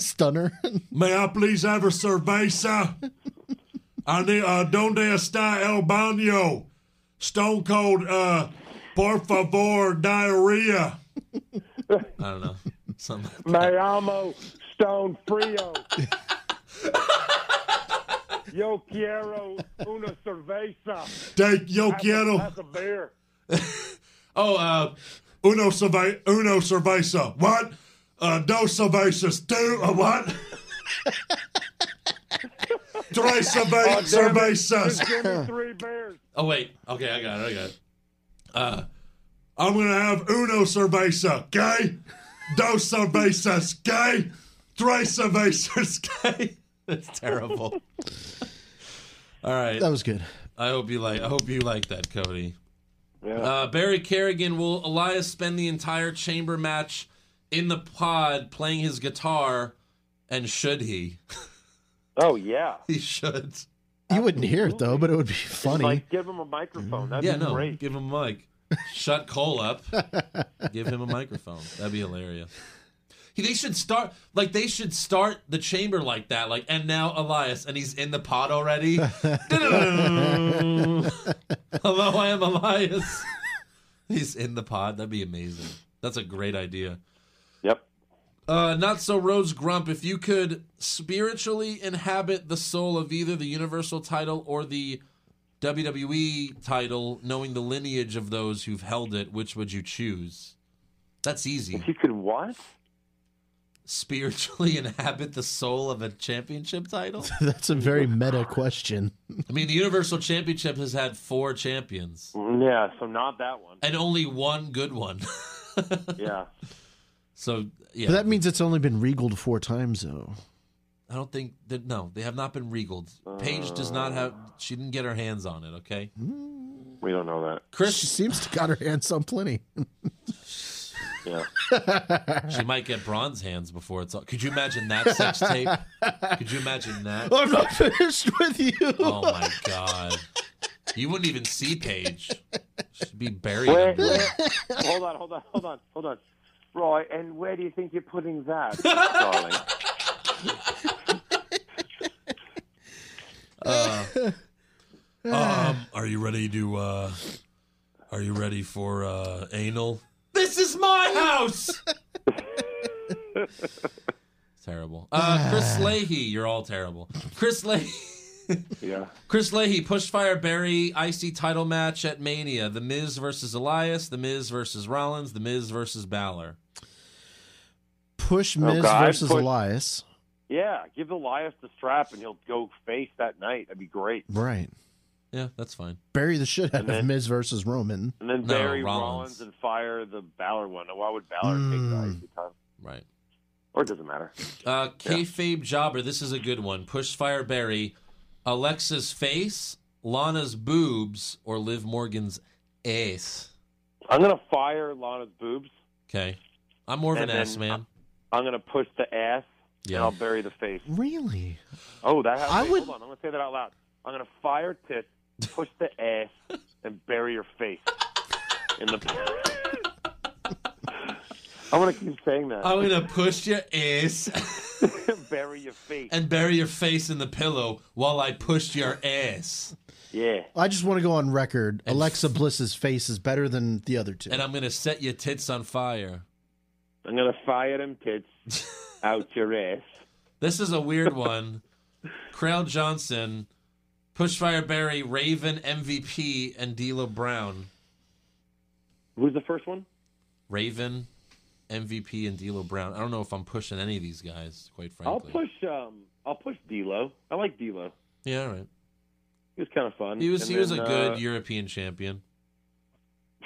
B: Stunner.
C: May I please have a cerveza? I need uh, donde está el baño? Stone Cold, uh, por favor, diarrhea.
A: I don't know. Some,
I: Mayamo Stone Frio. Yo quiero una cerveza.
C: Take yo quiero
I: That's a beer.
A: oh, uh,
C: uno cerve uno cerveza. What? Uh, dos cervezas. Two. Uh, what? Tres cerve- cervezas.
I: Give me three beers.
A: oh, wait. Okay, I got it. I got it.
C: I'm gonna have uno cerveza, okay? Dos cervezas, okay? Tres cervezas, okay?
A: That's terrible. all right.
B: That was good.
A: I hope you like. I hope you like that, Cody. Uh, Barry Kerrigan will Elias spend the entire chamber match in the pod playing his guitar, and should he?
E: Oh yeah.
A: he should.
B: You wouldn't hear it though, but it would be funny.
E: Like give him a microphone. That'd
A: yeah,
E: be
A: no.
E: great.
A: Give him a mic. Shut Cole up. Give him a microphone. That'd be hilarious. He- They should start like they should start the chamber like that. Like, and now Elias, and he's in the pod already. Hello, I am Elias. He's in the pod. That'd be amazing. That's a great idea.
E: Yep.
A: Uh, not so Rose Grump. If you could spiritually inhabit the soul of either the Universal title or the WWE title, knowing the lineage of those who've held it, which would you choose? That's easy.
E: You could what?
A: Spiritually inhabit the soul of a championship title?
B: That's a very meta question.
A: I mean, the Universal Championship has had four champions
E: Yeah, so not that one.
A: and only one good one.
E: Yeah.
A: so, yeah.
B: But that means it's only been regaled four times, though.
A: I don't think that no, they have not been regaled. Paige does not have she didn't get her hands on it, okay?
E: We don't know that.
B: She
A: Chris
B: seems to got her hands on plenty.
E: Yeah.
A: she might get bronze hands before it's all could you imagine that sex tape? Could you imagine that?
B: I'm not finished with you.
A: Oh my god. You wouldn't even see Paige. She'd be buried.
E: Where,
A: under it.
E: where, hold on, hold on, hold on, hold on. Roy, and where do you think you're putting that, darling?
A: Um, are you ready to uh are you ready for uh anal? This is my house. terrible. Uh Chris Leahy, you're all terrible. Chris Leahy
E: Yeah.
A: Chris Leahy pushed fire Barry icy title match at Mania. The Miz versus Elias. The Miz versus Rollins. The Miz versus Balor.
B: Push
E: Oh,
B: Miz
E: God,
B: versus
E: push-
B: Elias.
E: Yeah, give Elias the strap and he'll go face that night. That'd be great.
B: Right.
A: Yeah, that's fine.
B: Bury the shit out
E: And then-
B: of Miz versus Roman.
E: And then
A: No,
E: Barry
A: Rollins.
E: Rollins. Hmm. and fire the Balor one. Why would Balor take that every time?
A: Right.
E: Or it doesn't matter.
A: Uh, kayfabe jobber. This is a good one. Push fire Barry. Alexa's face. Lana's boobs. Or Liv Morgan's ass.
E: I'm gonna fire Lana's boobs.
A: Okay. I'm more of an
E: And then-
A: ass man.
E: I'm gonna push the ass
A: Yeah.
E: and I'll bury the face.
B: Really?
E: Oh, that.
B: I
E: wait,
B: would-
E: Hold on, I'm gonna say that out loud. I'm gonna fire tits, push the ass, and bury your face in the. I'm gonna keep saying that.
A: I'm gonna push your ass
E: bury your face.
A: and bury your face in the pillow while I push your ass.
E: Yeah.
B: I just want to go on record. Alexa Bliss's face is better than the other two.
A: And I'm gonna set your tits on fire.
E: I'm gonna fire them tits out your ass.
A: This is a weird one. Crown Johnson, Pushfire Barry, Raven MVP, and D'Lo Brown.
E: Who's the first one?
A: Raven MVP and D'Lo Brown. I don't know if I'm pushing any of these guys, quite frankly.
E: I'll push. Um, I'll push D'Lo. I like D'Lo.
A: Yeah, all right.
E: He was kind of fun.
A: He was
E: And
A: he was a
E: then,
A: good
E: uh,
A: European champion.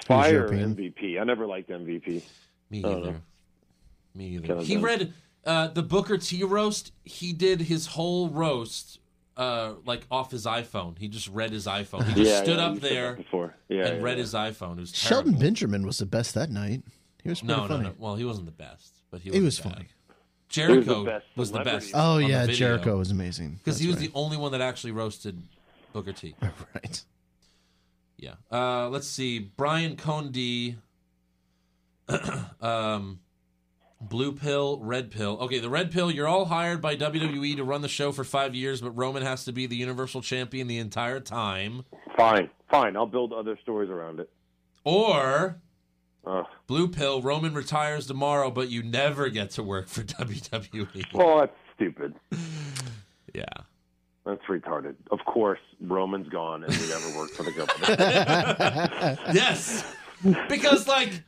E: fire
B: European.
E: MVP. I never liked MVP.
A: Me
E: don't
A: either.
E: know.
A: Me either.
E: Kinda
A: he
E: dumb.
A: read uh, the Booker T roast. He did his whole roast uh, like off his iPhone. He just read his iPhone. He just
E: yeah,
A: stood
E: yeah,
A: up
E: you said that
A: there
E: before. Yeah,
A: and
E: yeah,
A: read
E: yeah.
A: his iPhone. It was terrible.
B: Sheldon Benjamin was the best that night. He was pretty
A: No, no,
B: funny.
A: no. Well, he wasn't the best, but he was,
B: He was
A: bad.
B: funny.
A: Jericho
E: He was the best
A: was the
E: celebrity.
A: best.
B: Oh
A: on the
B: yeah,
A: video,
B: Jericho was amazing.
A: because he was
B: That's
A: the only one that actually roasted Booker T.
B: right. right.
A: Yeah. Uh, let's see. Brian Conde, um, blue pill, red pill. Okay, the red pill. You're all hired by WWE to run the show for five years, but Roman has to be the Universal Champion the entire time.
E: Fine, fine. I'll build other stories around it.
A: Or
E: Ugh.
A: blue pill. Roman retires tomorrow, but you never get to work for WWE.
E: Oh, that's stupid.
A: Yeah.
E: That's retarded. Of course, Roman's gone and we never worked for the company.
A: Yes. Because like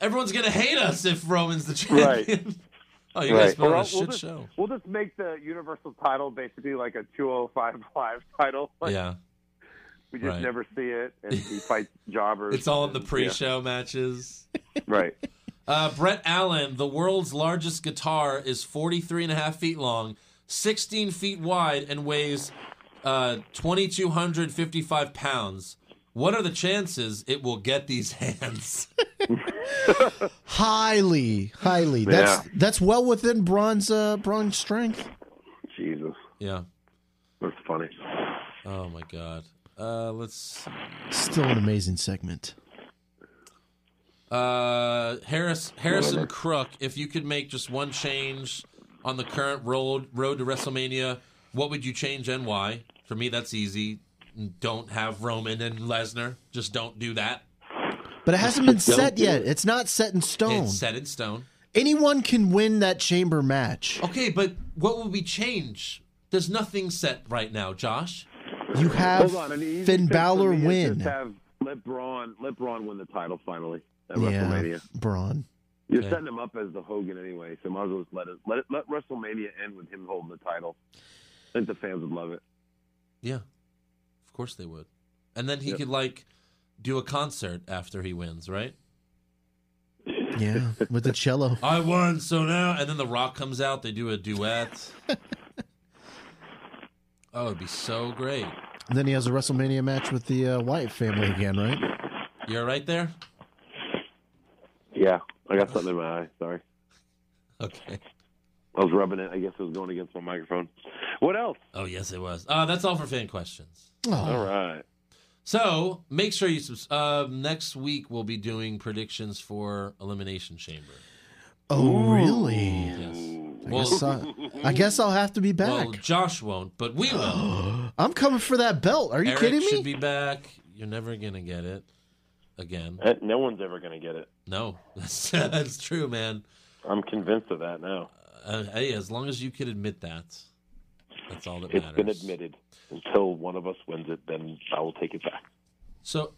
A: everyone's gonna hate us if Roman's the champion. Oh, you guys
E: Right.
A: put on
E: Well,
A: a shit
E: we'll just-
A: show.
E: we'll just make the Universal title basically like a 205 Live title. Like,
A: yeah.
E: We just
A: right.
E: never see it. And he fights jobbers.
A: It's all in the
E: and-
A: pre-show matches.
E: yeah, right.
A: Uh, Brett Allen, the world's largest guitar, is 43 and a half feet long, 16 feet wide, and weighs uh, 2,255 pounds. What are the chances it will get these hands?
B: Highly, highly. That's that's well within bronze uh bronze strength.
E: Jesus.
A: yeah.
E: That's funny.
A: Oh, my God. Uh, let's.
B: Still an amazing segment.
A: Uh, Harris Harrison Crook, if you could make just one change on the current road road to WrestleMania, what would you change and why? For me, that's easy. Don't have Roman and Lesnar. Just don't do that.
B: But it hasn't been set yet. It's not set in stone.
A: It's set in stone.
B: Anyone can win that chamber match.
A: Okay, but what will we change? There's nothing set right now, Josh.
B: You have
E: Hold on, an easy
B: Finn
E: fix for
B: Balor
E: me is
B: win.
E: Just have let Braun let Braun win the title finally at
B: Yeah,
E: WrestleMania.
B: Braun.
E: You're
A: Okay.
E: setting him up as the Hogan anyway, so might as well just let it let it, let WrestleMania end with him holding the title. I think the fans would love it.
A: Yeah, of course they would. And then he could like do a concert after he wins, right?
B: Yeah, with the cello.
A: I won, so now. And then The Rock comes out. They do a duet. oh, it'd be so great.
B: And then he has a WrestleMania match with the uh, Wyatt family again, right?
A: You're right there.
E: Yeah, I got something in my eye. Sorry,
A: Okay.
E: I was rubbing it. I guess it was going against my microphone. What else?
A: Oh yes, it was. Uh, that's all for fan questions.
B: Oh,
E: All right.
A: So make sure you subs- uh, next week we'll be doing predictions for Elimination Chamber.
B: Oh, really?
A: Yes.
B: I
A: Well-
B: guess, I, I guess I'll have to be back.
A: Well, Josh won't, but we will.
B: I'm coming for that belt. Are you
A: Eric
B: kidding me?
A: should be back. You're never gonna get it again.
E: Eh, No one's ever going to get it.
A: No, that's, that's true, man.
E: I'm convinced of that now.
A: Uh, hey, as long as you can admit that, that's all that
E: It's
A: matters.
E: been admitted. Until one of us wins it, then I will take it back.
A: So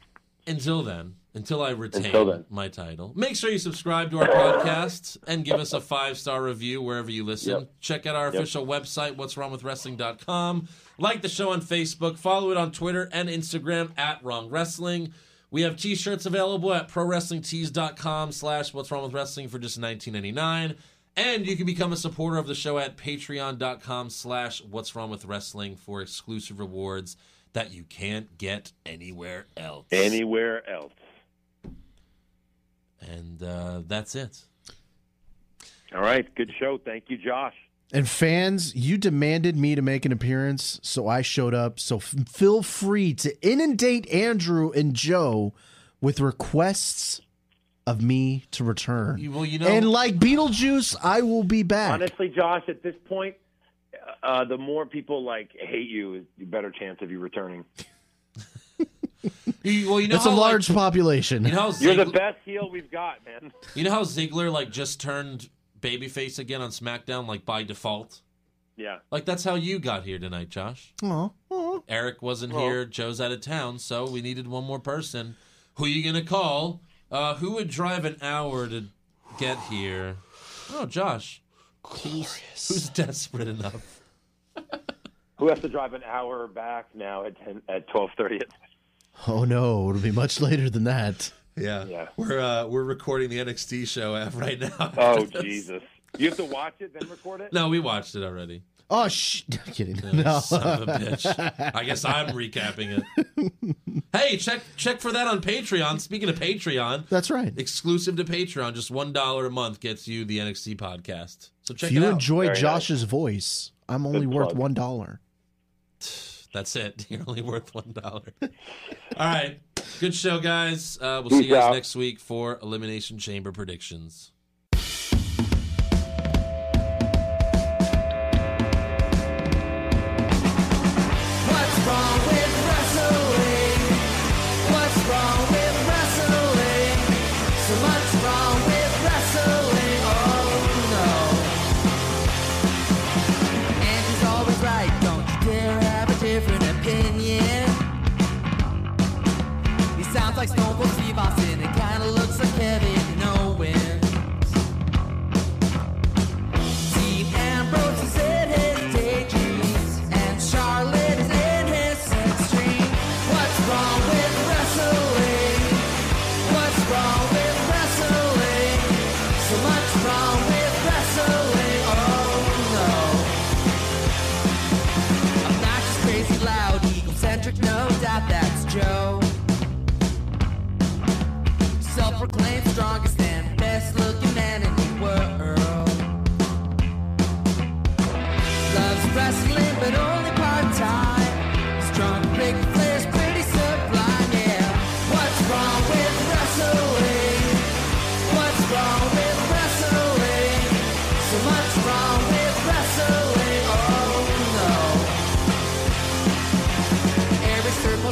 A: until then, until I retain
E: Until then.
A: my title, make sure you subscribe to our podcast and give us a five star review wherever you listen.
E: Yep.
A: Check out our official website, what's wrong with wrestling.com. Like the show on Facebook, follow it on Twitter and Instagram at Wrong Wrestling. We have t-shirts available at prowrestlingtees.com slash what's wrong with wrestling for just 19.99. And you can become a supporter of the show at patreon.com slash what's wrong with wrestling for exclusive rewards that you can't get anywhere else.
E: Anywhere else.
A: And uh, that's it.
E: All right. Good show. Thank you, Josh.
B: And fans, you demanded me to make an appearance, so I showed up. So f- feel free to inundate Andrew and Joe with requests of me to return.
A: You- well, you know-
B: and like Beetlejuice, I will be back.
E: Honestly, Josh, at this point, uh, the more people like hate you, is the better chance of you returning.
A: You- Well, you know
B: it's a
A: how, like,
B: large population.
A: you know how
E: You're the
A: Ziggler,
E: best heel we've got, man.
A: you know how Ziggler like just turned babyface again on SmackDown like by default.
E: Yeah.
A: Like that's how you got here tonight, Josh.
B: Aw, aw.
A: Eric wasn't
E: Well-
A: here. Joe's out of town, so we needed one more person. Who you gonna call? Uh, who would drive an hour to get here? Oh, Josh. Glorious. Who's, who's desperate enough?
E: Who has to drive an hour back now at ten, at twelve thirty?
B: Oh no, it'll be much later than that.
A: Yeah.
E: Yeah.
A: We're uh, we're recording the NXT show uh, right now.
E: Oh Jesus! You have to watch it, then record it.
A: No, we watched it already.
B: Oh sh! I'm kidding. No.
A: Son of a bitch. I guess I'm recapping it. hey, check check for that on Patreon. Speaking of Patreon,
B: That's right.
A: exclusive to Patreon, just one dollar a month gets you the NXT podcast. So check
B: if you
A: it out.
B: enjoy
E: Very nice.
B: Josh's voice, I'm only
E: Good
B: worth
E: plug.
B: one dollar.
A: That's it. You're only worth one dollar. All right. Good show, guys. Uh, we'll see you
E: Peace
A: guys
E: out.
A: next week for Elimination Chamber predictions.
F: What's wrong with wrestling? What's wrong with wrestling? So much wrong with wrestling. Oh no. And he's always right. Don't you dare have a different opinion. He sounds like Stone Cold Steve Austin. It kinda looks like Kevin Owens. Dean Ambrose is in his daydreams, and Charlotte is in his sex dream. What's wrong with wrestling? What's wrong with wrestling? So much wrong with wrestling. Oh no. Obnoxious, crazy, loud, egocentric, no doubt that's Joe. Self-proclaimed strongest and best-looking man in the world. Loves wrestling, but only part time. Strong big players, pretty sublime, yeah. What's wrong with wrestling? What's wrong with wrestling? So much wrong with wrestling, oh no. Every serve